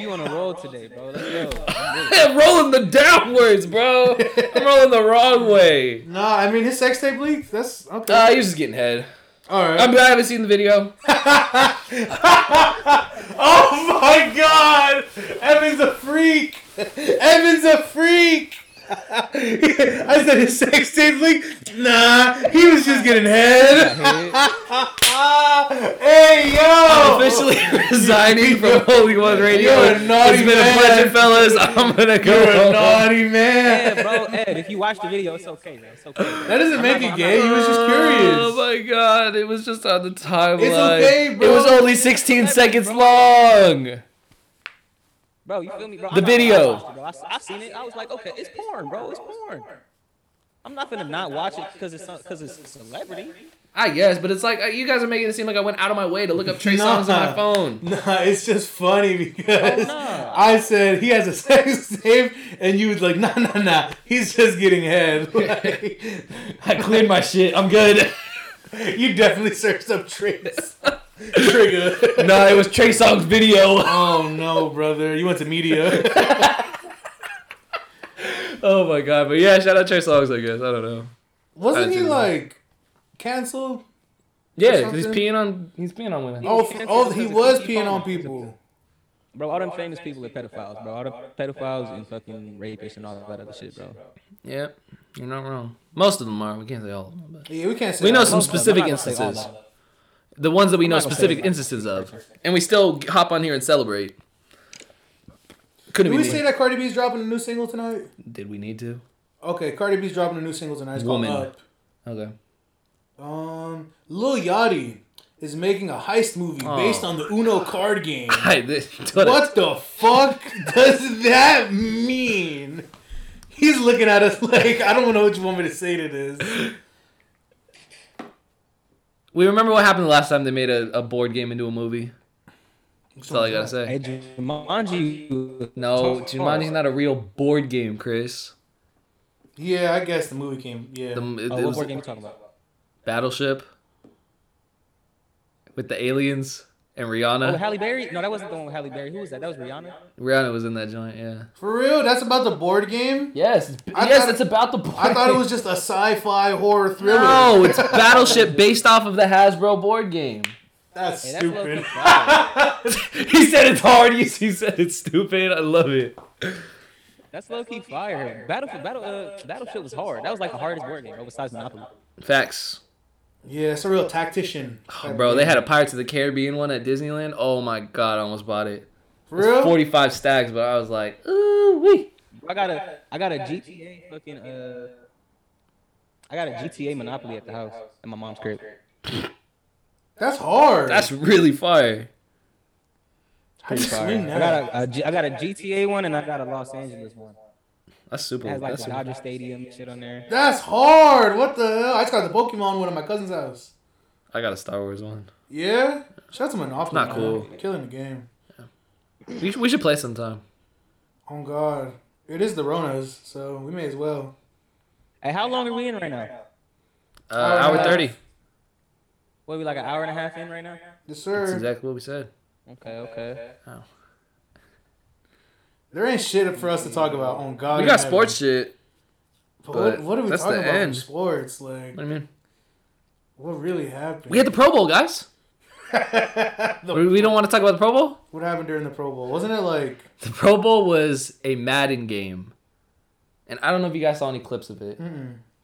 Speaker 2: you on a roll today, bro, let's go. I'm with it.
Speaker 1: I'm rolling the downwards, bro. I'm rolling the wrong way.
Speaker 3: No, I mean his sex tape leaked. That's okay.
Speaker 1: Uh, you're just getting head.
Speaker 3: All right.
Speaker 1: I'm, I haven't seen the video.
Speaker 8: oh my god! Evan's a freak! Evan's a freak! I said his sex tape leak? Nah, he was just getting head. Ah, hey yo!
Speaker 1: Officially resigning from Holy One Radio.
Speaker 8: You're a naughty
Speaker 1: it's been
Speaker 8: man.
Speaker 1: a pleasure, fellas. I'm gonna go.
Speaker 8: You're a
Speaker 1: home.
Speaker 8: naughty man.
Speaker 2: Yeah, bro, Ed, if you watch the video, it's okay, man. It's okay. bro.
Speaker 8: That doesn't make
Speaker 2: I'm
Speaker 8: you
Speaker 2: not-
Speaker 8: gay. He was just
Speaker 1: Oh
Speaker 8: curious.
Speaker 1: my god, it was just on the timeline.
Speaker 8: okay, bro.
Speaker 1: It was only 16 seconds long.
Speaker 2: Bro, you feel me, bro?
Speaker 1: The
Speaker 2: I- I
Speaker 1: video.
Speaker 2: watched it, bro. I, s- I seen it. I was like, okay, it's porn, bro. It's porn. I'm not gonna not watch it because it's because it's a celebrity.
Speaker 1: I guess, but it's like uh, you guys are making it seem like I went out of my way to look up Trey
Speaker 8: Nah.
Speaker 1: songs on my phone.
Speaker 8: Nah, it's just funny because
Speaker 2: nah.
Speaker 8: I said he has a sex tape, and you was like, nah, nah, nah. He's just getting head. Like,
Speaker 1: I cleared my shit. I'm good.
Speaker 8: you definitely searched up tricks. Trigger.
Speaker 1: no, it was Trey Songz video.
Speaker 8: Oh no, brother! You went to media.
Speaker 1: Oh my god, but yeah, shout out Trey Songz, I guess. I don't know.
Speaker 3: Wasn't he
Speaker 1: That's it.
Speaker 3: like canceled?
Speaker 1: Yeah, 'cause he's
Speaker 3: something?
Speaker 1: peeing on he's peeing on women.
Speaker 3: Oh, f-
Speaker 2: canceled
Speaker 3: oh, he
Speaker 2: because
Speaker 3: was
Speaker 2: he
Speaker 3: peeing on
Speaker 2: phoned.
Speaker 3: people.
Speaker 2: Bro, all them famous people are pedophiles, bro. All the pedophiles and fucking rapists and all that other shit, bro.
Speaker 1: Yep, you're not wrong. Most of them are. We can't say all of them. But.
Speaker 3: Yeah, we can't say
Speaker 1: We know
Speaker 3: that.
Speaker 1: some
Speaker 2: Most of them.
Speaker 1: specific
Speaker 2: I'm not gonna say all
Speaker 1: instances.
Speaker 2: of them.
Speaker 1: The ones that we know
Speaker 2: not gonna say
Speaker 1: specific
Speaker 2: it's
Speaker 1: instances of. And we still hop on here and celebrate. Couldn't
Speaker 3: Did
Speaker 1: we,
Speaker 3: we
Speaker 1: need-
Speaker 3: say that Cardi B's dropping a new single tonight?
Speaker 1: Did we need to?
Speaker 3: Okay, Cardi B's dropping a new single tonight. It's called
Speaker 1: Woman.
Speaker 3: Up.
Speaker 1: Okay.
Speaker 3: Um, Lil Yachty is making a heist movie
Speaker 8: Oh.
Speaker 3: based on the Uno card game.
Speaker 1: I, this,
Speaker 3: What the fuck does that mean?
Speaker 8: He's looking at us like I don't know what you want me to say to this.
Speaker 1: We remember what happened the last time they made a, a board game into a movie. That's all I gotta say.
Speaker 2: Hey, Jumanji.
Speaker 1: No,
Speaker 2: Tough.
Speaker 1: Jumanji's not a real board game, Chris.
Speaker 8: Yeah, I guess the movie came. Yeah,
Speaker 1: The, it,
Speaker 2: Oh,
Speaker 1: it
Speaker 2: what
Speaker 1: was
Speaker 2: board game you talking about?
Speaker 1: Battleship with the aliens and
Speaker 2: Oh,
Speaker 1: Rihanna.
Speaker 2: Halle Berry? No, that wasn't the one with Halle Berry. Who was that? That was Rihanna.
Speaker 1: Rihanna was in that joint, yeah.
Speaker 3: For real? That's about the board game?
Speaker 1: Yes,
Speaker 3: I yes, thought- it's
Speaker 1: about the board.
Speaker 3: I thought it was just a sci-fi horror thriller.
Speaker 1: No, it's Battleship based off of the Hasbro board game.
Speaker 3: That's
Speaker 2: Hey, that's
Speaker 3: stupid.
Speaker 2: low-key fire.
Speaker 1: he said it's hard. He he said it's stupid. I love it.
Speaker 2: That's low key fire. Battlefield, battle, uh, Battleship was hard. That was like the hardest board game, bro, besides Monopoly.
Speaker 1: Facts, Oh,
Speaker 3: Yeah, it's a real tactician.
Speaker 1: bro. They had a Pirates of the Caribbean one at Disneyland. Oh my god, I almost bought it.
Speaker 3: For real?
Speaker 1: Forty-five stacks, but I was like, ooh wee.
Speaker 2: I got a, I got a GTA fucking, uh, I got a GTA Monopoly at the house in my mom's crib.
Speaker 3: That's hard.
Speaker 1: That's really fire.
Speaker 3: How you
Speaker 2: Fire.
Speaker 3: swing
Speaker 2: I
Speaker 3: that?
Speaker 2: got a, a, G, I got a GTA one and I got a Los Angeles one.
Speaker 1: That's
Speaker 2: It
Speaker 1: super.
Speaker 2: has like
Speaker 1: That's
Speaker 2: the
Speaker 1: super.
Speaker 2: Dodger Stadium and shit on there.
Speaker 3: That's hard. What the hell? I just got the Pokemon one at my cousin's house.
Speaker 1: I got a Star Wars one.
Speaker 3: Yeah? Shout out to Monopoly.
Speaker 1: Not
Speaker 3: man.
Speaker 1: cool.
Speaker 3: Killing the game.
Speaker 1: We should, we should play sometime.
Speaker 3: Oh, God. It is the Ronas, so we may as well.
Speaker 2: Hey, how long are we in right now?
Speaker 1: Uh,
Speaker 3: Hour and a
Speaker 1: hour
Speaker 3: half.
Speaker 1: thirty.
Speaker 2: What, we like an hour and a half in right now?
Speaker 3: Yes,
Speaker 1: That's
Speaker 3: sir.
Speaker 1: exactly what we said.
Speaker 2: Okay, okay.
Speaker 3: There ain't shit for us to talk about. On God.
Speaker 1: We
Speaker 3: in
Speaker 1: got
Speaker 3: heaven.
Speaker 1: sports shit.
Speaker 3: But what,
Speaker 1: but
Speaker 3: what are we
Speaker 1: that's
Speaker 3: talking
Speaker 1: the
Speaker 3: about in
Speaker 1: end.
Speaker 3: sports?
Speaker 1: What
Speaker 3: Like,
Speaker 1: do you mean?
Speaker 3: what really happened?
Speaker 1: We had the Pro Bowl, guys. We we don't want to talk about the Pro Bowl.
Speaker 3: what happened during the Pro Bowl? Wasn't it like.
Speaker 1: The Pro Bowl was a Madden game. And I don't know if you guys saw any clips of it,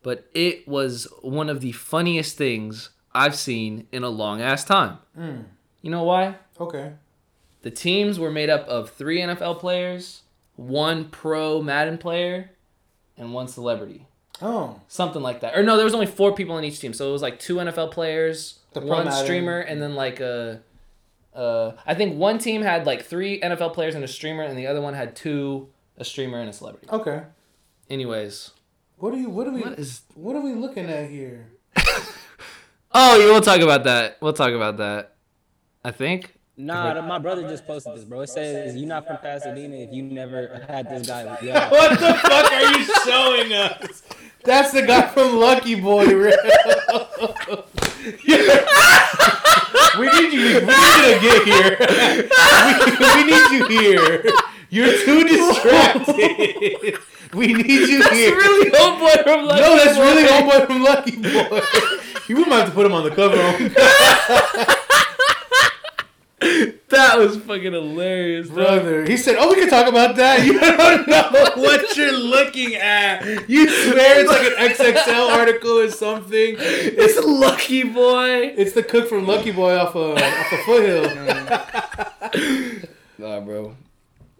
Speaker 1: but it was one of the funniest things I've seen in a long ass time. You know why?
Speaker 3: mm, Okay.
Speaker 1: The teams were made up of three NFL players, one pro Madden player, and one celebrity.
Speaker 3: Oh.
Speaker 1: Something like that. Or no, there was only four people on each team. So it was like two NFL players,
Speaker 3: The pro
Speaker 1: one
Speaker 3: Madden.
Speaker 1: streamer, and then like a. Uh, I think one team had like three NFL players and a streamer, and the other one had two, a streamer and a celebrity.
Speaker 3: Okay.
Speaker 1: Anyways,
Speaker 3: What are you? What are we?
Speaker 1: what is
Speaker 3: What are we looking at here?
Speaker 1: Oh, yeah, we'll talk about that. We'll talk about that. I think.
Speaker 2: Nah, my brother just posted this, bro. It says you're not from Pasadena if you never had this guy. With you.
Speaker 3: What the fuck are you showing us?
Speaker 4: That's the guy from Lucky Boy. Real.
Speaker 3: We need you. We need you to get here. We, we need you here. You're too distracted. We need you
Speaker 1: That's
Speaker 3: here.
Speaker 1: really homeboy from Lucky
Speaker 3: no, that's
Speaker 1: Boy.
Speaker 3: really homeboy from Lucky Boy. you might have to put him on the cover.
Speaker 1: That was fucking hilarious, dog.
Speaker 3: brother. He said, "Oh, we can talk about that." You don't know what you're looking at. You swear it's like an XXL article or something.
Speaker 1: It's Lucky Boy.
Speaker 3: It's the cook from Lucky Boy off of off of Foothill.
Speaker 1: Mm. Nah, bro.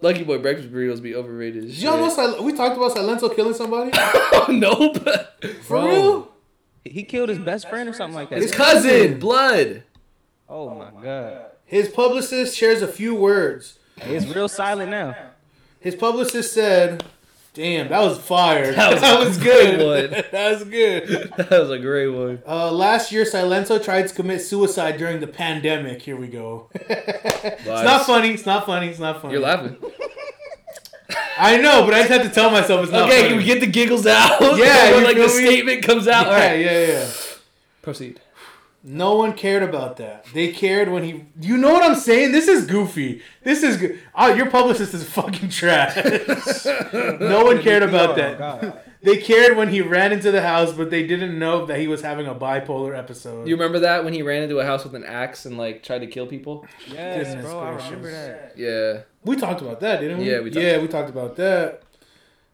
Speaker 1: Lucky Boy breakfast burritos be overrated. As
Speaker 3: Did y'all know
Speaker 1: shit.
Speaker 3: Sil- we talked about Silento killing somebody?
Speaker 1: Oh, nope.
Speaker 3: For
Speaker 1: Bro.
Speaker 3: real?
Speaker 2: He killed his best friend or something like
Speaker 1: His
Speaker 2: that.
Speaker 1: cousin, blood.
Speaker 2: Oh my god,
Speaker 3: His publicist shares a few words.
Speaker 2: it's real silent now.
Speaker 3: His publicist said, "Damn, that was fire.
Speaker 1: That was a
Speaker 3: good.
Speaker 1: good one.
Speaker 3: that was good."
Speaker 1: That was a great one.
Speaker 3: Uh, last year, Silento tried to commit suicide during the pandemic. Here we go. It's not funny. It's not funny. It's not funny.
Speaker 1: You're laughing.
Speaker 3: I know, but I just had to tell myself it's not.
Speaker 1: Okay,
Speaker 3: funny.
Speaker 1: can we get the giggles out?
Speaker 3: Yeah,
Speaker 1: When,
Speaker 3: you
Speaker 1: like the
Speaker 3: feel me?
Speaker 1: statement comes out. All
Speaker 3: Yeah,
Speaker 1: right,
Speaker 3: yeah, yeah.
Speaker 1: proceed.
Speaker 3: No one cared about that. They cared when he. You know what I'm saying? This is goofy. This is. Go- oh, your publicist is fucking trash. no one cared
Speaker 2: Oh,
Speaker 3: about that. They cared when he ran into the house, but they didn't know that he was having a bipolar episode.
Speaker 1: You remember that when he ran into a house with an axe and like tried to kill people?
Speaker 2: Yes,
Speaker 3: Goodness
Speaker 2: bro, I
Speaker 3: gracious.
Speaker 2: remember that.
Speaker 1: Yeah.
Speaker 3: we talked about that, didn't we?
Speaker 1: Yeah, we talked-
Speaker 3: yeah, we talked about that.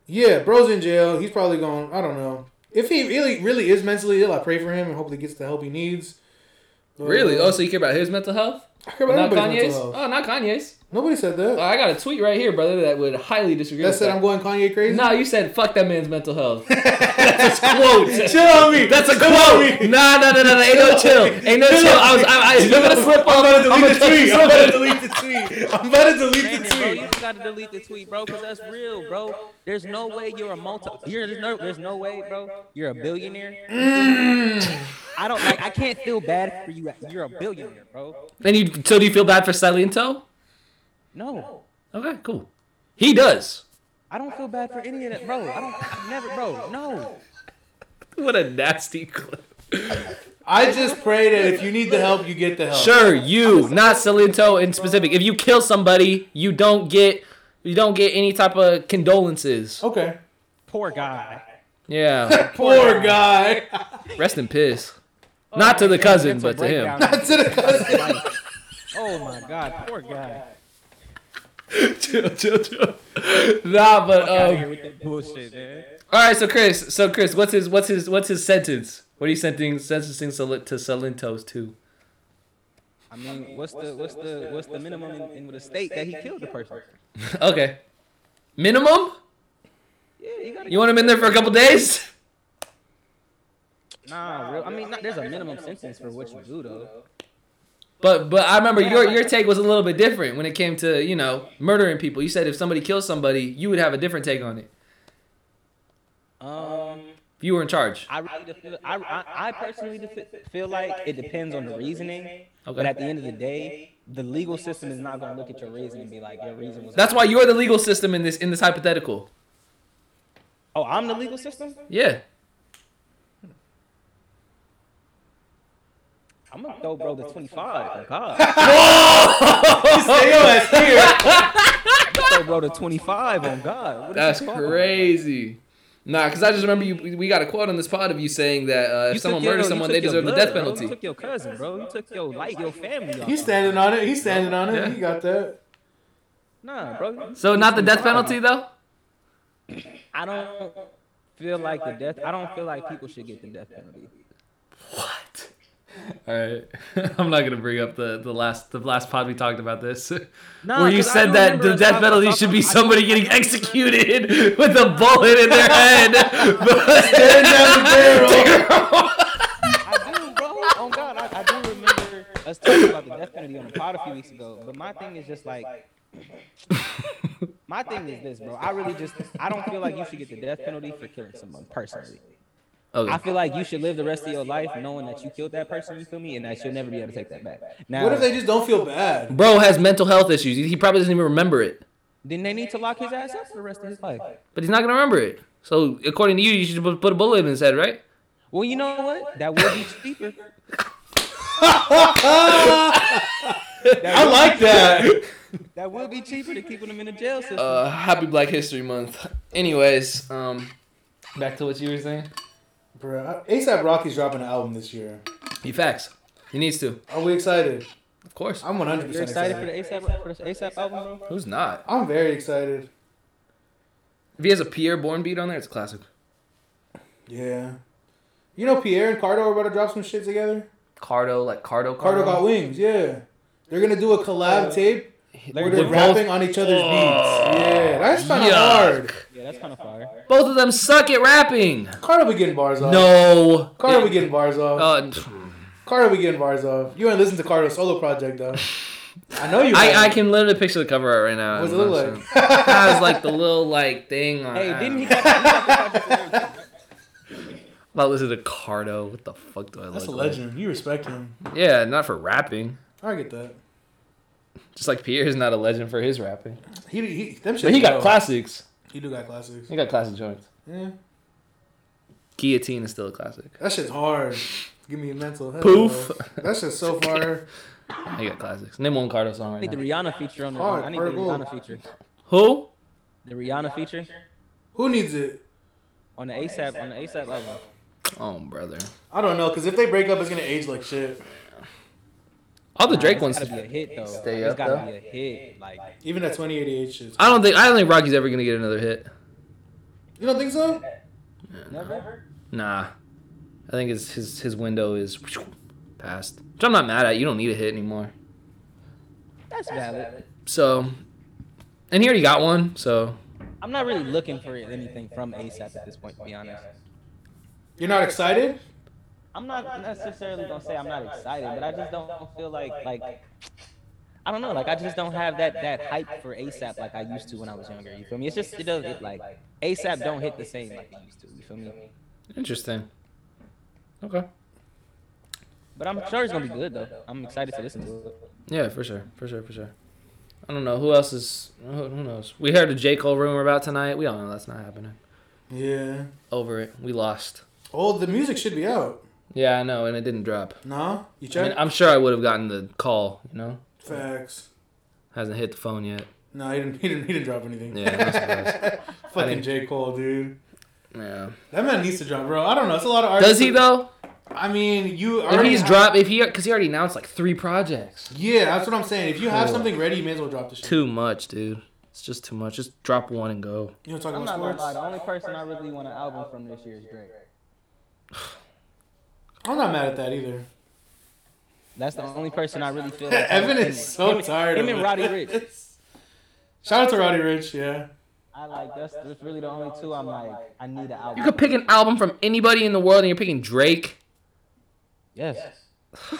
Speaker 3: Yeah, bro's in jail. He's probably going. I don't know if he really, really is mentally ill. I pray for him and hopefully gets the help he needs. But-
Speaker 1: Really? Oh, so you care about his mental health?
Speaker 3: I care about
Speaker 1: Not
Speaker 3: everybody's mental
Speaker 1: Kanye's?
Speaker 3: health.
Speaker 1: Oh, not Kanye's.
Speaker 3: Nobody said that.
Speaker 1: Oh, I got a tweet right here, brother, that would highly disagree
Speaker 3: that
Speaker 1: with
Speaker 3: said, I'm going Kanye crazy.
Speaker 1: No, you said fuck that man's mental health. That's a quote.
Speaker 3: Chill on me.
Speaker 1: That's a
Speaker 3: Chill on
Speaker 1: quote.
Speaker 3: me.
Speaker 1: Nah, nah, nah, nah, nah. Ain't no chill. Ain't no chill. I was, I, I, I'm gonna slip on.
Speaker 3: I'm
Speaker 1: I'm
Speaker 3: about to
Speaker 1: gonna
Speaker 3: delete
Speaker 1: tweet.
Speaker 3: the tweet. I'm about to delete the tweet. I'm about to delete the
Speaker 2: Brandon, bro, you
Speaker 3: tweet.
Speaker 2: just gotta delete the tweet, bro, because that's real, bro. There's no way you're a multi. You're, there's no, there's no way, bro. You're a billionaire. I don't like. I can't feel bad for you. You're a billionaire, bro.
Speaker 1: Then you, so do you feel bad for Silento?
Speaker 2: No,
Speaker 1: Okay, cool. He does.
Speaker 2: I don't feel bad for any of that, bro. I don't. I never, bro. No.
Speaker 1: What a nasty clip.
Speaker 3: I just pray that if you need the help, you get the help.
Speaker 1: Sure, you, not Salento in specific. If you kill somebody, you don't get you don't get any type of condolences.
Speaker 3: Okay.
Speaker 2: Poor guy.
Speaker 1: Yeah.
Speaker 3: Poor guy.
Speaker 1: Rest in piss. Not to the cousin, but to him.
Speaker 3: That's it.
Speaker 2: Oh my God, poor guy.
Speaker 1: chill, chill, chill. Nah, but
Speaker 2: Outta here
Speaker 1: um,
Speaker 2: with that bullshit, man.
Speaker 1: all right. So Chris, so Chris, what's his what's his what's his sentence? What are you sentencing sentencing Sal- to Salentos to?
Speaker 2: I mean, what's the what's the what's the minimum in, in the state that he killed the person?
Speaker 1: Okay, minimum.
Speaker 2: Yeah, you gotta.
Speaker 1: You want him in there for a couple days?
Speaker 2: Nah, real. I mean, not, there's a minimum sentence for what you do, though.
Speaker 1: But but I remember your your take was a little bit different when it came to you know murdering people. You said if somebody kills somebody, you would have a different take on it.
Speaker 2: Um,
Speaker 1: If you were in charge.
Speaker 2: I really de- feel, I, I, I personally de- feel like it depends on the reasoning. But
Speaker 1: Okay.
Speaker 2: at the end of the day, the legal system is not going to look at your reason and be like, your reason was.
Speaker 1: That's why you're the legal system in this in this hypothetical.
Speaker 2: Oh, I'm the legal system.
Speaker 1: Yeah.
Speaker 2: I'm gonna throw bro the 25. God,
Speaker 3: Stay your ass here.
Speaker 2: throw bro the 25 on God. What is
Speaker 1: That's
Speaker 2: you talking about?
Speaker 1: crazy. Nah, because I just remember you. We got a quote on this pod of you saying that uh, if
Speaker 2: You
Speaker 1: someone
Speaker 2: took your-
Speaker 1: murders
Speaker 2: you
Speaker 1: someone,
Speaker 2: took
Speaker 1: they
Speaker 2: your
Speaker 1: deserve the
Speaker 2: blood,
Speaker 1: death
Speaker 2: bro.
Speaker 1: penalty.
Speaker 2: You took your cousin, bro. You took your life, your family.
Speaker 3: He's standing on it. He's standing on it.
Speaker 1: Yeah.
Speaker 3: He got that.
Speaker 2: Nah, bro.
Speaker 1: So not the death penalty though.
Speaker 2: I don't feel like the death. I don't feel like people should get the death penalty.
Speaker 1: What? All right, I'm not gonna bring up the the last the last pod we talked about this,
Speaker 2: Nah,
Speaker 1: where you
Speaker 2: 'cause I
Speaker 1: said
Speaker 2: do
Speaker 1: that
Speaker 2: remember
Speaker 1: the
Speaker 2: us
Speaker 1: death
Speaker 2: talking-
Speaker 1: penalty
Speaker 2: talking-
Speaker 1: should be
Speaker 2: I do
Speaker 1: somebody getting executed with a bullet in their head.
Speaker 3: Staring down the barrel.
Speaker 2: I do, bro. On God, I, I do remember us talking about the death penalty on the pod a few weeks ago. But my thing is just like, my thing is this, bro. I really just, I don't feel like you should get the death penalty for killing someone personally. Okay. I feel like you should live the rest of your life knowing that you killed that person, you feel me, and that you'll never be able to take that back. Now,
Speaker 3: What if they just don't feel bad?
Speaker 1: Bro has mental health issues. He probably doesn't even remember it.
Speaker 2: then they need to lock his ass up for the rest of his life.
Speaker 1: But he's not gonna remember it. So according to you, you should put put a bullet in his head, right?
Speaker 2: Well, you know what? That would be cheaper.
Speaker 3: I like that.
Speaker 2: That would be cheaper than keeping him in a jail system.
Speaker 1: Uh, happy Black History Month. Anyways, um, back to what you were saying.
Speaker 3: Bro, ASAP Rocky's dropping an album this year.
Speaker 1: He facts. He needs to,
Speaker 3: Are we excited?
Speaker 1: of course.
Speaker 3: I'm 100%
Speaker 2: You're
Speaker 3: excited.
Speaker 2: excited for the ASAP for the ASAP album, bro?
Speaker 1: Who's not?
Speaker 3: I'm very excited.
Speaker 1: If he has a Pierre Bourne beat on there, it's classic.
Speaker 3: Yeah. You know Pierre and Cardo are about to drop some shit together?
Speaker 1: Cardo, like Cardo,
Speaker 3: Cardo
Speaker 2: Uh-huh.
Speaker 3: got wings, yeah. They're gonna do a
Speaker 2: Uh,
Speaker 3: collab tape where they're rapping on each other's
Speaker 1: Oh.
Speaker 3: beats. Yeah, that's kind of hard.
Speaker 2: Yeah, that's kind of fire.
Speaker 1: Both of them suck at rapping.
Speaker 3: Cardo be getting bars off.
Speaker 1: No.
Speaker 3: Cardo be getting bars off.
Speaker 1: Uh,
Speaker 3: Cardo be getting bars off. You ain't listen to Cardo's solo project though. I know you.
Speaker 1: I, I
Speaker 3: haven't.
Speaker 1: can literally picture the cover art right now.
Speaker 3: What does it look like?
Speaker 1: It has like the little like thing on.
Speaker 2: Hey,
Speaker 1: I don't
Speaker 2: didn't he?
Speaker 1: know.
Speaker 2: Got, he got the project for everything.
Speaker 1: I'm about to listen to Cardo. What the fuck do I
Speaker 3: That's a
Speaker 1: look
Speaker 3: legend. You respect him.
Speaker 1: like? Yeah, not for rapping.
Speaker 3: I get that.
Speaker 1: Just like Pierre is not a legend for his rapping,
Speaker 3: He he. Them shit
Speaker 1: but he got
Speaker 3: go.
Speaker 1: classics.
Speaker 3: He do got classics.
Speaker 1: He got classic joints.
Speaker 3: Yeah,
Speaker 1: Guillotine is still a classic.
Speaker 3: that shit's hard. Give me a mental. Hell
Speaker 1: Poof.
Speaker 3: no. That shit's so far.
Speaker 1: He got classics. Name one Cardo song
Speaker 2: I
Speaker 1: right
Speaker 2: need the
Speaker 1: now.
Speaker 2: Rihanna feature on the.
Speaker 3: Hard,
Speaker 2: I need the
Speaker 3: hard goal.
Speaker 2: Rihanna feature.
Speaker 1: Who?
Speaker 2: The Rihanna feature
Speaker 3: Who needs it?
Speaker 2: on the ASAP on the ASAP album.
Speaker 1: Oh, brother.
Speaker 3: I don't know, cause if they break up, it's gonna age like shit.
Speaker 1: All the
Speaker 2: Nah,
Speaker 1: Drake
Speaker 2: it's
Speaker 1: ones.
Speaker 2: gotta be a hit though.
Speaker 1: Stay
Speaker 2: it's
Speaker 1: up,
Speaker 2: gotta
Speaker 1: though.
Speaker 2: be a hit. Like
Speaker 3: Even at 2088 shit.
Speaker 1: I don't think. I don't think Rocky's ever gonna get another hit.
Speaker 3: You don't think so?
Speaker 2: never.
Speaker 1: Nah. I think his his his window is past. Which I'm not mad at. You don't need a hit anymore.
Speaker 2: That's valid.
Speaker 1: So, and he already got one. So
Speaker 2: I'm not really looking for anything from ASAP at this point, to be honest.
Speaker 3: You're not excited?
Speaker 2: I'm not necessarily gonna say I'm not excited, but I just don't feel like like I don't know, like I just don't have that that hype for ASAP like I used to when I was younger. You feel me? It's just it does it like ASAP don't hit the same like it used to. You feel me?
Speaker 1: interesting. Okay.
Speaker 2: But I'm sure it's gonna be good though. I'm excited to listen to it.
Speaker 1: Yeah, for sure, for sure, for sure. I don't know who else is. Who, who knows? We heard a J Cole rumor about tonight. We all know that's not happening.
Speaker 3: Yeah.
Speaker 1: Over it. We lost.
Speaker 3: Oh, the music should be out.
Speaker 1: Yeah, I know, and it didn't drop.
Speaker 3: Nah, you
Speaker 1: I
Speaker 3: check.
Speaker 1: mean, I'm sure I would have gotten the call. You know,
Speaker 3: Facts.
Speaker 1: hasn't hit the phone yet.
Speaker 3: No, he didn't. He didn't. He didn't drop anything.
Speaker 1: Yeah, no surprise.
Speaker 3: Fucking J Cole, dude.
Speaker 1: Yeah.
Speaker 3: That man needs to drop, bro. I don't know. It's a lot of artists.
Speaker 1: Does he though?
Speaker 3: I mean, you.
Speaker 1: If
Speaker 3: already
Speaker 1: he's
Speaker 3: have-
Speaker 1: drop, if he, because he already announced like three projects.
Speaker 3: Yeah, that's what I'm saying. If you have something ready, you may as well drop the shit.
Speaker 1: Too much, dude. It's just too much. Just drop one and go.
Speaker 3: You know, talking
Speaker 2: I'm not
Speaker 3: about
Speaker 2: gonna lie,
Speaker 3: sports.
Speaker 2: the only person I really want an album from this year is Drake.
Speaker 3: I'm not mad at that either.
Speaker 2: That's the only person I really feel like
Speaker 3: Evan is so tired.
Speaker 2: him
Speaker 3: of
Speaker 2: and
Speaker 3: it.
Speaker 2: Roddy Rich.
Speaker 3: Shout out to Roddy Rich. Yeah.
Speaker 2: I like that's, that's really the only two I'm like I need an
Speaker 1: You
Speaker 2: album.
Speaker 1: could pick an album from anybody in the world, and you're picking Drake.
Speaker 2: Yes.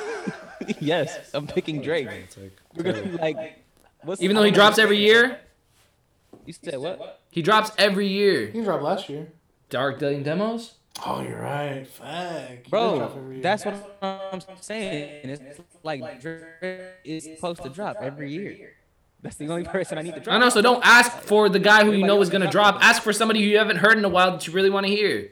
Speaker 2: yes, I'm picking Drake. We're gonna be like, what's
Speaker 1: Even though he drops every year,
Speaker 2: You said what?
Speaker 1: he drops every year.
Speaker 3: He dropped last year.
Speaker 1: Dark Dillion demos.
Speaker 3: Oh, you're right. Fuck. He does drop every
Speaker 2: Bro,
Speaker 3: year.
Speaker 2: that's what I'm saying. It's like Drake is supposed to drop every year. That's the only person I need to drop.
Speaker 1: I know, so don't ask for the guy who you know is gonna drop. Ask for somebody who you haven't heard in a while that you really want to hear.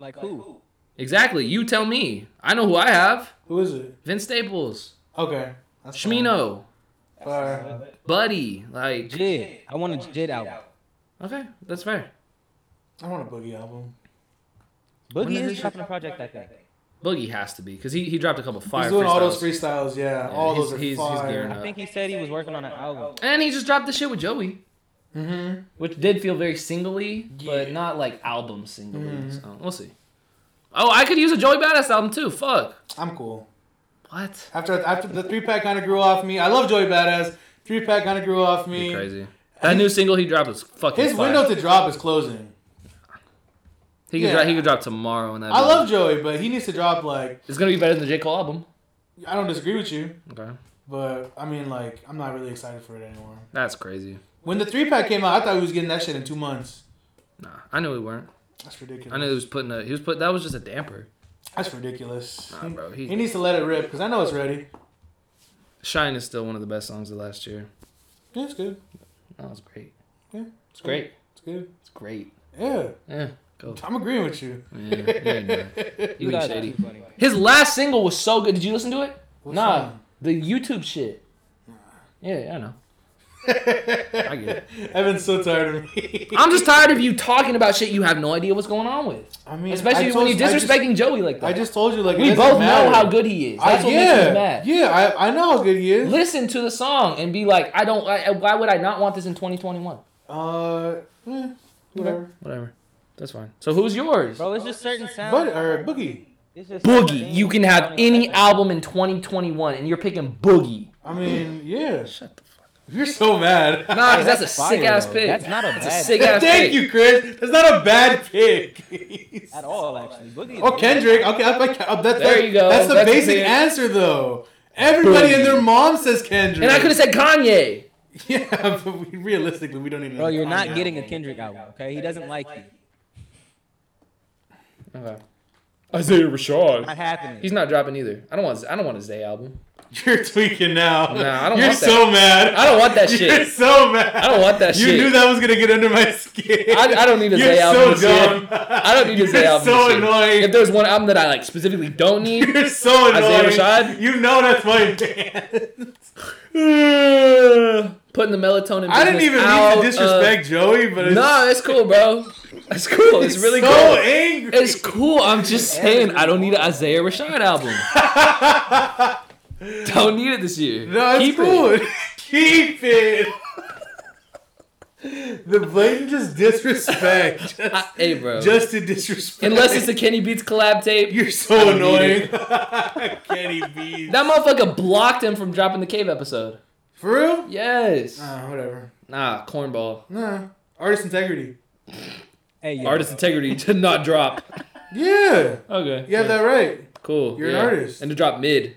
Speaker 2: Like who?
Speaker 1: Exactly. You tell me. I know who I have.
Speaker 3: Who is it?
Speaker 1: Vince Staples,
Speaker 3: Okay. That's fine.
Speaker 1: Shmino,
Speaker 3: Fire.
Speaker 1: Buddy. Like,
Speaker 2: Jid. I want a Jid album.
Speaker 1: okay, that's fair.
Speaker 3: I want a boogie album.
Speaker 2: Boogie is dropping a project, I think.
Speaker 1: Boogie has to be because he, he dropped a couple fire.
Speaker 3: He's doing all those
Speaker 1: freestyles.
Speaker 3: freestyles, yeah. all
Speaker 1: he's-
Speaker 3: those are
Speaker 1: he's- he's gearing
Speaker 3: fire.
Speaker 1: up.
Speaker 2: I think he said he was working on an album.
Speaker 1: And he just dropped the shit with Joey,
Speaker 3: mm-hmm.
Speaker 1: which did feel very singly, but
Speaker 3: Yeah. Mm-hmm.
Speaker 1: not like album singly. So we'll see. Oh, I could use a Joey Badass album too. Fuck.
Speaker 3: I'm cool.
Speaker 1: What?
Speaker 3: After after the three pack kind of grew off me. I love Joey Badass. Three pack kind of grew off me.
Speaker 1: You're crazy. That new single he dropped was fucking.
Speaker 3: His
Speaker 1: fire.
Speaker 3: window to drop is closing.
Speaker 1: He could
Speaker 3: Yeah.
Speaker 1: drop, he could drop tomorrow and that.
Speaker 3: I love Joey, but he needs to drop like
Speaker 1: It's gonna be better than the J Cole album.
Speaker 3: I don't disagree with you,
Speaker 1: Okay,
Speaker 3: but I mean like I'm not really excited for it anymore.
Speaker 1: that's crazy.
Speaker 3: When the three pack came out, I thought he was getting that shit in two months.
Speaker 1: Nah, I knew we weren't.
Speaker 3: That's ridiculous.
Speaker 1: I know he was putting a he was put that was just a damper.
Speaker 3: That's ridiculous.
Speaker 1: Nah, bro,
Speaker 3: Mm-hmm. he,
Speaker 1: he-
Speaker 3: he needs to let it rip because I know it's ready.
Speaker 1: Shine is still one of the best songs of last year.
Speaker 3: Yeah, it's good.
Speaker 1: Oh, That was great.
Speaker 3: Yeah,
Speaker 1: It's great.
Speaker 3: It's good.
Speaker 1: It's great.
Speaker 3: Yeah,
Speaker 1: Yeah, go.
Speaker 3: I'm agreeing with you.
Speaker 1: Yeah, yeah, yeah. You being
Speaker 2: guys are
Speaker 1: shady.
Speaker 2: too funny.
Speaker 1: His last single was so good. Did you listen to it?
Speaker 3: What's
Speaker 1: nah,
Speaker 3: wrong?
Speaker 1: the YouTube shit. Yeah, I know. I get it.
Speaker 3: Evan's so tired of me.
Speaker 1: I'm just tired of you talking about shit you have no idea what's going on with.
Speaker 3: I mean,
Speaker 1: Especially
Speaker 3: I
Speaker 1: when
Speaker 3: told-
Speaker 1: you're
Speaker 3: I just-
Speaker 1: disrespecting Joey like that.
Speaker 3: I just told you like
Speaker 1: we
Speaker 3: it doesn't
Speaker 1: both
Speaker 3: matter.
Speaker 1: know how good he is. That's
Speaker 3: I,
Speaker 1: what
Speaker 3: yeah,
Speaker 1: makes me mad.
Speaker 3: yeah, I, I know how good he is.
Speaker 1: Listen to the song and be like, I don't. I, why would I not want this in 2021?
Speaker 3: Uh, eh, whatever.
Speaker 1: Whatever. That's fine. So who's yours?
Speaker 2: Bro, it's just certain sounds.
Speaker 3: But or boogie.
Speaker 2: It's just certain
Speaker 1: Boogie.
Speaker 2: things
Speaker 1: You can have
Speaker 2: don't
Speaker 1: any
Speaker 2: expect.
Speaker 1: album in 2021, and you're picking Boogie.
Speaker 3: I mean, yeah. Shut
Speaker 1: the
Speaker 3: fuck. Up. You're so mad.
Speaker 1: Nah, 'cause that's, a
Speaker 2: fire,
Speaker 1: sick ass
Speaker 2: though.
Speaker 1: pick.
Speaker 2: That's not a
Speaker 1: That's
Speaker 2: bad
Speaker 1: sick ass pick.
Speaker 3: Thank you, Chris. That's not a bad pick.
Speaker 2: at all. Actually, Boogie. is
Speaker 3: Oh,
Speaker 2: good.
Speaker 3: Kendrick. Okay, I like. oh, That's
Speaker 1: There
Speaker 3: that-
Speaker 1: you go.
Speaker 3: That's the
Speaker 1: That's the
Speaker 3: basic
Speaker 1: pick.
Speaker 3: answer, though. Everybody and their mom says Kendrick.
Speaker 1: And I could have said Kanye.
Speaker 3: Yeah, but we, realistically, we don't even.
Speaker 2: Bro, you're not getting a Kendrick album. Okay, he doesn't like you.
Speaker 1: Okay. Isaiah Rashad.
Speaker 2: Not happening.
Speaker 1: He's not dropping either. I don't want. I don't want his Zay album.
Speaker 3: You're tweaking now.
Speaker 1: Nah, I don't
Speaker 3: You're
Speaker 1: want that.
Speaker 3: so mad.
Speaker 1: I don't want that shit.
Speaker 3: You're so mad.
Speaker 1: I don't want that
Speaker 3: you
Speaker 1: shit.
Speaker 3: knew that was gonna get under my skin.
Speaker 1: I- I don't need a
Speaker 3: You're
Speaker 1: Zay album this
Speaker 3: so
Speaker 1: year.
Speaker 3: dumb.
Speaker 1: I don't need his Zay
Speaker 3: You're
Speaker 1: album.
Speaker 3: so
Speaker 1: this year.
Speaker 3: annoying.
Speaker 1: If there's one album that I like specifically don't need,
Speaker 3: You're so
Speaker 1: Isaiah
Speaker 3: annoying.
Speaker 1: Rashad?
Speaker 3: You know that's my band.
Speaker 1: putting the melatonin.
Speaker 3: I didn't
Speaker 1: business
Speaker 3: even mean
Speaker 1: out
Speaker 3: to
Speaker 1: of-
Speaker 3: disrespect Joey, but it's
Speaker 1: uh, No, it's cool, bro. It's cool. It's really
Speaker 3: so
Speaker 1: cool.
Speaker 3: angry.
Speaker 1: It's cool. I'm just saying I don't need an Isaiah Rashad album. don't need it this year.
Speaker 3: No, it's
Speaker 1: Keep
Speaker 3: cool.
Speaker 1: It.
Speaker 3: Keep it. the blatant just disrespect. Just,
Speaker 1: I- hey, bro.
Speaker 3: just to disrespect.
Speaker 1: Unless it's the Kenny Beats collab tape.
Speaker 3: You're so
Speaker 1: don't need
Speaker 3: annoying.
Speaker 1: it.
Speaker 3: Kenny B.
Speaker 1: that motherfucker blocked him from dropping the cave episode.
Speaker 3: For real?
Speaker 1: Yes.
Speaker 3: Nah, whatever.
Speaker 1: Nah, cornball.
Speaker 3: Nah. Artist integrity.
Speaker 2: Hey, yo.
Speaker 1: Artist integrity to not drop.
Speaker 3: Yeah.
Speaker 1: Okay.
Speaker 3: You have that right.
Speaker 1: Cool.
Speaker 3: You're an
Speaker 1: yeah.
Speaker 3: artist.
Speaker 1: And to drop mid.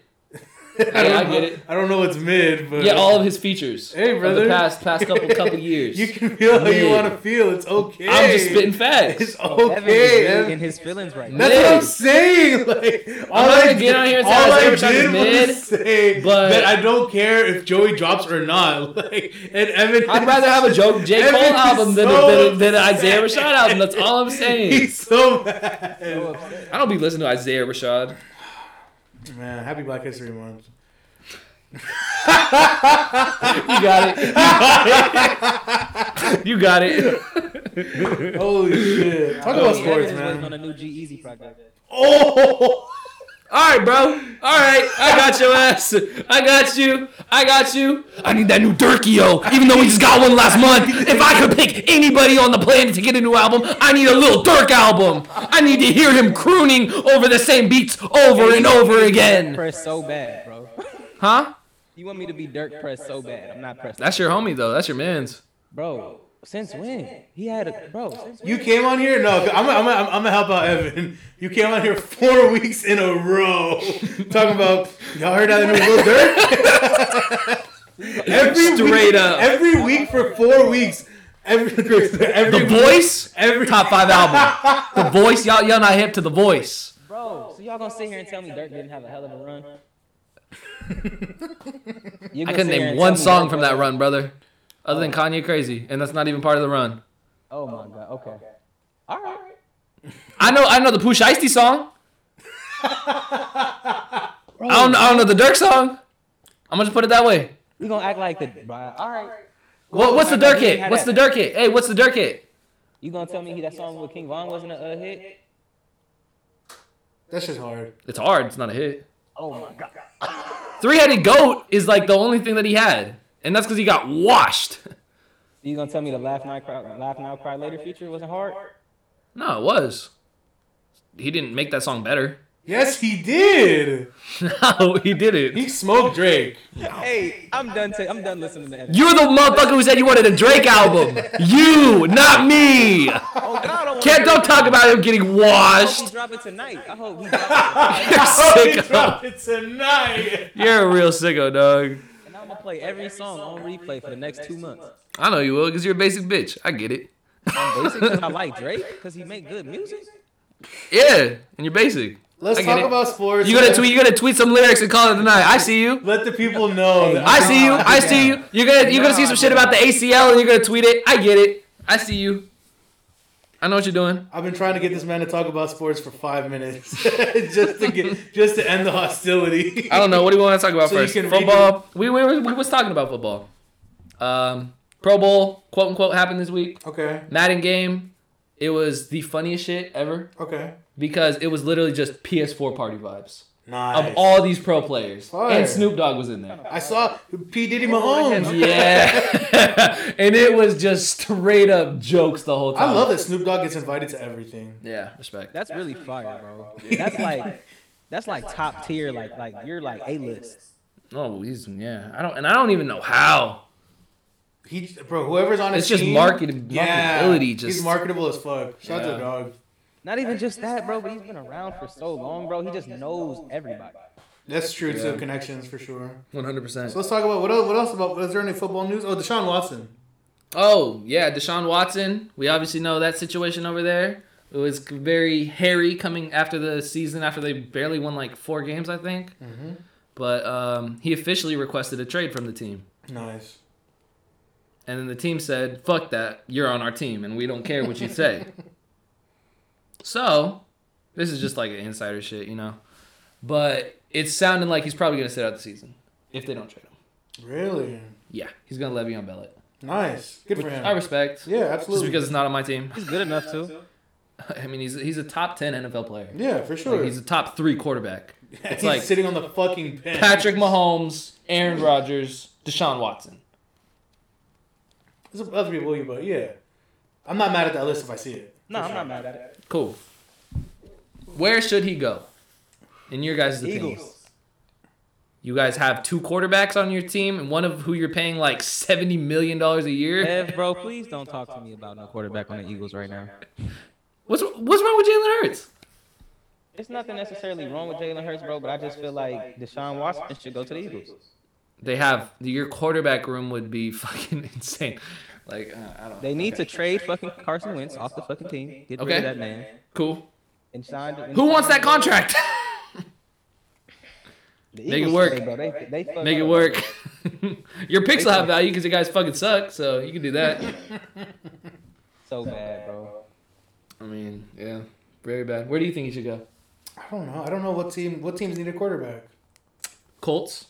Speaker 3: I,
Speaker 1: I
Speaker 3: don't
Speaker 1: get
Speaker 3: know,
Speaker 1: it.
Speaker 3: I don't know what's mid, but
Speaker 1: Yeah, all of his features.
Speaker 3: Hey,
Speaker 1: of
Speaker 3: brother.
Speaker 1: the past past couple couple years.
Speaker 3: you can feel how you
Speaker 1: Mid.
Speaker 3: want to feel. It's okay.
Speaker 1: I'm just spitting facts.
Speaker 3: It's
Speaker 2: Evan is
Speaker 3: okay.
Speaker 2: really
Speaker 3: Evan.
Speaker 2: in his feelings right now.
Speaker 1: Mid.
Speaker 3: That's what I'm saying. Like, all
Speaker 1: not
Speaker 3: I
Speaker 1: gonna
Speaker 3: did-
Speaker 1: get on here and say
Speaker 3: all
Speaker 1: Isaiah
Speaker 3: I
Speaker 1: Rashad is
Speaker 3: did
Speaker 1: mid,
Speaker 3: was say
Speaker 1: but-
Speaker 3: that I don't care if Joey drops or not. Like, and Evan,
Speaker 1: I'd rather have a Joe J.
Speaker 3: Evan
Speaker 1: Cole
Speaker 3: is
Speaker 1: album than,
Speaker 3: so
Speaker 1: a, than, a, than an
Speaker 3: upset.
Speaker 1: Isaiah Rashad album. That's all I'm saying.
Speaker 3: He's so mad.
Speaker 1: I don't be listening to Isaiah Rashad.
Speaker 3: Man, happy Black History Month.
Speaker 1: You got it. You got it.
Speaker 3: Holy shit! Talk
Speaker 2: Evan
Speaker 3: about
Speaker 1: Oh,
Speaker 2: is
Speaker 3: sports,
Speaker 2: working on
Speaker 3: man.
Speaker 2: a new G Easy project.
Speaker 3: Oh,
Speaker 1: All right, bro. All right. I got your ass. I got you. I got you. I need that new Durkio, even though we just got one last month. If I could pick anybody on the planet to get a new album, I need a Lil Durk album. I need to hear him crooning over the same beats over and over again.
Speaker 2: Press so bad, bro.
Speaker 1: Huh?
Speaker 2: You want me to be Dirk pressed so bad? I'm not pressed,
Speaker 1: That's your homie, though. That's your man's.
Speaker 2: bro. Since when? He had a bro. Since
Speaker 3: you came on here? No, I'm gonna I'm I'm I'm help out Evan. You came on here four weeks in a row talking about y'all heard that new Lil Durk. every
Speaker 1: Straight
Speaker 3: week,
Speaker 1: up.
Speaker 3: every week for four weeks. Every every
Speaker 1: The
Speaker 3: week-
Speaker 1: Voice,
Speaker 3: Every
Speaker 1: top five album. The Voice, y'all, y'all not hip to The Voice.
Speaker 2: bro. So y'all gonna sit here and tell me Dirk didn't have a hell of a run? You
Speaker 1: I
Speaker 2: gonna
Speaker 1: couldn't
Speaker 2: sit here
Speaker 1: name
Speaker 2: and
Speaker 1: one
Speaker 2: tell me
Speaker 1: song
Speaker 2: Dirk
Speaker 1: from that
Speaker 2: wasn't-
Speaker 1: run, brother. Other than Kanye Crazy, and that's not even part of the run.
Speaker 2: Oh my god. Okay. All right.
Speaker 1: I know, I know the Pooh Shiesty song. I don't, I don't know the Dirk song. I'm gonna just put it that way.
Speaker 2: We gonna act like the. bro, All right.
Speaker 1: What, what's the Dirk hit?
Speaker 2: had
Speaker 1: What's the
Speaker 2: that.
Speaker 1: Dirk hit? Hey, what's the Dirk hit?
Speaker 2: You gonna tell me he that song with King Von wasn't a uh, hit?
Speaker 3: That's just hard.
Speaker 1: It's hard. It's not a hit.
Speaker 2: Oh my god.
Speaker 1: Three-headed goat is like the only thing that he had, and that's because he got washed.
Speaker 2: You gonna tell me the Laugh Now Cry, Laugh Now Cry Later feature wasn't hard?
Speaker 1: No, it was. He didn't make that song better.
Speaker 3: Yes, he did.
Speaker 1: No, he didn't.
Speaker 3: He smoked Drake.
Speaker 2: Hey, I'm done. Ta- I'm done listening to Evan.
Speaker 1: You're the motherfucker who said you wanted a Drake album. You, not me.
Speaker 2: Oh God, I don't
Speaker 1: Can't don't talk about him getting
Speaker 2: He
Speaker 1: washed.
Speaker 2: drop it tonight. I hope he drop
Speaker 1: You're a
Speaker 3: Oh, he
Speaker 1: sicko.
Speaker 3: dropped it tonight.
Speaker 1: You're a real sicko, dog.
Speaker 2: it. And I'm gonna play every song on replay for the next two months.
Speaker 1: I know you will, cause you're a basic bitch. I get it.
Speaker 2: I'm basic because I like Drake because he make good music.
Speaker 1: Yeah, and you're basic.
Speaker 9: Let's
Speaker 1: I get
Speaker 9: talk
Speaker 1: it.
Speaker 9: about sports.
Speaker 1: You gonna
Speaker 9: man.
Speaker 1: tweet? You gonna tweet some lyrics and call it a night. I see you.
Speaker 3: Let the people know. that
Speaker 1: I see you. I see you. You're gonna you're gonna see some shit about the ACL and you're gonna tweet it. I get it. I see you. I know what you're doing.
Speaker 3: I've been trying to get this man to talk about sports for five minutes, just to get, just to end the hostility.
Speaker 1: I don't know. What do you want to talk about
Speaker 3: So you
Speaker 1: first?
Speaker 3: can
Speaker 1: Football. We, we were we was talking about football. Um, Pro Bowl quote unquote happened this week.
Speaker 9: Okay.
Speaker 1: Madden game. It was the funniest shit ever
Speaker 9: Okay.
Speaker 1: because it was literally just PS4 party vibes
Speaker 3: Nice.
Speaker 1: of all these pro players
Speaker 9: Fire.
Speaker 1: and Snoop Dogg was in there.
Speaker 3: I saw P Diddy Mahomes.
Speaker 1: Yeah, and it was just straight up jokes the whole time.
Speaker 3: I love that Snoop Dogg gets invited to everything.
Speaker 1: Yeah, respect.
Speaker 2: That's, really, fire, bro. That's like that's like top tier. Like like you're like a list.
Speaker 1: Oh, he's yeah. I don't and I don't even know how.
Speaker 3: He, bro, whoever's on his
Speaker 1: It's just
Speaker 3: team-
Speaker 1: market- marketability
Speaker 3: he's
Speaker 1: just-
Speaker 3: marketable as fuck. Shout out
Speaker 1: Yeah.
Speaker 3: to Dog.
Speaker 2: Not even just that, bro. But he's been around for so long, bro. He just knows everybody.
Speaker 3: That's true
Speaker 1: Yeah.
Speaker 3: too. Connections for sure.
Speaker 1: One hundred percent.
Speaker 3: So let's talk about what else. What else about? Was there any football news? Oh, Deshaun Watson.
Speaker 1: Oh yeah, Deshaun Watson. We obviously know that situation over there. It was very hairy coming after the season after they barely won like four games, I think.
Speaker 3: Mm-hmm.
Speaker 1: But um, he officially requested a trade from the team,
Speaker 3: Nice.
Speaker 1: and then the team said, "Fuck that, you're on our team, and we don't care what you say." so, this is just like an insider shit, you know. But it's sounding like he's probably gonna sit out the season if they don't trade him.
Speaker 3: Really
Speaker 1: Yeah, he's gonna levy on Bellet.
Speaker 3: nice. Good for him.
Speaker 1: I respect.
Speaker 3: yeah,
Speaker 1: Just
Speaker 3: absolutely.
Speaker 1: because it's not on my team.
Speaker 2: He's good enough too.
Speaker 1: I mean, he's he's a top ten NFL player.
Speaker 3: yeah, for sure.
Speaker 1: Like, he's a top three quarterback.
Speaker 3: he's
Speaker 1: It's like
Speaker 3: sitting on the fucking bench.
Speaker 1: Patrick Mahomes, Aaron Rodgers, Deshaun Watson.
Speaker 3: There's other people, you but yeah, I'm not mad at that list if I see it.
Speaker 2: No, I'm not mad at it.
Speaker 1: Cool. Where should he go? In your guys' opinion,
Speaker 2: Eagles.
Speaker 1: you guys have two quarterbacks on your team, and one of who you're paying like seventy million dollars a year.
Speaker 2: Ev, bro, please don't talk to me about no quarterback on the Eagles right now.
Speaker 1: What's what's wrong with Jalen Hurts?
Speaker 2: It's nothing necessarily wrong with Jalen Hurts, bro, but I just feel like Deshaun Watson should go to the Eagles.
Speaker 1: They have your quarterback room would be fucking insane. Like uh, I don't.
Speaker 2: They need
Speaker 1: okay.
Speaker 2: to trade fucking Carson Wentz off the fucking team. Get rid
Speaker 1: Okay.
Speaker 2: of that man.
Speaker 1: Cool.
Speaker 2: And sign, and
Speaker 1: Who wants that contract?
Speaker 2: The
Speaker 1: Make it
Speaker 2: Eagles
Speaker 1: work.
Speaker 2: today, bro, they- they fuck
Speaker 1: Make it
Speaker 2: up.
Speaker 1: work. Your picks will have value because you guys fucking suck, so you can do that.
Speaker 2: So bad, bro.
Speaker 1: I mean, yeah, very bad. Where do you think he should go?
Speaker 3: I don't know. I don't know what team. What teams need a quarterback?
Speaker 1: Colts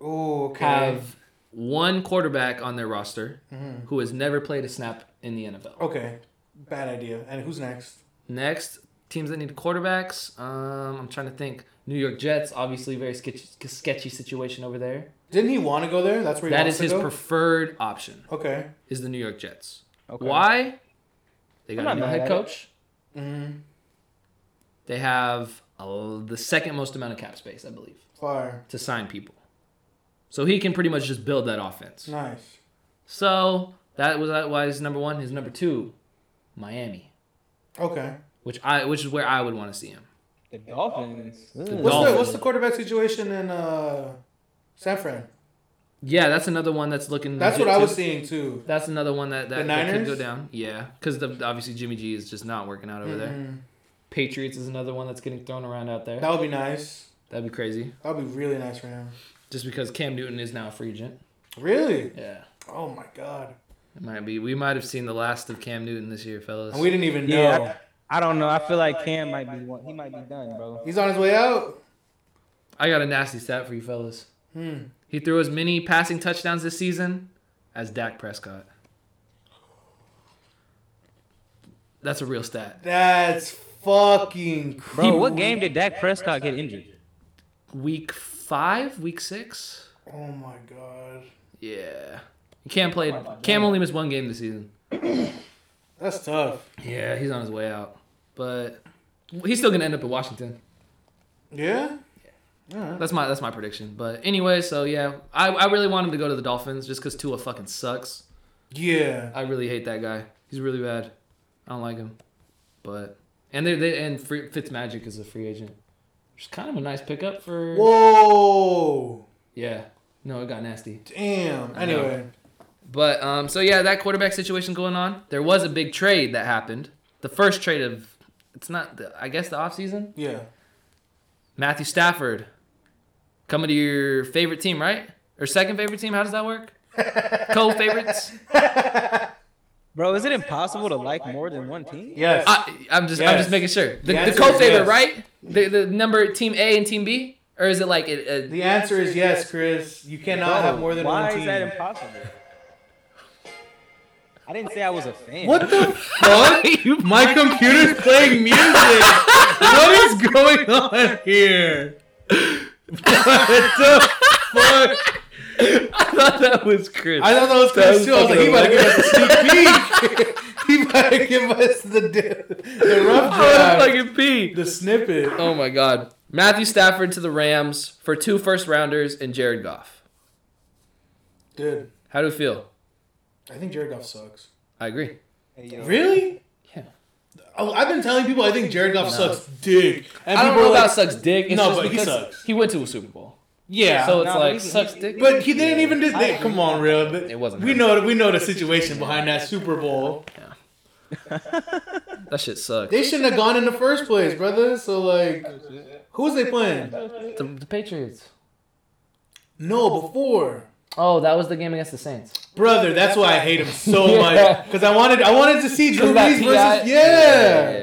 Speaker 3: Oh, okay.
Speaker 1: have one quarterback on their roster who has never played a snap in the NFL.
Speaker 3: Okay, bad idea. And who's next?
Speaker 1: Next, teams that need quarterbacks. Um, I'm trying to think. New York Jets, obviously, very sketchy, sketchy situation over there.
Speaker 3: Didn't he want to go there? That's where he
Speaker 1: That
Speaker 3: wants
Speaker 1: is his
Speaker 3: to go?
Speaker 1: preferred option.
Speaker 3: okay.
Speaker 1: Is the New York Jets.
Speaker 2: Okay.
Speaker 1: Why? They got a
Speaker 2: not
Speaker 1: new
Speaker 2: mad
Speaker 1: head
Speaker 2: at
Speaker 1: coach.
Speaker 3: Mm,
Speaker 1: They have uh, the second most amount of cap space, I believe,
Speaker 3: fire.
Speaker 1: to sign people. So he can pretty much just build that offense.
Speaker 3: Nice.
Speaker 1: So that was that why his number one. His number two, Miami,
Speaker 3: Okay.
Speaker 1: which I which is where I would want to see him.
Speaker 2: The Dolphins. Ugh.
Speaker 1: Dol-
Speaker 3: What's the,
Speaker 1: Dolphins.
Speaker 3: what's the quarterback situation in uh, San Fran?
Speaker 1: Mm-hmm. Yeah, that's another one that's looking.
Speaker 3: That's what
Speaker 1: legit,
Speaker 3: I was
Speaker 1: too.
Speaker 3: seeing too.
Speaker 1: That's another one that that,
Speaker 3: The
Speaker 1: that could
Speaker 3: Niners?
Speaker 1: go down. Yeah, because obviously Jimmy G is just not working out over there.
Speaker 3: Mm,
Speaker 1: Patriots is another one that's getting thrown around out there.
Speaker 3: That would be nice.
Speaker 1: That'd be crazy.
Speaker 3: That would be really nice for him.
Speaker 1: Just because Cam Newton is now a free agent.
Speaker 3: Really?
Speaker 1: Yeah,
Speaker 3: Oh my god.
Speaker 1: it might be. We might have seen the last of Cam Newton this year, fellas.
Speaker 3: And we didn't even know.
Speaker 2: Yeah, I don't know. I feel like Cam might be one. He might be done, bro.
Speaker 3: He's on his way out.
Speaker 1: I got a nasty stat for you, fellas.
Speaker 3: Hmm.
Speaker 1: He threw as many passing touchdowns this season as Dak Prescott. That's a real stat.
Speaker 3: That's fucking crazy.
Speaker 2: Bro, what game did Dak Prescott get injured?
Speaker 1: Week five, week six.
Speaker 3: Oh my god.
Speaker 1: Yeah, Cam played. Cam only missed one game this season.
Speaker 3: That's tough.
Speaker 1: Yeah, he's on his way out, but he's still gonna end up in Washington.
Speaker 3: Yeah? Alright.
Speaker 1: That's my that's my prediction. But anyway, so yeah, I, I really want him to go to the Dolphins just because Tua fucking sucks.
Speaker 3: Yeah.
Speaker 1: I really hate that guy. He's really bad. I don't like him. But and they, they and free, Fitzmagic is a free agent, which is kind of a nice pickup for.
Speaker 3: Whoa.
Speaker 1: Yeah. No, it got nasty.
Speaker 3: Damn.
Speaker 1: I know.
Speaker 3: Anyway.
Speaker 1: But um, so yeah, that quarterback situation going on. There was a big trade that happened. The first trade of it's not the, I guess the offseason.
Speaker 3: Yeah.
Speaker 1: Matthew Stafford coming to your favorite team, right? Or second favorite team? How does that work? Co-favorites?
Speaker 2: Bro, is it impossible to like more than one team?
Speaker 3: Yes.
Speaker 1: I, I'm just I'm
Speaker 3: Yes.
Speaker 1: just making sure. The,
Speaker 3: The answer
Speaker 1: the
Speaker 3: is
Speaker 1: co-favorite,
Speaker 3: yes.
Speaker 1: right? The, the number team A and team B, or is it like it? uh
Speaker 3: the answer is yes, Chris. You cannot have more than
Speaker 2: Why
Speaker 3: one
Speaker 2: is
Speaker 3: team.
Speaker 2: that impossible? I didn't say I was a fan.
Speaker 3: what the
Speaker 1: what? You-
Speaker 3: My computer's playing music. what is going on here? What the fuck?
Speaker 1: I thought that was Chris.
Speaker 3: I don't know what's
Speaker 1: That
Speaker 3: going
Speaker 1: was
Speaker 3: on. too. I was like, he
Speaker 1: fucking
Speaker 3: about to give us a sneak peek. he about to give us the the rough
Speaker 1: I was
Speaker 3: draft,
Speaker 1: fucking pee.
Speaker 3: the snippet.
Speaker 1: Oh my god. Matthew Stafford to the Rams for two first rounders and Jared Goff.
Speaker 3: Dude,
Speaker 1: How do we feel?
Speaker 3: I think Jared Goff sucks.
Speaker 1: I agree.
Speaker 2: Hey, yo.
Speaker 3: Really?
Speaker 1: Yeah.
Speaker 3: Oh, I've been telling people I think Jared Goff sucks, dick. And
Speaker 1: I don't
Speaker 3: people
Speaker 1: know
Speaker 3: are
Speaker 1: about
Speaker 3: like,
Speaker 1: sucks dick. It's
Speaker 3: No,
Speaker 1: just
Speaker 3: but he
Speaker 1: because
Speaker 3: sucks.
Speaker 1: he went to a Super Bowl.
Speaker 3: yeah.
Speaker 1: So it's
Speaker 2: No,
Speaker 1: like
Speaker 2: he's-
Speaker 1: sucks
Speaker 2: he's-
Speaker 1: dick.
Speaker 3: but he didn't even do that. Come on, real. But
Speaker 1: It wasn't
Speaker 3: We
Speaker 1: him.
Speaker 3: know we know the situation behind that Super Bowl.
Speaker 1: that shit sucks.
Speaker 3: They shouldn't have gone in the first place, brother. So like, who was they playing?
Speaker 1: The, the Patriots.
Speaker 3: No, before.
Speaker 1: Oh, that was the game against the Saints.
Speaker 3: Brother, that's why I hate him so
Speaker 1: Yeah.
Speaker 3: much. Because I wanted, I wanted to see Drew
Speaker 1: Was that
Speaker 3: Brees versus
Speaker 1: TI?
Speaker 3: yeah.
Speaker 1: Yeah, yeah,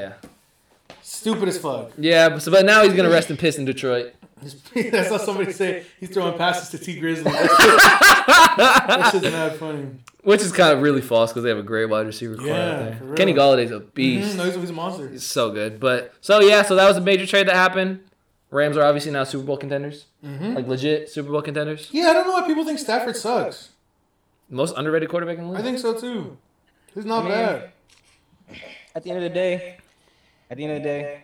Speaker 1: yeah.
Speaker 3: stupid as fuck.
Speaker 1: Yeah, but, so, but now he's gonna rest in piss in Detroit.
Speaker 3: I saw somebody say he's throwing passes to T Grizzly. that shit's not funny.
Speaker 1: Which is kind of really false because they have a great wide receiver core
Speaker 3: Yeah,
Speaker 1: out
Speaker 3: for
Speaker 1: there.
Speaker 3: real.
Speaker 1: Kenny Galladay's a beast.
Speaker 3: Mhm, No, he's, he's a monster.
Speaker 1: He's so good. But so yeah, so that was a major trade that happened. Rams are obviously now Super Bowl contenders,
Speaker 3: Mhm.
Speaker 1: like legit Super Bowl contenders.
Speaker 3: Yeah, I don't know why people think Stafford sucks.
Speaker 1: Most underrated quarterback in the league.
Speaker 3: I think so too. He's not
Speaker 2: Man.
Speaker 3: bad.
Speaker 2: At the end of the day, at the end of the day,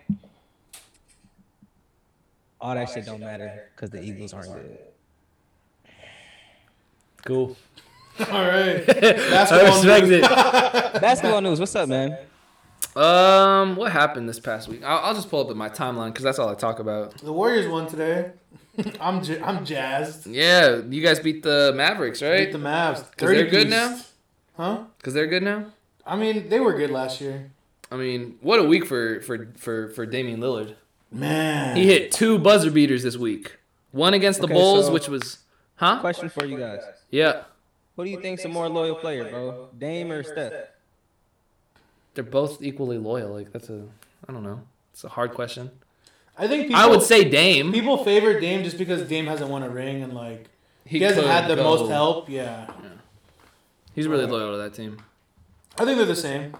Speaker 2: all that shit don't matter because the Eagles aren't good.
Speaker 1: cool.
Speaker 3: All right.
Speaker 1: I respect it.
Speaker 2: Basketball news. What's up, man?
Speaker 1: Um, what happened this past week? I'll, I'll just pull up my timeline because that's all I talk about.
Speaker 3: The Warriors won today. I'm j- I'm jazzed.
Speaker 1: Yeah, you guys beat the Mavericks,
Speaker 3: Beat
Speaker 1: right?
Speaker 3: the Mavs.
Speaker 1: Because they're
Speaker 3: 30
Speaker 1: good
Speaker 3: piece.
Speaker 1: now.
Speaker 3: Huh?
Speaker 1: Because they're good now.
Speaker 3: I mean, they were good last year.
Speaker 1: I mean, what a week for for for for Damian Lillard.
Speaker 3: Man.
Speaker 1: He hit two buzzer beaters this week. One against the
Speaker 2: Okay,
Speaker 1: Bulls,
Speaker 2: so-
Speaker 1: which was, huh?
Speaker 2: Question for you guys.
Speaker 1: Yeah,
Speaker 2: Who do you think's a more loyal player, bro? Dame or Steph?
Speaker 1: they're both equally loyal. Like that's a, I don't know. It's a hard question.
Speaker 3: I think people,
Speaker 1: I would say Dame.
Speaker 3: people favor Dame just because Dame hasn't won a ring and like he,
Speaker 1: could
Speaker 3: hasn't had the
Speaker 1: go.
Speaker 3: most help. Yeah.
Speaker 1: He's really loyal to that team.
Speaker 3: I think they're the same.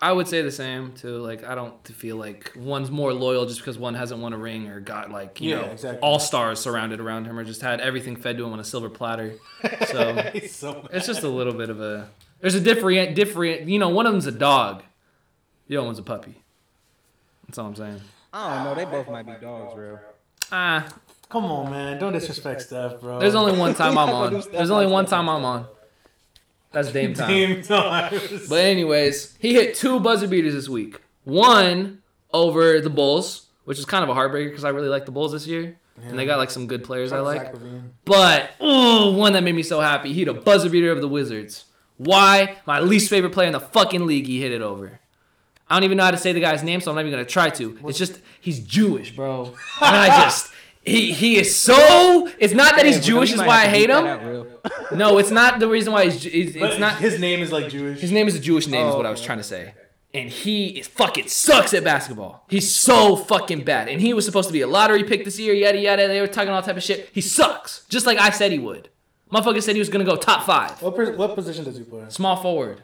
Speaker 1: I would say the same too. Like I don't feel like one's more loyal just because one hasn't won a ring or got like you
Speaker 3: Yeah,
Speaker 1: know
Speaker 3: exactly.
Speaker 1: all stars surrounded around him or just had everything fed to him on a silver platter. So
Speaker 3: He's so mad.
Speaker 1: it's just a little bit of a. There's a different, different. You know, one of them's a dog. The other one's a puppy. That's all I'm saying.
Speaker 2: I don't know. They both might be dogs, bro.
Speaker 1: Ah,
Speaker 3: Come on, man. Don't disrespect Steph, bro.
Speaker 1: there's only one time I'm on. There's only one time I'm on. That's Dame time.
Speaker 3: Dame time.
Speaker 1: But anyways, he hit two buzzer beaters this week. One over the Bulls, which is kind of a heartbreaker because I really like the Bulls this year, and they got like some good players I like.
Speaker 3: Zach Levine.
Speaker 1: But ooh, one that made me so happy. He hit a buzzer beater of the Wizards. Why? My least favorite player in the fucking league. He hit it over. I don't even know how to say the guy's name, so I'm not even gonna try to. It's just he's Jewish, bro. And I just he he is so. It's not that he's Jewish is why I hate him. No, it's not the reason why he's. Ju- It's,
Speaker 3: But
Speaker 1: it's not
Speaker 3: his name is like Jewish.
Speaker 1: his name is a Jewish name, is what I
Speaker 2: Oh,
Speaker 1: was trying to say. And he is fucking sucks at basketball. He's so fucking bad. And he was supposed to be a lottery pick this year, yada yada. They were talking all type of shit. He sucks, just like I said he would. Motherfucker said he was gonna go top five,
Speaker 3: What, per- what position does he play?
Speaker 1: small forward.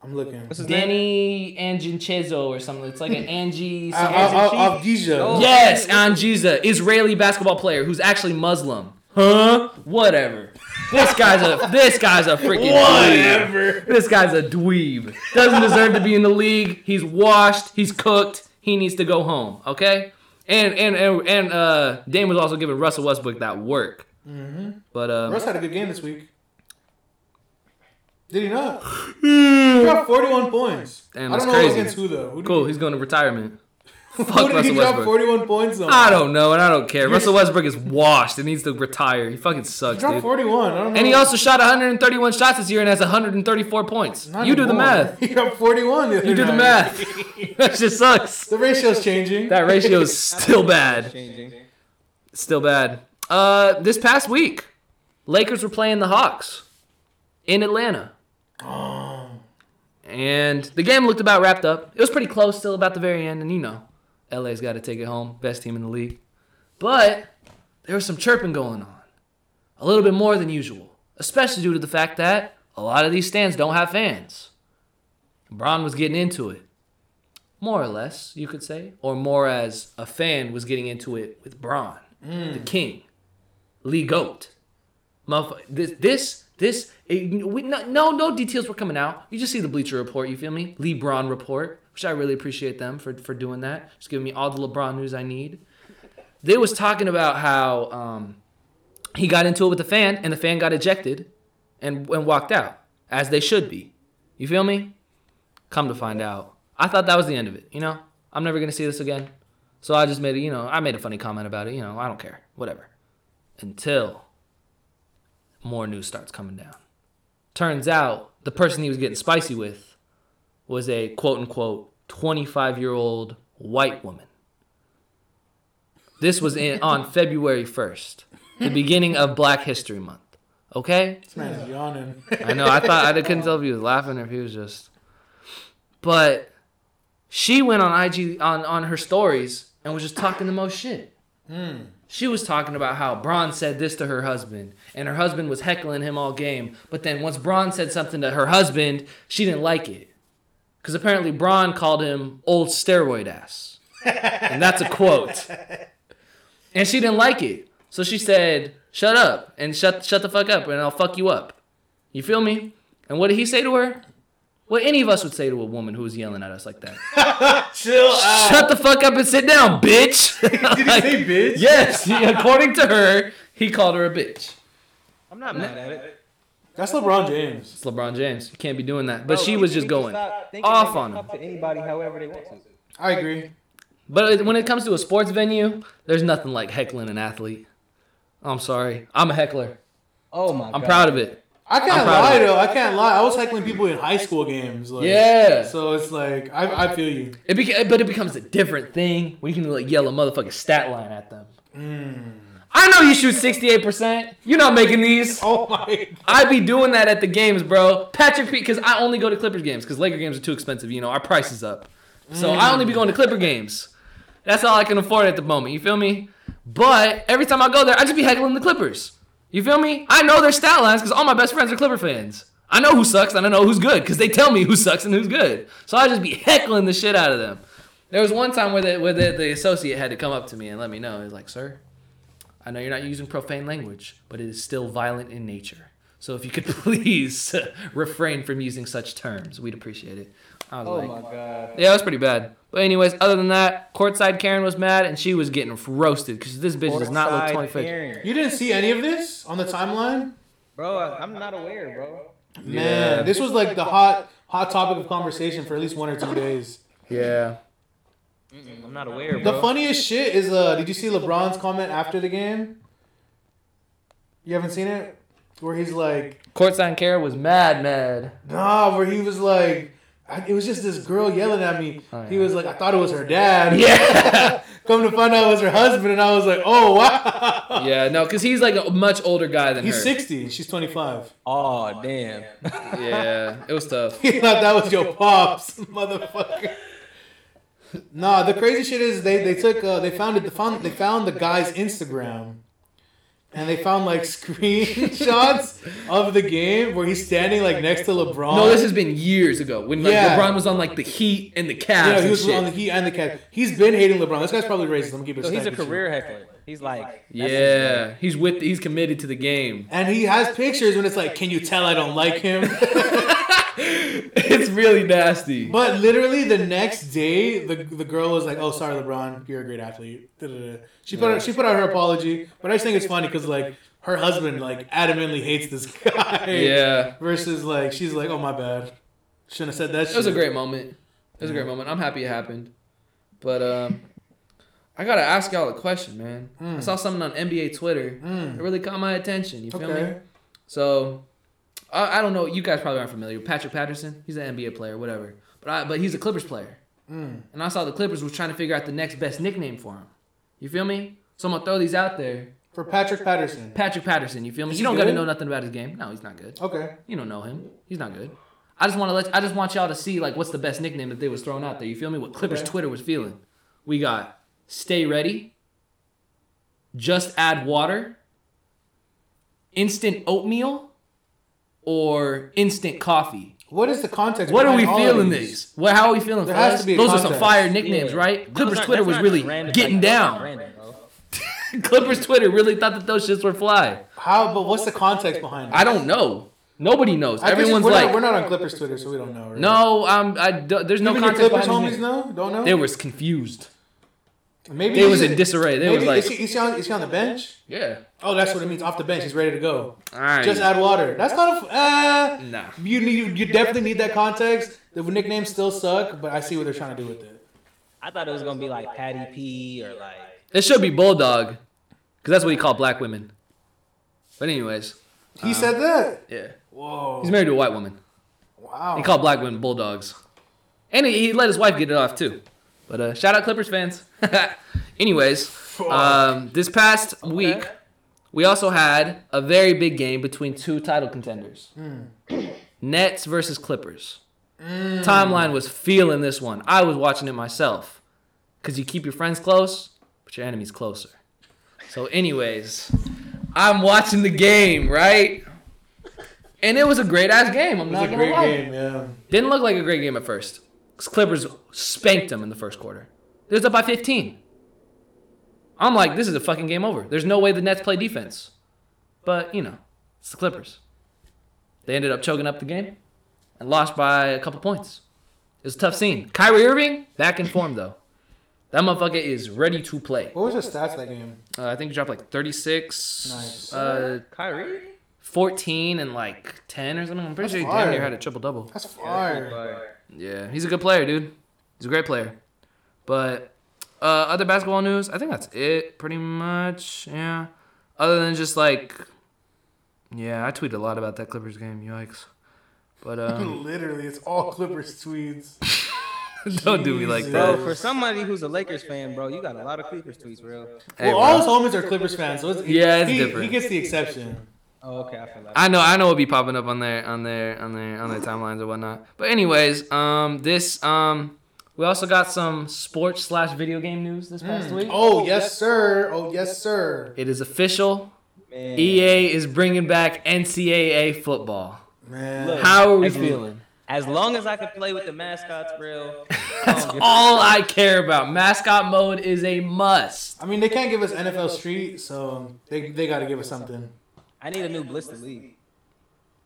Speaker 3: I'm looking.
Speaker 2: What's his name? Uh,
Speaker 1: Danny Anginchezo or something. It's like an Angie.
Speaker 3: Al- Al- Al- Aldeja.
Speaker 1: yes, Angiza, Israeli basketball player who's actually Muslim. Huh? Whatever. This guy's a this guy's a freaking dweeb.
Speaker 3: Whatever.
Speaker 1: This guy's a dweeb. Doesn't deserve to be in the league. He's washed. He's cooked. He needs to go home. Okay. And and and, and uh, Dame was also giving Russell Westbrook that work.
Speaker 3: Mm-hmm.
Speaker 1: But um,
Speaker 3: Russ had a good game this week. Did he not? he got 41 points.
Speaker 1: Damn,
Speaker 3: I
Speaker 1: that's
Speaker 3: don't know
Speaker 1: crazy.
Speaker 3: against who though. Who did
Speaker 1: cool.
Speaker 3: he-
Speaker 1: He's going to retirement. Fuck
Speaker 3: Who did he
Speaker 1: Russell
Speaker 3: drop
Speaker 1: Westbrook.
Speaker 3: 41 points on?
Speaker 1: I don't know, and I don't care. Russell Westbrook is washed. It needs to retire. He fucking
Speaker 3: He
Speaker 1: sucks,
Speaker 3: dropped
Speaker 1: dude.
Speaker 3: 41. I don't know.
Speaker 1: And he also shot 131 shots this year and has 134 points.
Speaker 3: Not
Speaker 1: you do the
Speaker 3: anymore.
Speaker 1: math.
Speaker 3: He dropped 41. The other
Speaker 1: You do the
Speaker 3: night.
Speaker 1: math. that shit sucks.
Speaker 3: The ratio's changing.
Speaker 1: That ratio is still bad.
Speaker 2: Changing.
Speaker 1: Still bad. Uh, this past week, Lakers were playing the Hawks in Atlanta. And the game looked about wrapped up. It was pretty close still about the very end, and you know, LA's got to take it home. Best team in the league. But there was some chirping going on. A little bit more than usual, especially due to the fact that a lot of these stands don't have fans. LeBron was getting into it. More or less, you could say, or more as a fan was getting into it with Braun, the king, Lee Goat. Motherf- This, this, this. it- we, no, no, no details were coming out. You just see the Bleacher Report. You feel me? Lee Braun Report, which I really appreciate them for for doing that. Just giving me all the LeBron news I need. They was talking about how um, he got into it with the fan, and the fan got ejected, and and walked out as they should be. You feel me? Come to find out, I thought that was the end of it. You know, I'm never gonna see this again. So I just made a, you know, I made a funny comment about it. You know, I don't care, whatever. Until more news starts coming down. Turns out the person he was getting spicy with was a quote unquote 25 year old white woman. This was in, on February 1st, the beginning of Black History Month. Okay?
Speaker 3: This man's yawning.
Speaker 1: I know. I thought I couldn't tell if he was laughing or if he was just. But she went on IG on on her stories and was just talking the most shit. She was talking about how Braun said this to her husband, and her husband was heckling him all game. But then once Braun said something to her husband, she didn't like it. Because apparently Braun called him old steroid ass. And that's a quote. And she didn't like it. So she said, shut up and shut, shut the fuck up and I'll fuck you up. You feel me? And what did he say to her? What any of us would say to a woman who was yelling at us like that.
Speaker 3: Chill out.
Speaker 1: Shut the fuck up and sit down, bitch.
Speaker 3: Did he
Speaker 1: Like,
Speaker 3: say bitch?
Speaker 1: yes, he- according to her, he called her a bitch.
Speaker 2: I'm not mad at it.
Speaker 3: That's LeBron James.
Speaker 1: It's LeBron James. You can't be doing that. But
Speaker 3: Oh,
Speaker 2: Bro,
Speaker 1: she was
Speaker 2: people
Speaker 1: just
Speaker 2: can
Speaker 1: going.
Speaker 2: stop thinking
Speaker 1: off
Speaker 2: they can
Speaker 1: on
Speaker 2: talk
Speaker 1: him.
Speaker 2: to anybody, however they want to.
Speaker 3: I agree.
Speaker 1: But it- when it comes to a sports venue, there's nothing like heckling an athlete. I'm sorry. I'm a heckler.
Speaker 2: Oh my god.
Speaker 1: I'm proud of it. I'm
Speaker 3: I can't
Speaker 1: proud of
Speaker 3: lie
Speaker 1: it.
Speaker 3: though. I can't lie. I was heckling people in high school games. Like,
Speaker 1: Yeah.
Speaker 3: So it's like I, I feel you.
Speaker 1: It beca- but it becomes a different thing when you can like yell a motherfucking stat line at them.
Speaker 3: Hmm.
Speaker 1: I know you shoot 68%. You're not making these.
Speaker 3: Oh my.
Speaker 1: I be doing that at the games, bro. Patrick Pete, because I only go to Clippers games because Laker games are too expensive. You know, our price is up. So I only be going to Clipper games. That's all I can afford at the moment. You feel me? But every time I go there, I just be heckling the Clippers. You feel me? I know their stat lines because all my best friends are Clipper fans. I know who sucks and I know who's good because they tell me who sucks and who's good. So I just be heckling the shit out of them. There was one time where the, where the, the associate had to come up to me and let me know. He's like, sir, I know you're not using profane language, but it is still violent in nature. So if you could please refrain from using such terms, we'd appreciate it. I was
Speaker 2: Oh
Speaker 1: like,
Speaker 2: my god.
Speaker 1: yeah, it was pretty bad. But anyways, other than that, courtside Karen was mad and she was getting roasted because this bitch does not look
Speaker 2: Side
Speaker 1: 25.
Speaker 2: parent.
Speaker 3: You didn't see any of this on the timeline,
Speaker 2: Bro, I- I'm not aware, bro.
Speaker 3: man. This was like the hot hot topic of conversation for at least one or two days.
Speaker 1: Yeah.
Speaker 2: I'm not aware,
Speaker 3: The
Speaker 2: bro.
Speaker 3: funniest shit is uh, did you see LeBron's comment after the game? You haven't seen it, where he's like,
Speaker 1: Courtside Karen was mad, mad.
Speaker 3: Nah, where he was like, I, it was just this girl yelling at me.
Speaker 1: Oh, yeah.
Speaker 3: He was like, I thought it was her dad.
Speaker 1: Yeah.
Speaker 3: Come to find out it was her husband, and I was like, oh, wow.
Speaker 1: yeah, no, because he's like a much older guy than
Speaker 3: He's
Speaker 1: her.
Speaker 3: 60 and she's 25.
Speaker 2: Oh damn.
Speaker 1: Yeah, it was tough.
Speaker 3: He thought that was your pops, motherfucker. Nah, the crazy shit is they, they took uh, they found it they found they found the guy's Instagram, and they found like screenshots of the game where he's standing like next to LeBron.
Speaker 1: No, this has been years ago when like,
Speaker 3: Yeah.
Speaker 1: LeBron was on like the Heat and the Cavs
Speaker 3: yeah, he
Speaker 1: and
Speaker 3: was
Speaker 1: shit.
Speaker 3: on the Heat and the Cavs. He's been hating LeBron. This guy's probably racist. I'm gonna keep it.
Speaker 2: So
Speaker 3: a
Speaker 2: he's a
Speaker 3: stack with you.
Speaker 2: career heckler. He's like
Speaker 1: yeah, he's with he's committed to the game.
Speaker 3: And he has pictures when it's like, can you tell I don't like him?
Speaker 1: it's really nasty.
Speaker 3: but literally the next day, the, the girl was like, oh, sorry, LeBron, you're a great athlete. Da-da-da. She put out, she put out her apology, but I just think it's funny because like her husband like adamantly hates this guy.
Speaker 1: Yeah.
Speaker 3: Versus like she's like, oh my bad, shouldn't have said that.
Speaker 1: It was a great moment. It was a great moment. I'm happy it happened. But um, I gotta ask y'all a question, man. I
Speaker 3: Mm.
Speaker 1: saw something on NBA Twitter. It
Speaker 3: Mm.
Speaker 1: really caught my attention. You feel me?
Speaker 3: Okay.
Speaker 1: So, I, I don't know. You guys probably aren't familiar. Patrick Patterson. He's an NBA player, whatever. But I, but he's a Clippers player.
Speaker 3: Mm.
Speaker 1: And I saw the Clippers was trying to figure out the next best nickname for him. You feel me? So I'm gonna throw these out there.
Speaker 3: For Patrick Patterson.
Speaker 1: Patrick Patterson. You feel me?
Speaker 3: Is
Speaker 1: You
Speaker 3: he
Speaker 1: don't gotta
Speaker 3: good?
Speaker 1: know nothing about his game. No, he's not good.
Speaker 3: Okay.
Speaker 1: You don't know him. He's not good. I just want to let. I just want y'all to see like what's the best nickname that they was throwing out there. You feel me? What Clippers
Speaker 3: Okay.
Speaker 1: Twitter was feeling. We got stay ready. Just add water. Instant oatmeal, or instant coffee.
Speaker 3: What is the context?
Speaker 1: What are we
Speaker 3: behind all of
Speaker 1: feeling
Speaker 3: these?
Speaker 1: these? What? How are we feeling?
Speaker 3: There
Speaker 1: fellas?
Speaker 3: has to be a
Speaker 1: Those are some
Speaker 3: context.
Speaker 1: fire nicknames,
Speaker 2: Yeah.
Speaker 1: right?
Speaker 2: Those
Speaker 1: Clippers
Speaker 2: aren't-
Speaker 1: Twitter
Speaker 2: that's
Speaker 1: was
Speaker 2: not
Speaker 1: really
Speaker 2: just random,
Speaker 1: getting
Speaker 2: like, that's not
Speaker 1: down.
Speaker 2: Random, bro.
Speaker 1: Clippers Twitter really thought that those shits were fly.
Speaker 3: How? But what's the context behind it?
Speaker 1: I don't know. Nobody knows.
Speaker 3: I guess
Speaker 1: Everyone's
Speaker 3: we're
Speaker 1: like,
Speaker 3: not, we're not on Clippers Twitter, so we don't know. Right?
Speaker 1: No, um, I do, there's no
Speaker 3: Even your
Speaker 1: context
Speaker 3: Clippers
Speaker 1: behind his
Speaker 3: homies
Speaker 1: name.
Speaker 3: know, don't know.
Speaker 1: They was confused.
Speaker 3: maybe
Speaker 1: They was
Speaker 3: he's-
Speaker 1: in disarray. They was
Speaker 3: maybe
Speaker 1: like,
Speaker 3: is he, is he on, is he on the bench?
Speaker 1: yeah,
Speaker 3: Oh, that's what it means. Off the bench, he's ready to go.
Speaker 1: all right,
Speaker 3: Just add water. That's not a. Uh,
Speaker 1: nah.
Speaker 3: you need. You definitely need that context. The nicknames still suck, but I see what they're trying to do with it.
Speaker 2: I thought it was gonna be like Patty P or like
Speaker 1: It should be bulldog, because that's what he called black women. But anyways,
Speaker 3: He said that.
Speaker 1: yeah,
Speaker 3: Whoa.
Speaker 1: he's married to a white woman.
Speaker 3: Wow.
Speaker 1: He called black women bulldogs, and he, he let his wife get it off too. But uh, shout out Clippers fans. anyways, um, this past week we also had a very big game between two title contenders.
Speaker 10: Hmm.
Speaker 1: Nets versus Clippers. Timeline was feeling this one. I was watching it myself. Because you keep your friends close, but your enemies closer. So, anyways, I'm watching the game, right? And it was a great ass game. I'm
Speaker 10: It's
Speaker 1: not
Speaker 10: a
Speaker 1: gonna
Speaker 10: great
Speaker 1: lie.
Speaker 10: game, yeah.
Speaker 1: Didn't look like a great game at first. 'Cause Clippers spanked them in the first quarter. They was up by 15. I'm like, this is a fucking game over. There's no way the Nets play defense. But, you know, it's the Clippers. They ended up choking up the game and lost by a couple points. It was a tough scene. Kyrie Irving, back in form, though. That motherfucker is ready to play.
Speaker 3: What was the stats that game?
Speaker 1: Uh, I think he dropped like 36,
Speaker 3: Nice.
Speaker 1: uh,
Speaker 2: Kyrie.
Speaker 1: 14, and like 10 or something. I'm pretty sure he damn
Speaker 3: fire.
Speaker 1: near had a triple double.
Speaker 3: That's fire.
Speaker 1: Yeah, he's a good player, dude. He's a great player. But uh, other basketball news, I think that's it, pretty much. Yeah. Other than just like, yeah, I tweeted a lot about that Clippers game. Yikes. But um,
Speaker 3: Literally, it's all Clippers tweets.
Speaker 1: don't do me like
Speaker 2: Bro,
Speaker 1: that.
Speaker 2: for somebody who's a Lakers fan, bro, you got a lot of Clippers tweets, bro.
Speaker 1: Hey,
Speaker 3: well, all
Speaker 1: bro.
Speaker 3: his homies are Clippers fans, so it's,
Speaker 1: Yeah, it's
Speaker 3: he,
Speaker 1: different.
Speaker 3: He gets the exception.
Speaker 2: Oh, okay, I feel like.
Speaker 1: I know, I know, it'll be popping up on their, on their, on their, on their timelines or whatnot. But anyways, um, this um, we also got some sports slash video game news this past week.
Speaker 3: Oh yes, sir. Oh yes, sir.
Speaker 1: It is official.
Speaker 2: Man.
Speaker 1: EA E is bringing back NCAA football.
Speaker 3: Man,
Speaker 1: How are we feeling?
Speaker 2: As long as I can play with the mascots, bro.
Speaker 1: That's all I care about. Mascot mode is a must.
Speaker 3: I mean they can't give us NFL Street, so they they got to give us something.
Speaker 2: I need a new Blister League.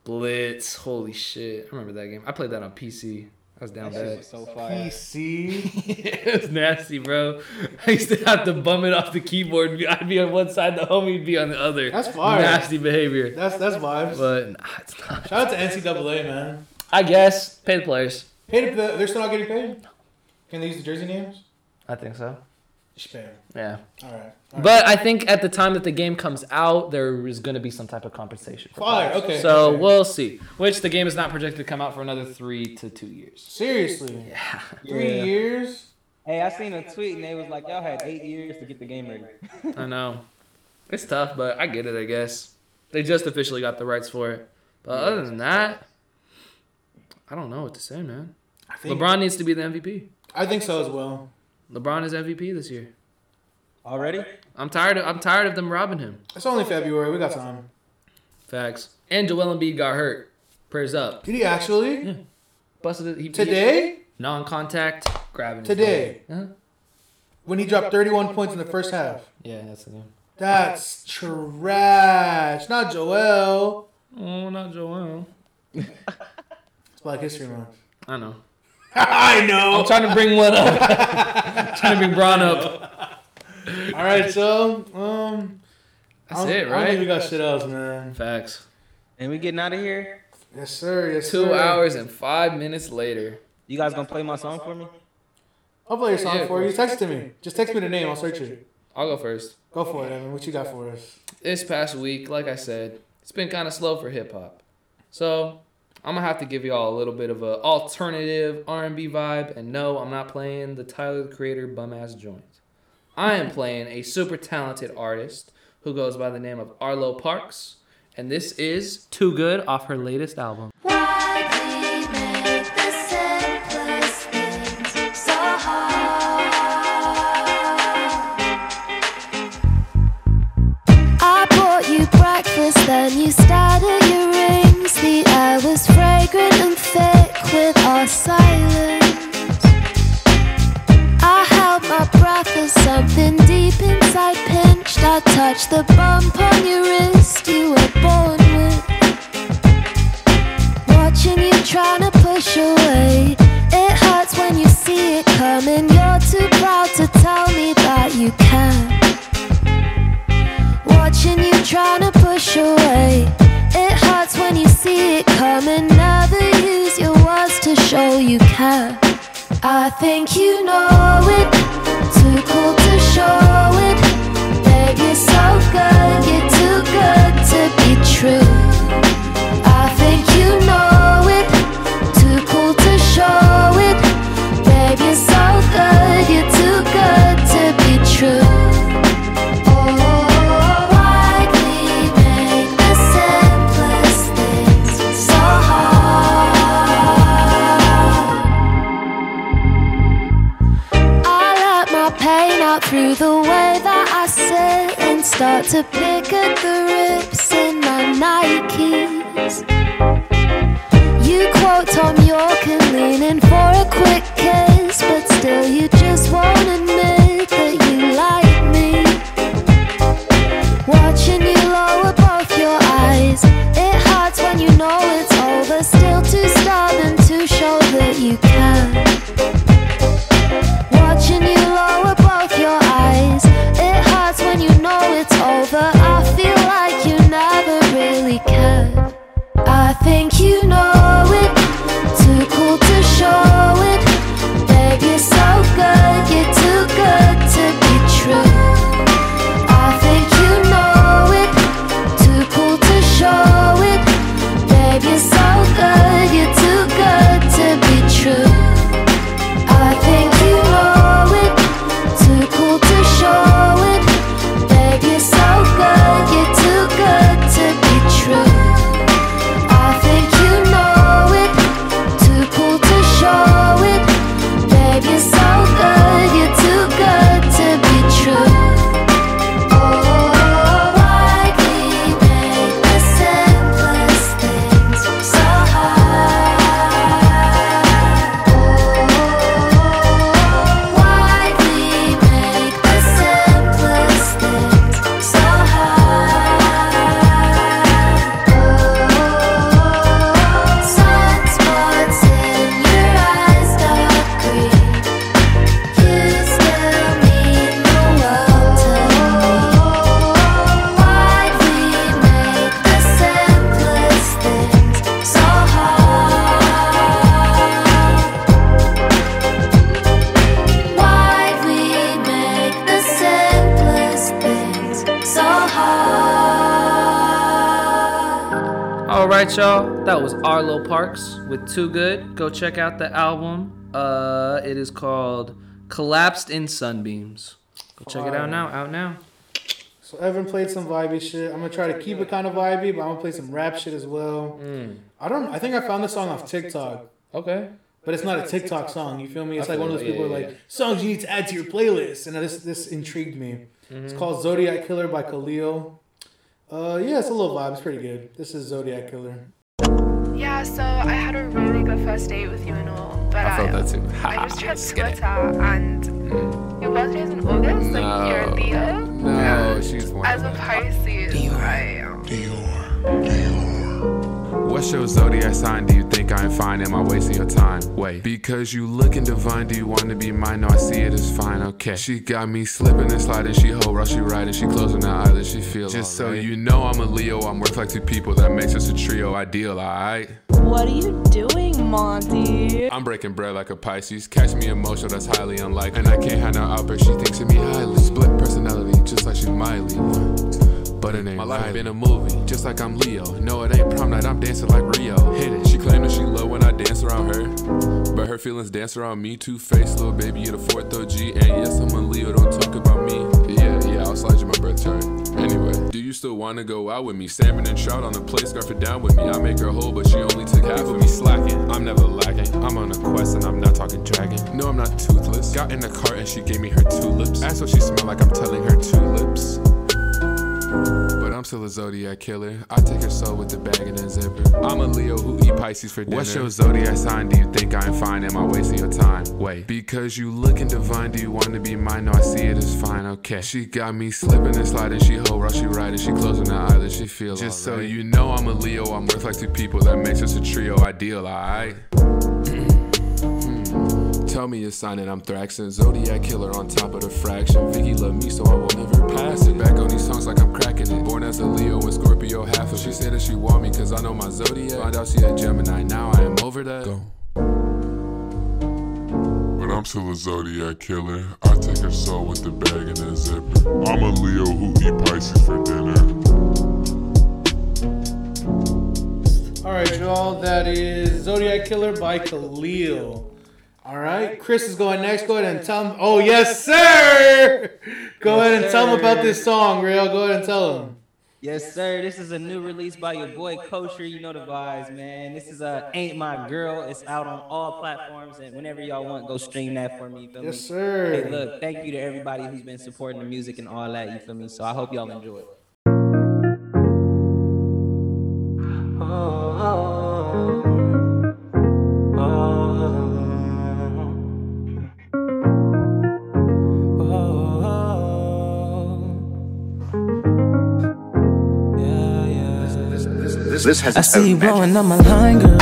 Speaker 1: Blitz, holy shit! I remember that game. I played that on PC. I was down
Speaker 2: That shit
Speaker 1: bad.
Speaker 2: was so fire.
Speaker 3: PC.
Speaker 1: it was nasty, bro. I used to have to bum it off the keyboard. I'd be on one side, the homie'd be on the other.
Speaker 3: That's fire.
Speaker 1: Nasty behavior.
Speaker 3: That's that's vibes.
Speaker 1: But nah, it's not.
Speaker 3: Shout out to NCAA, man.
Speaker 1: I guess pay the players.
Speaker 3: Paid for the, they're still not getting paid. Can they use the jersey names?
Speaker 1: I think so.
Speaker 3: Spam.
Speaker 1: Yeah.
Speaker 3: All right. All right.
Speaker 1: But I think at the time that the game comes out, there is going to be some type of compensation. for
Speaker 3: fire.
Speaker 1: players.
Speaker 3: Okay.
Speaker 1: So
Speaker 3: okay.
Speaker 1: we'll see. Which the game is not projected to come out for another three to two years.
Speaker 3: seriously,
Speaker 1: Yeah.
Speaker 3: three
Speaker 2: Yeah.
Speaker 3: years.
Speaker 2: Hey, I seen a tweet and they was like, y'all had eight years to get the game ready.
Speaker 1: I know. It's tough, but I get it, I guess. They just officially got the rights for it. But other than that, I don't know what to say, man.
Speaker 3: I think,
Speaker 1: LeBron needs to be the MVP.
Speaker 3: I think so as well.
Speaker 1: LeBron is MVP this year.
Speaker 2: Already?
Speaker 1: I'm tired of I'm tired of them robbing him.
Speaker 3: It's only February. We got time.
Speaker 1: Facts. And Joel Embiid got hurt. Prayers up.
Speaker 3: Did he actually
Speaker 1: Busted it. He,
Speaker 3: today?
Speaker 1: Non-contact. Grabbing. his
Speaker 3: Today.
Speaker 1: leg. Huh?
Speaker 3: when he dropped 31 points in the first half.
Speaker 1: Yeah, that's the game.
Speaker 3: That's trash. Not Joel.
Speaker 1: Oh, not Joel.
Speaker 3: It's Black History Month.
Speaker 1: I know.
Speaker 3: I know.
Speaker 1: I'm trying to bring one up. trying to bring Braun up.
Speaker 3: All right, so um, I
Speaker 1: That's
Speaker 3: don't-
Speaker 1: it,
Speaker 3: I don't think
Speaker 1: right?
Speaker 3: we got shit else, man.
Speaker 1: Facts.
Speaker 2: And we getting out of here?
Speaker 3: Yes, sir. Yes,
Speaker 1: Two
Speaker 3: sir.
Speaker 1: hours and five minutes later.
Speaker 2: You guys gonna play my song for me?
Speaker 3: I'll play your song for you. Text it to me. Just text me the name. I'll search it.
Speaker 1: I'll go first.
Speaker 3: Go for it, Evan. What you got for us?
Speaker 1: This past week, like I said, it's been kind of slow for hip hop. So I'm gonna have to give y'all a little bit of a alternative R&B vibe. And no, I'm not playing the Tyler the Creator bum ass joint. I am playing a super talented artist who goes by the name of Arlo Parks, and this is Too Good off her latest album.
Speaker 11: I bought you breakfast, then you stared at your rings. The air was fragrant and thick with our silence. I held my breath as something deep inside pinched. I touched the bump on your wrist you were born with. Watching you trying to push away. It hurts when you see it coming. You're too proud to tell me that you can. Watching you trying to push away. It hurts when you see it coming. Never use your words to show you care. I think you know it. Too cool to show it. Babe, you're so good. You're too good to be true. I think you know it. Too cool to show it. Babe, you're so good. You're too good to be true. Oh, why we make the simplest things so hard? I let my pain out through the way that I sit and start to pick at the rips in my Nikes. You quote Tom York and lean in for a quick kiss, but still you just won't admit that you like me. Watching you lower both your eyes, it hurts when you know it's over. Still too stubborn to show that you can. Watching you lower both your eyes. It hurts when you know it's over. I feel like you never really cared. I think you know it. Too cool to show it. Babe, you're so good. You're too good to be true. I think you know it. Too cool to show it. Babe, you're so good. You're too good to be true. I think you know it. Too cool to show it. Babe, you're so good. You're too good to be true. I think you know it. Too cool to show it. Babe, you're so good. You're too good to be true. Oh, why we make the simplest things so hard? Why we make the simplest things so hard? Oh, sunspots in your eyes, dark green. You still mean the world to me. Why we make the simplest things so hard? Why we make the simplest things so hard?
Speaker 1: All right, y'all. That was Arlo Parks with Too Good. Go check out the album. Uh, it is called Collapsed in Sunbeams. Go check it out now. Out now.
Speaker 3: So Evan played some vibey shit. I'm gonna try to keep it kind of vibey, but I'm gonna play some rap shit as well.
Speaker 1: Mm.
Speaker 3: I don't. I think I found this song off TikTok,
Speaker 1: Okay.
Speaker 3: but it's not a TikTok song. You feel me? It's
Speaker 1: I
Speaker 3: like one of
Speaker 1: feel
Speaker 3: those
Speaker 1: it,
Speaker 3: people
Speaker 1: yeah, yeah,
Speaker 3: like songs you need to add to your playlist, and this this intrigued me.
Speaker 1: Mm-hmm.
Speaker 3: It's called Zodiac Killer by Khalil. Uh, yeah, it's a little vibe. It's pretty good. This is Zodiac Killer.
Speaker 12: Yeah, so I had a really good first date with you and all, but I,
Speaker 13: I felt that too.
Speaker 12: I just checked
Speaker 13: Just kidding.
Speaker 12: Twitter and your birthday's in August, like you're a Leo.
Speaker 13: No, she's one.
Speaker 12: As a
Speaker 13: of them.
Speaker 12: Pisces, I am.
Speaker 13: What show zodiac sign do you think think I am fine? Am I wasting your time? Wait, because you looking divine, do you want to be mine? No, I see it as fine. Okay, she got me slipping and sliding. She hoe rush, she riding, she closing her eyelids, she feel. Just so you know, I'm a Leo. I'm worth like two people. That makes us a trio. Ideal, alright.
Speaker 14: What are you doing, Monty?
Speaker 13: I'm breaking bread like a Pisces. Catch me emotional, that's highly unlikely. And I can't hide no out, but she thinks of me highly. Split personality, just like she's Miley. But it ain't my life been a movie, just like I'm Leo. No, it ain't prom night, I'm dancing like Rio. Hit it. She claimed that she low when I dance around her. But her feelings dance around me, two faced little baby, you the fourth OG. And yes, I'm a Leo, don't talk about me. Yeah, yeah, I'll slide you my birth chart. Anyway, do you still wanna go out with me? Salmon and trout on the plate, scarf it down with me. I make her whole, but she only took half of me. Slacking, I'm never lacking. I'm on a quest and I'm not talking dragon. No, I'm not toothless. Got in the cart and she gave me her tulips. Asked what she smelled like, I'm telling her tulips. But I'm still a zodiac killer. I take her soul with the bag and a zipper. I'm a Leo who eat Pisces for dinner. What's your zodiac sign? Do you think I'm fine? Am I wasting your time? Wait, because you looking divine, do you want to be mine? No, I see it as fine. Okay, she got me slipping and sliding. She hoe rush, she riding, she closing her eyelids, she feels. Just so you know, I'm a Leo. I'm worth like two people. That makes us a trio. Ideal, alright. Tell me your sign and I'm thraxing. Zodiac killer on top of the fraction. Vicky love me, so I will never pass it. Back on these songs like I'm cracking it. Born as a Leo and Scorpio half of She said that she want me cause I know my zodiac. Find out she a Gemini, now I am over that. Go.
Speaker 15: But I'm still a Zodiac killer. I take her soul with the bag and a zipper. I'm a Leo who eat Pisces for dinner.
Speaker 4: All right, y'all. That is Zodiac Killer by Khalil. All right. Chris, is going next. Go ahead and tell him. Oh, yes, sir. Go ahead and tell him about this song, Real. Go ahead and tell him.
Speaker 2: Yes, sir. This is a new release by your boy Kosher. You know the vibes, man. This is a Ain't My Girl. It's out on all platforms, and whenever y'all want, go stream that for me. you feel me?
Speaker 4: Yes, sir.
Speaker 2: Hey, look, thank you to everybody who's been supporting the music and all that. You feel me? So I hope y'all enjoy it.
Speaker 7: This has I see you blowing up my line, girl.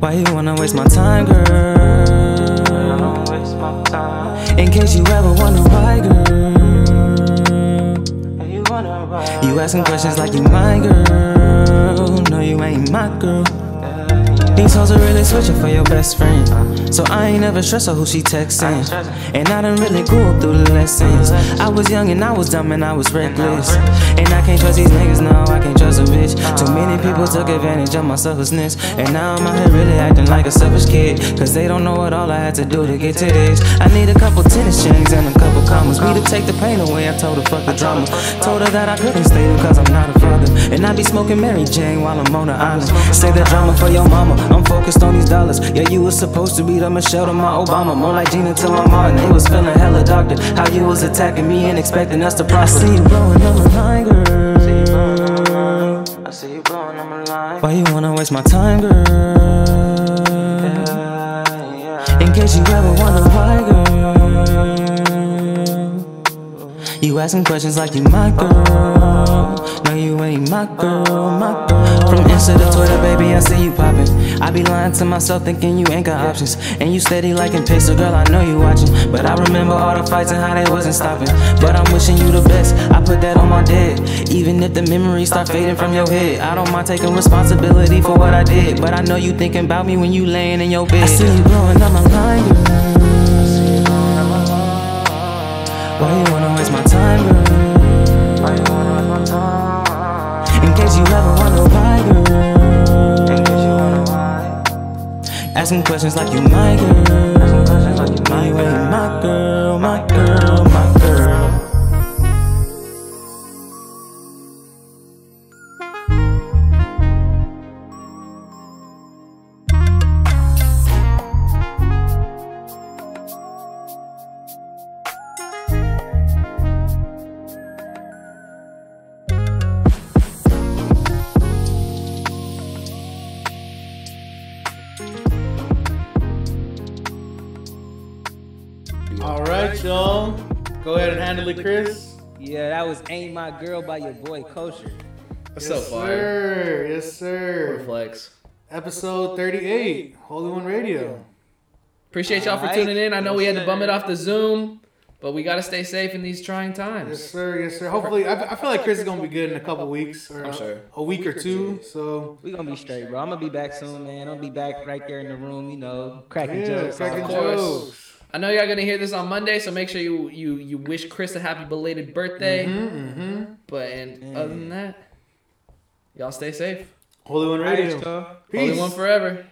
Speaker 7: Why you wanna waste my time, girl? In case you ever wonder why, girl. You asking questions like you my girl. No, you ain't my girl. These hoes are really switching for your best friend. So I ain't ever stressed on who she texting. And I done really grew up through the lessons. I was young and I was dumb and I was reckless. And I can't trust these niggas, no, I can't trust a bitch. Too many people took advantage of my selfishness. And now I'm out here really acting like a selfish kid. Cause they don't know what all I had to do to get to this. I need a couple tennis chains and a couple commas. We to take the pain away, I told her fuck the drama. Told her that I couldn't stay because I'm not a father. And I be smoking Mary Jane while I'm on the island. Say the drama for your mama. I'm focused on these dollars. Yeah, you was supposed to be the Michelle to my Obama. More like Gina to my Martin. They was feeling hella doctor. How you was attacking me and expecting us to prosper. I see you blowing up my line, girl. I see you blowing up my line. Why you wanna waste my time, girl? In case you ever wonder why, girl. You asking questions like you my girl. No, you ain't my girl, my girl. From Insta to Twitter, baby, I see you popping. I be lying to myself thinking you ain't got options. And you steady liking pics, so girl, I know you watching. But I remember all the fights and how they wasn't stopping. But I'm wishing you the best, I put that on my dead. Even if the memories start fading from your head, I don't mind taking responsibility for what I did. But I know you thinking about me when you laying in your bed. I see you blowing up my line, girl. Why you wanna waste my time, girl? Why you wanna waste my time? In case you ever wonder why, girl. Asking questions like you my girl Asking questions like you my girl My girl, my girl, my girl
Speaker 4: Go ahead and handle it, Chris.
Speaker 2: Yeah, that was Ain't My Girl by your boy Kosher.
Speaker 1: That's
Speaker 3: yes,
Speaker 1: so fire.
Speaker 3: Sir. Yes, sir.
Speaker 1: Flex.
Speaker 3: Episode 38, Holy One Radio.
Speaker 1: Appreciate y'all for
Speaker 2: Alright.
Speaker 1: tuning in. I know we had to bum it off the Zoom, but we gotta stay safe in these trying times.
Speaker 3: Yes, sir. Yes, sir. Hopefully, I, I feel like Chris is going to be good in a couple weeks or
Speaker 1: I'm sure.
Speaker 3: a week or two. So,
Speaker 2: We gonna be straight, bro. I'm gonna be back soon, man. I'm gonna be back right there in the room, you know, cracking
Speaker 3: yeah,
Speaker 2: jokes.
Speaker 3: cracking
Speaker 1: Of course.
Speaker 3: jokes.
Speaker 1: I know y'all gonna hear this on Monday, so make sure you you you wish Chris a happy belated birthday.
Speaker 3: Mm-hmm.
Speaker 1: But and other than that, y'all stay safe.
Speaker 3: Holy One Radio.
Speaker 2: Alright, y'all.
Speaker 1: Only one forever.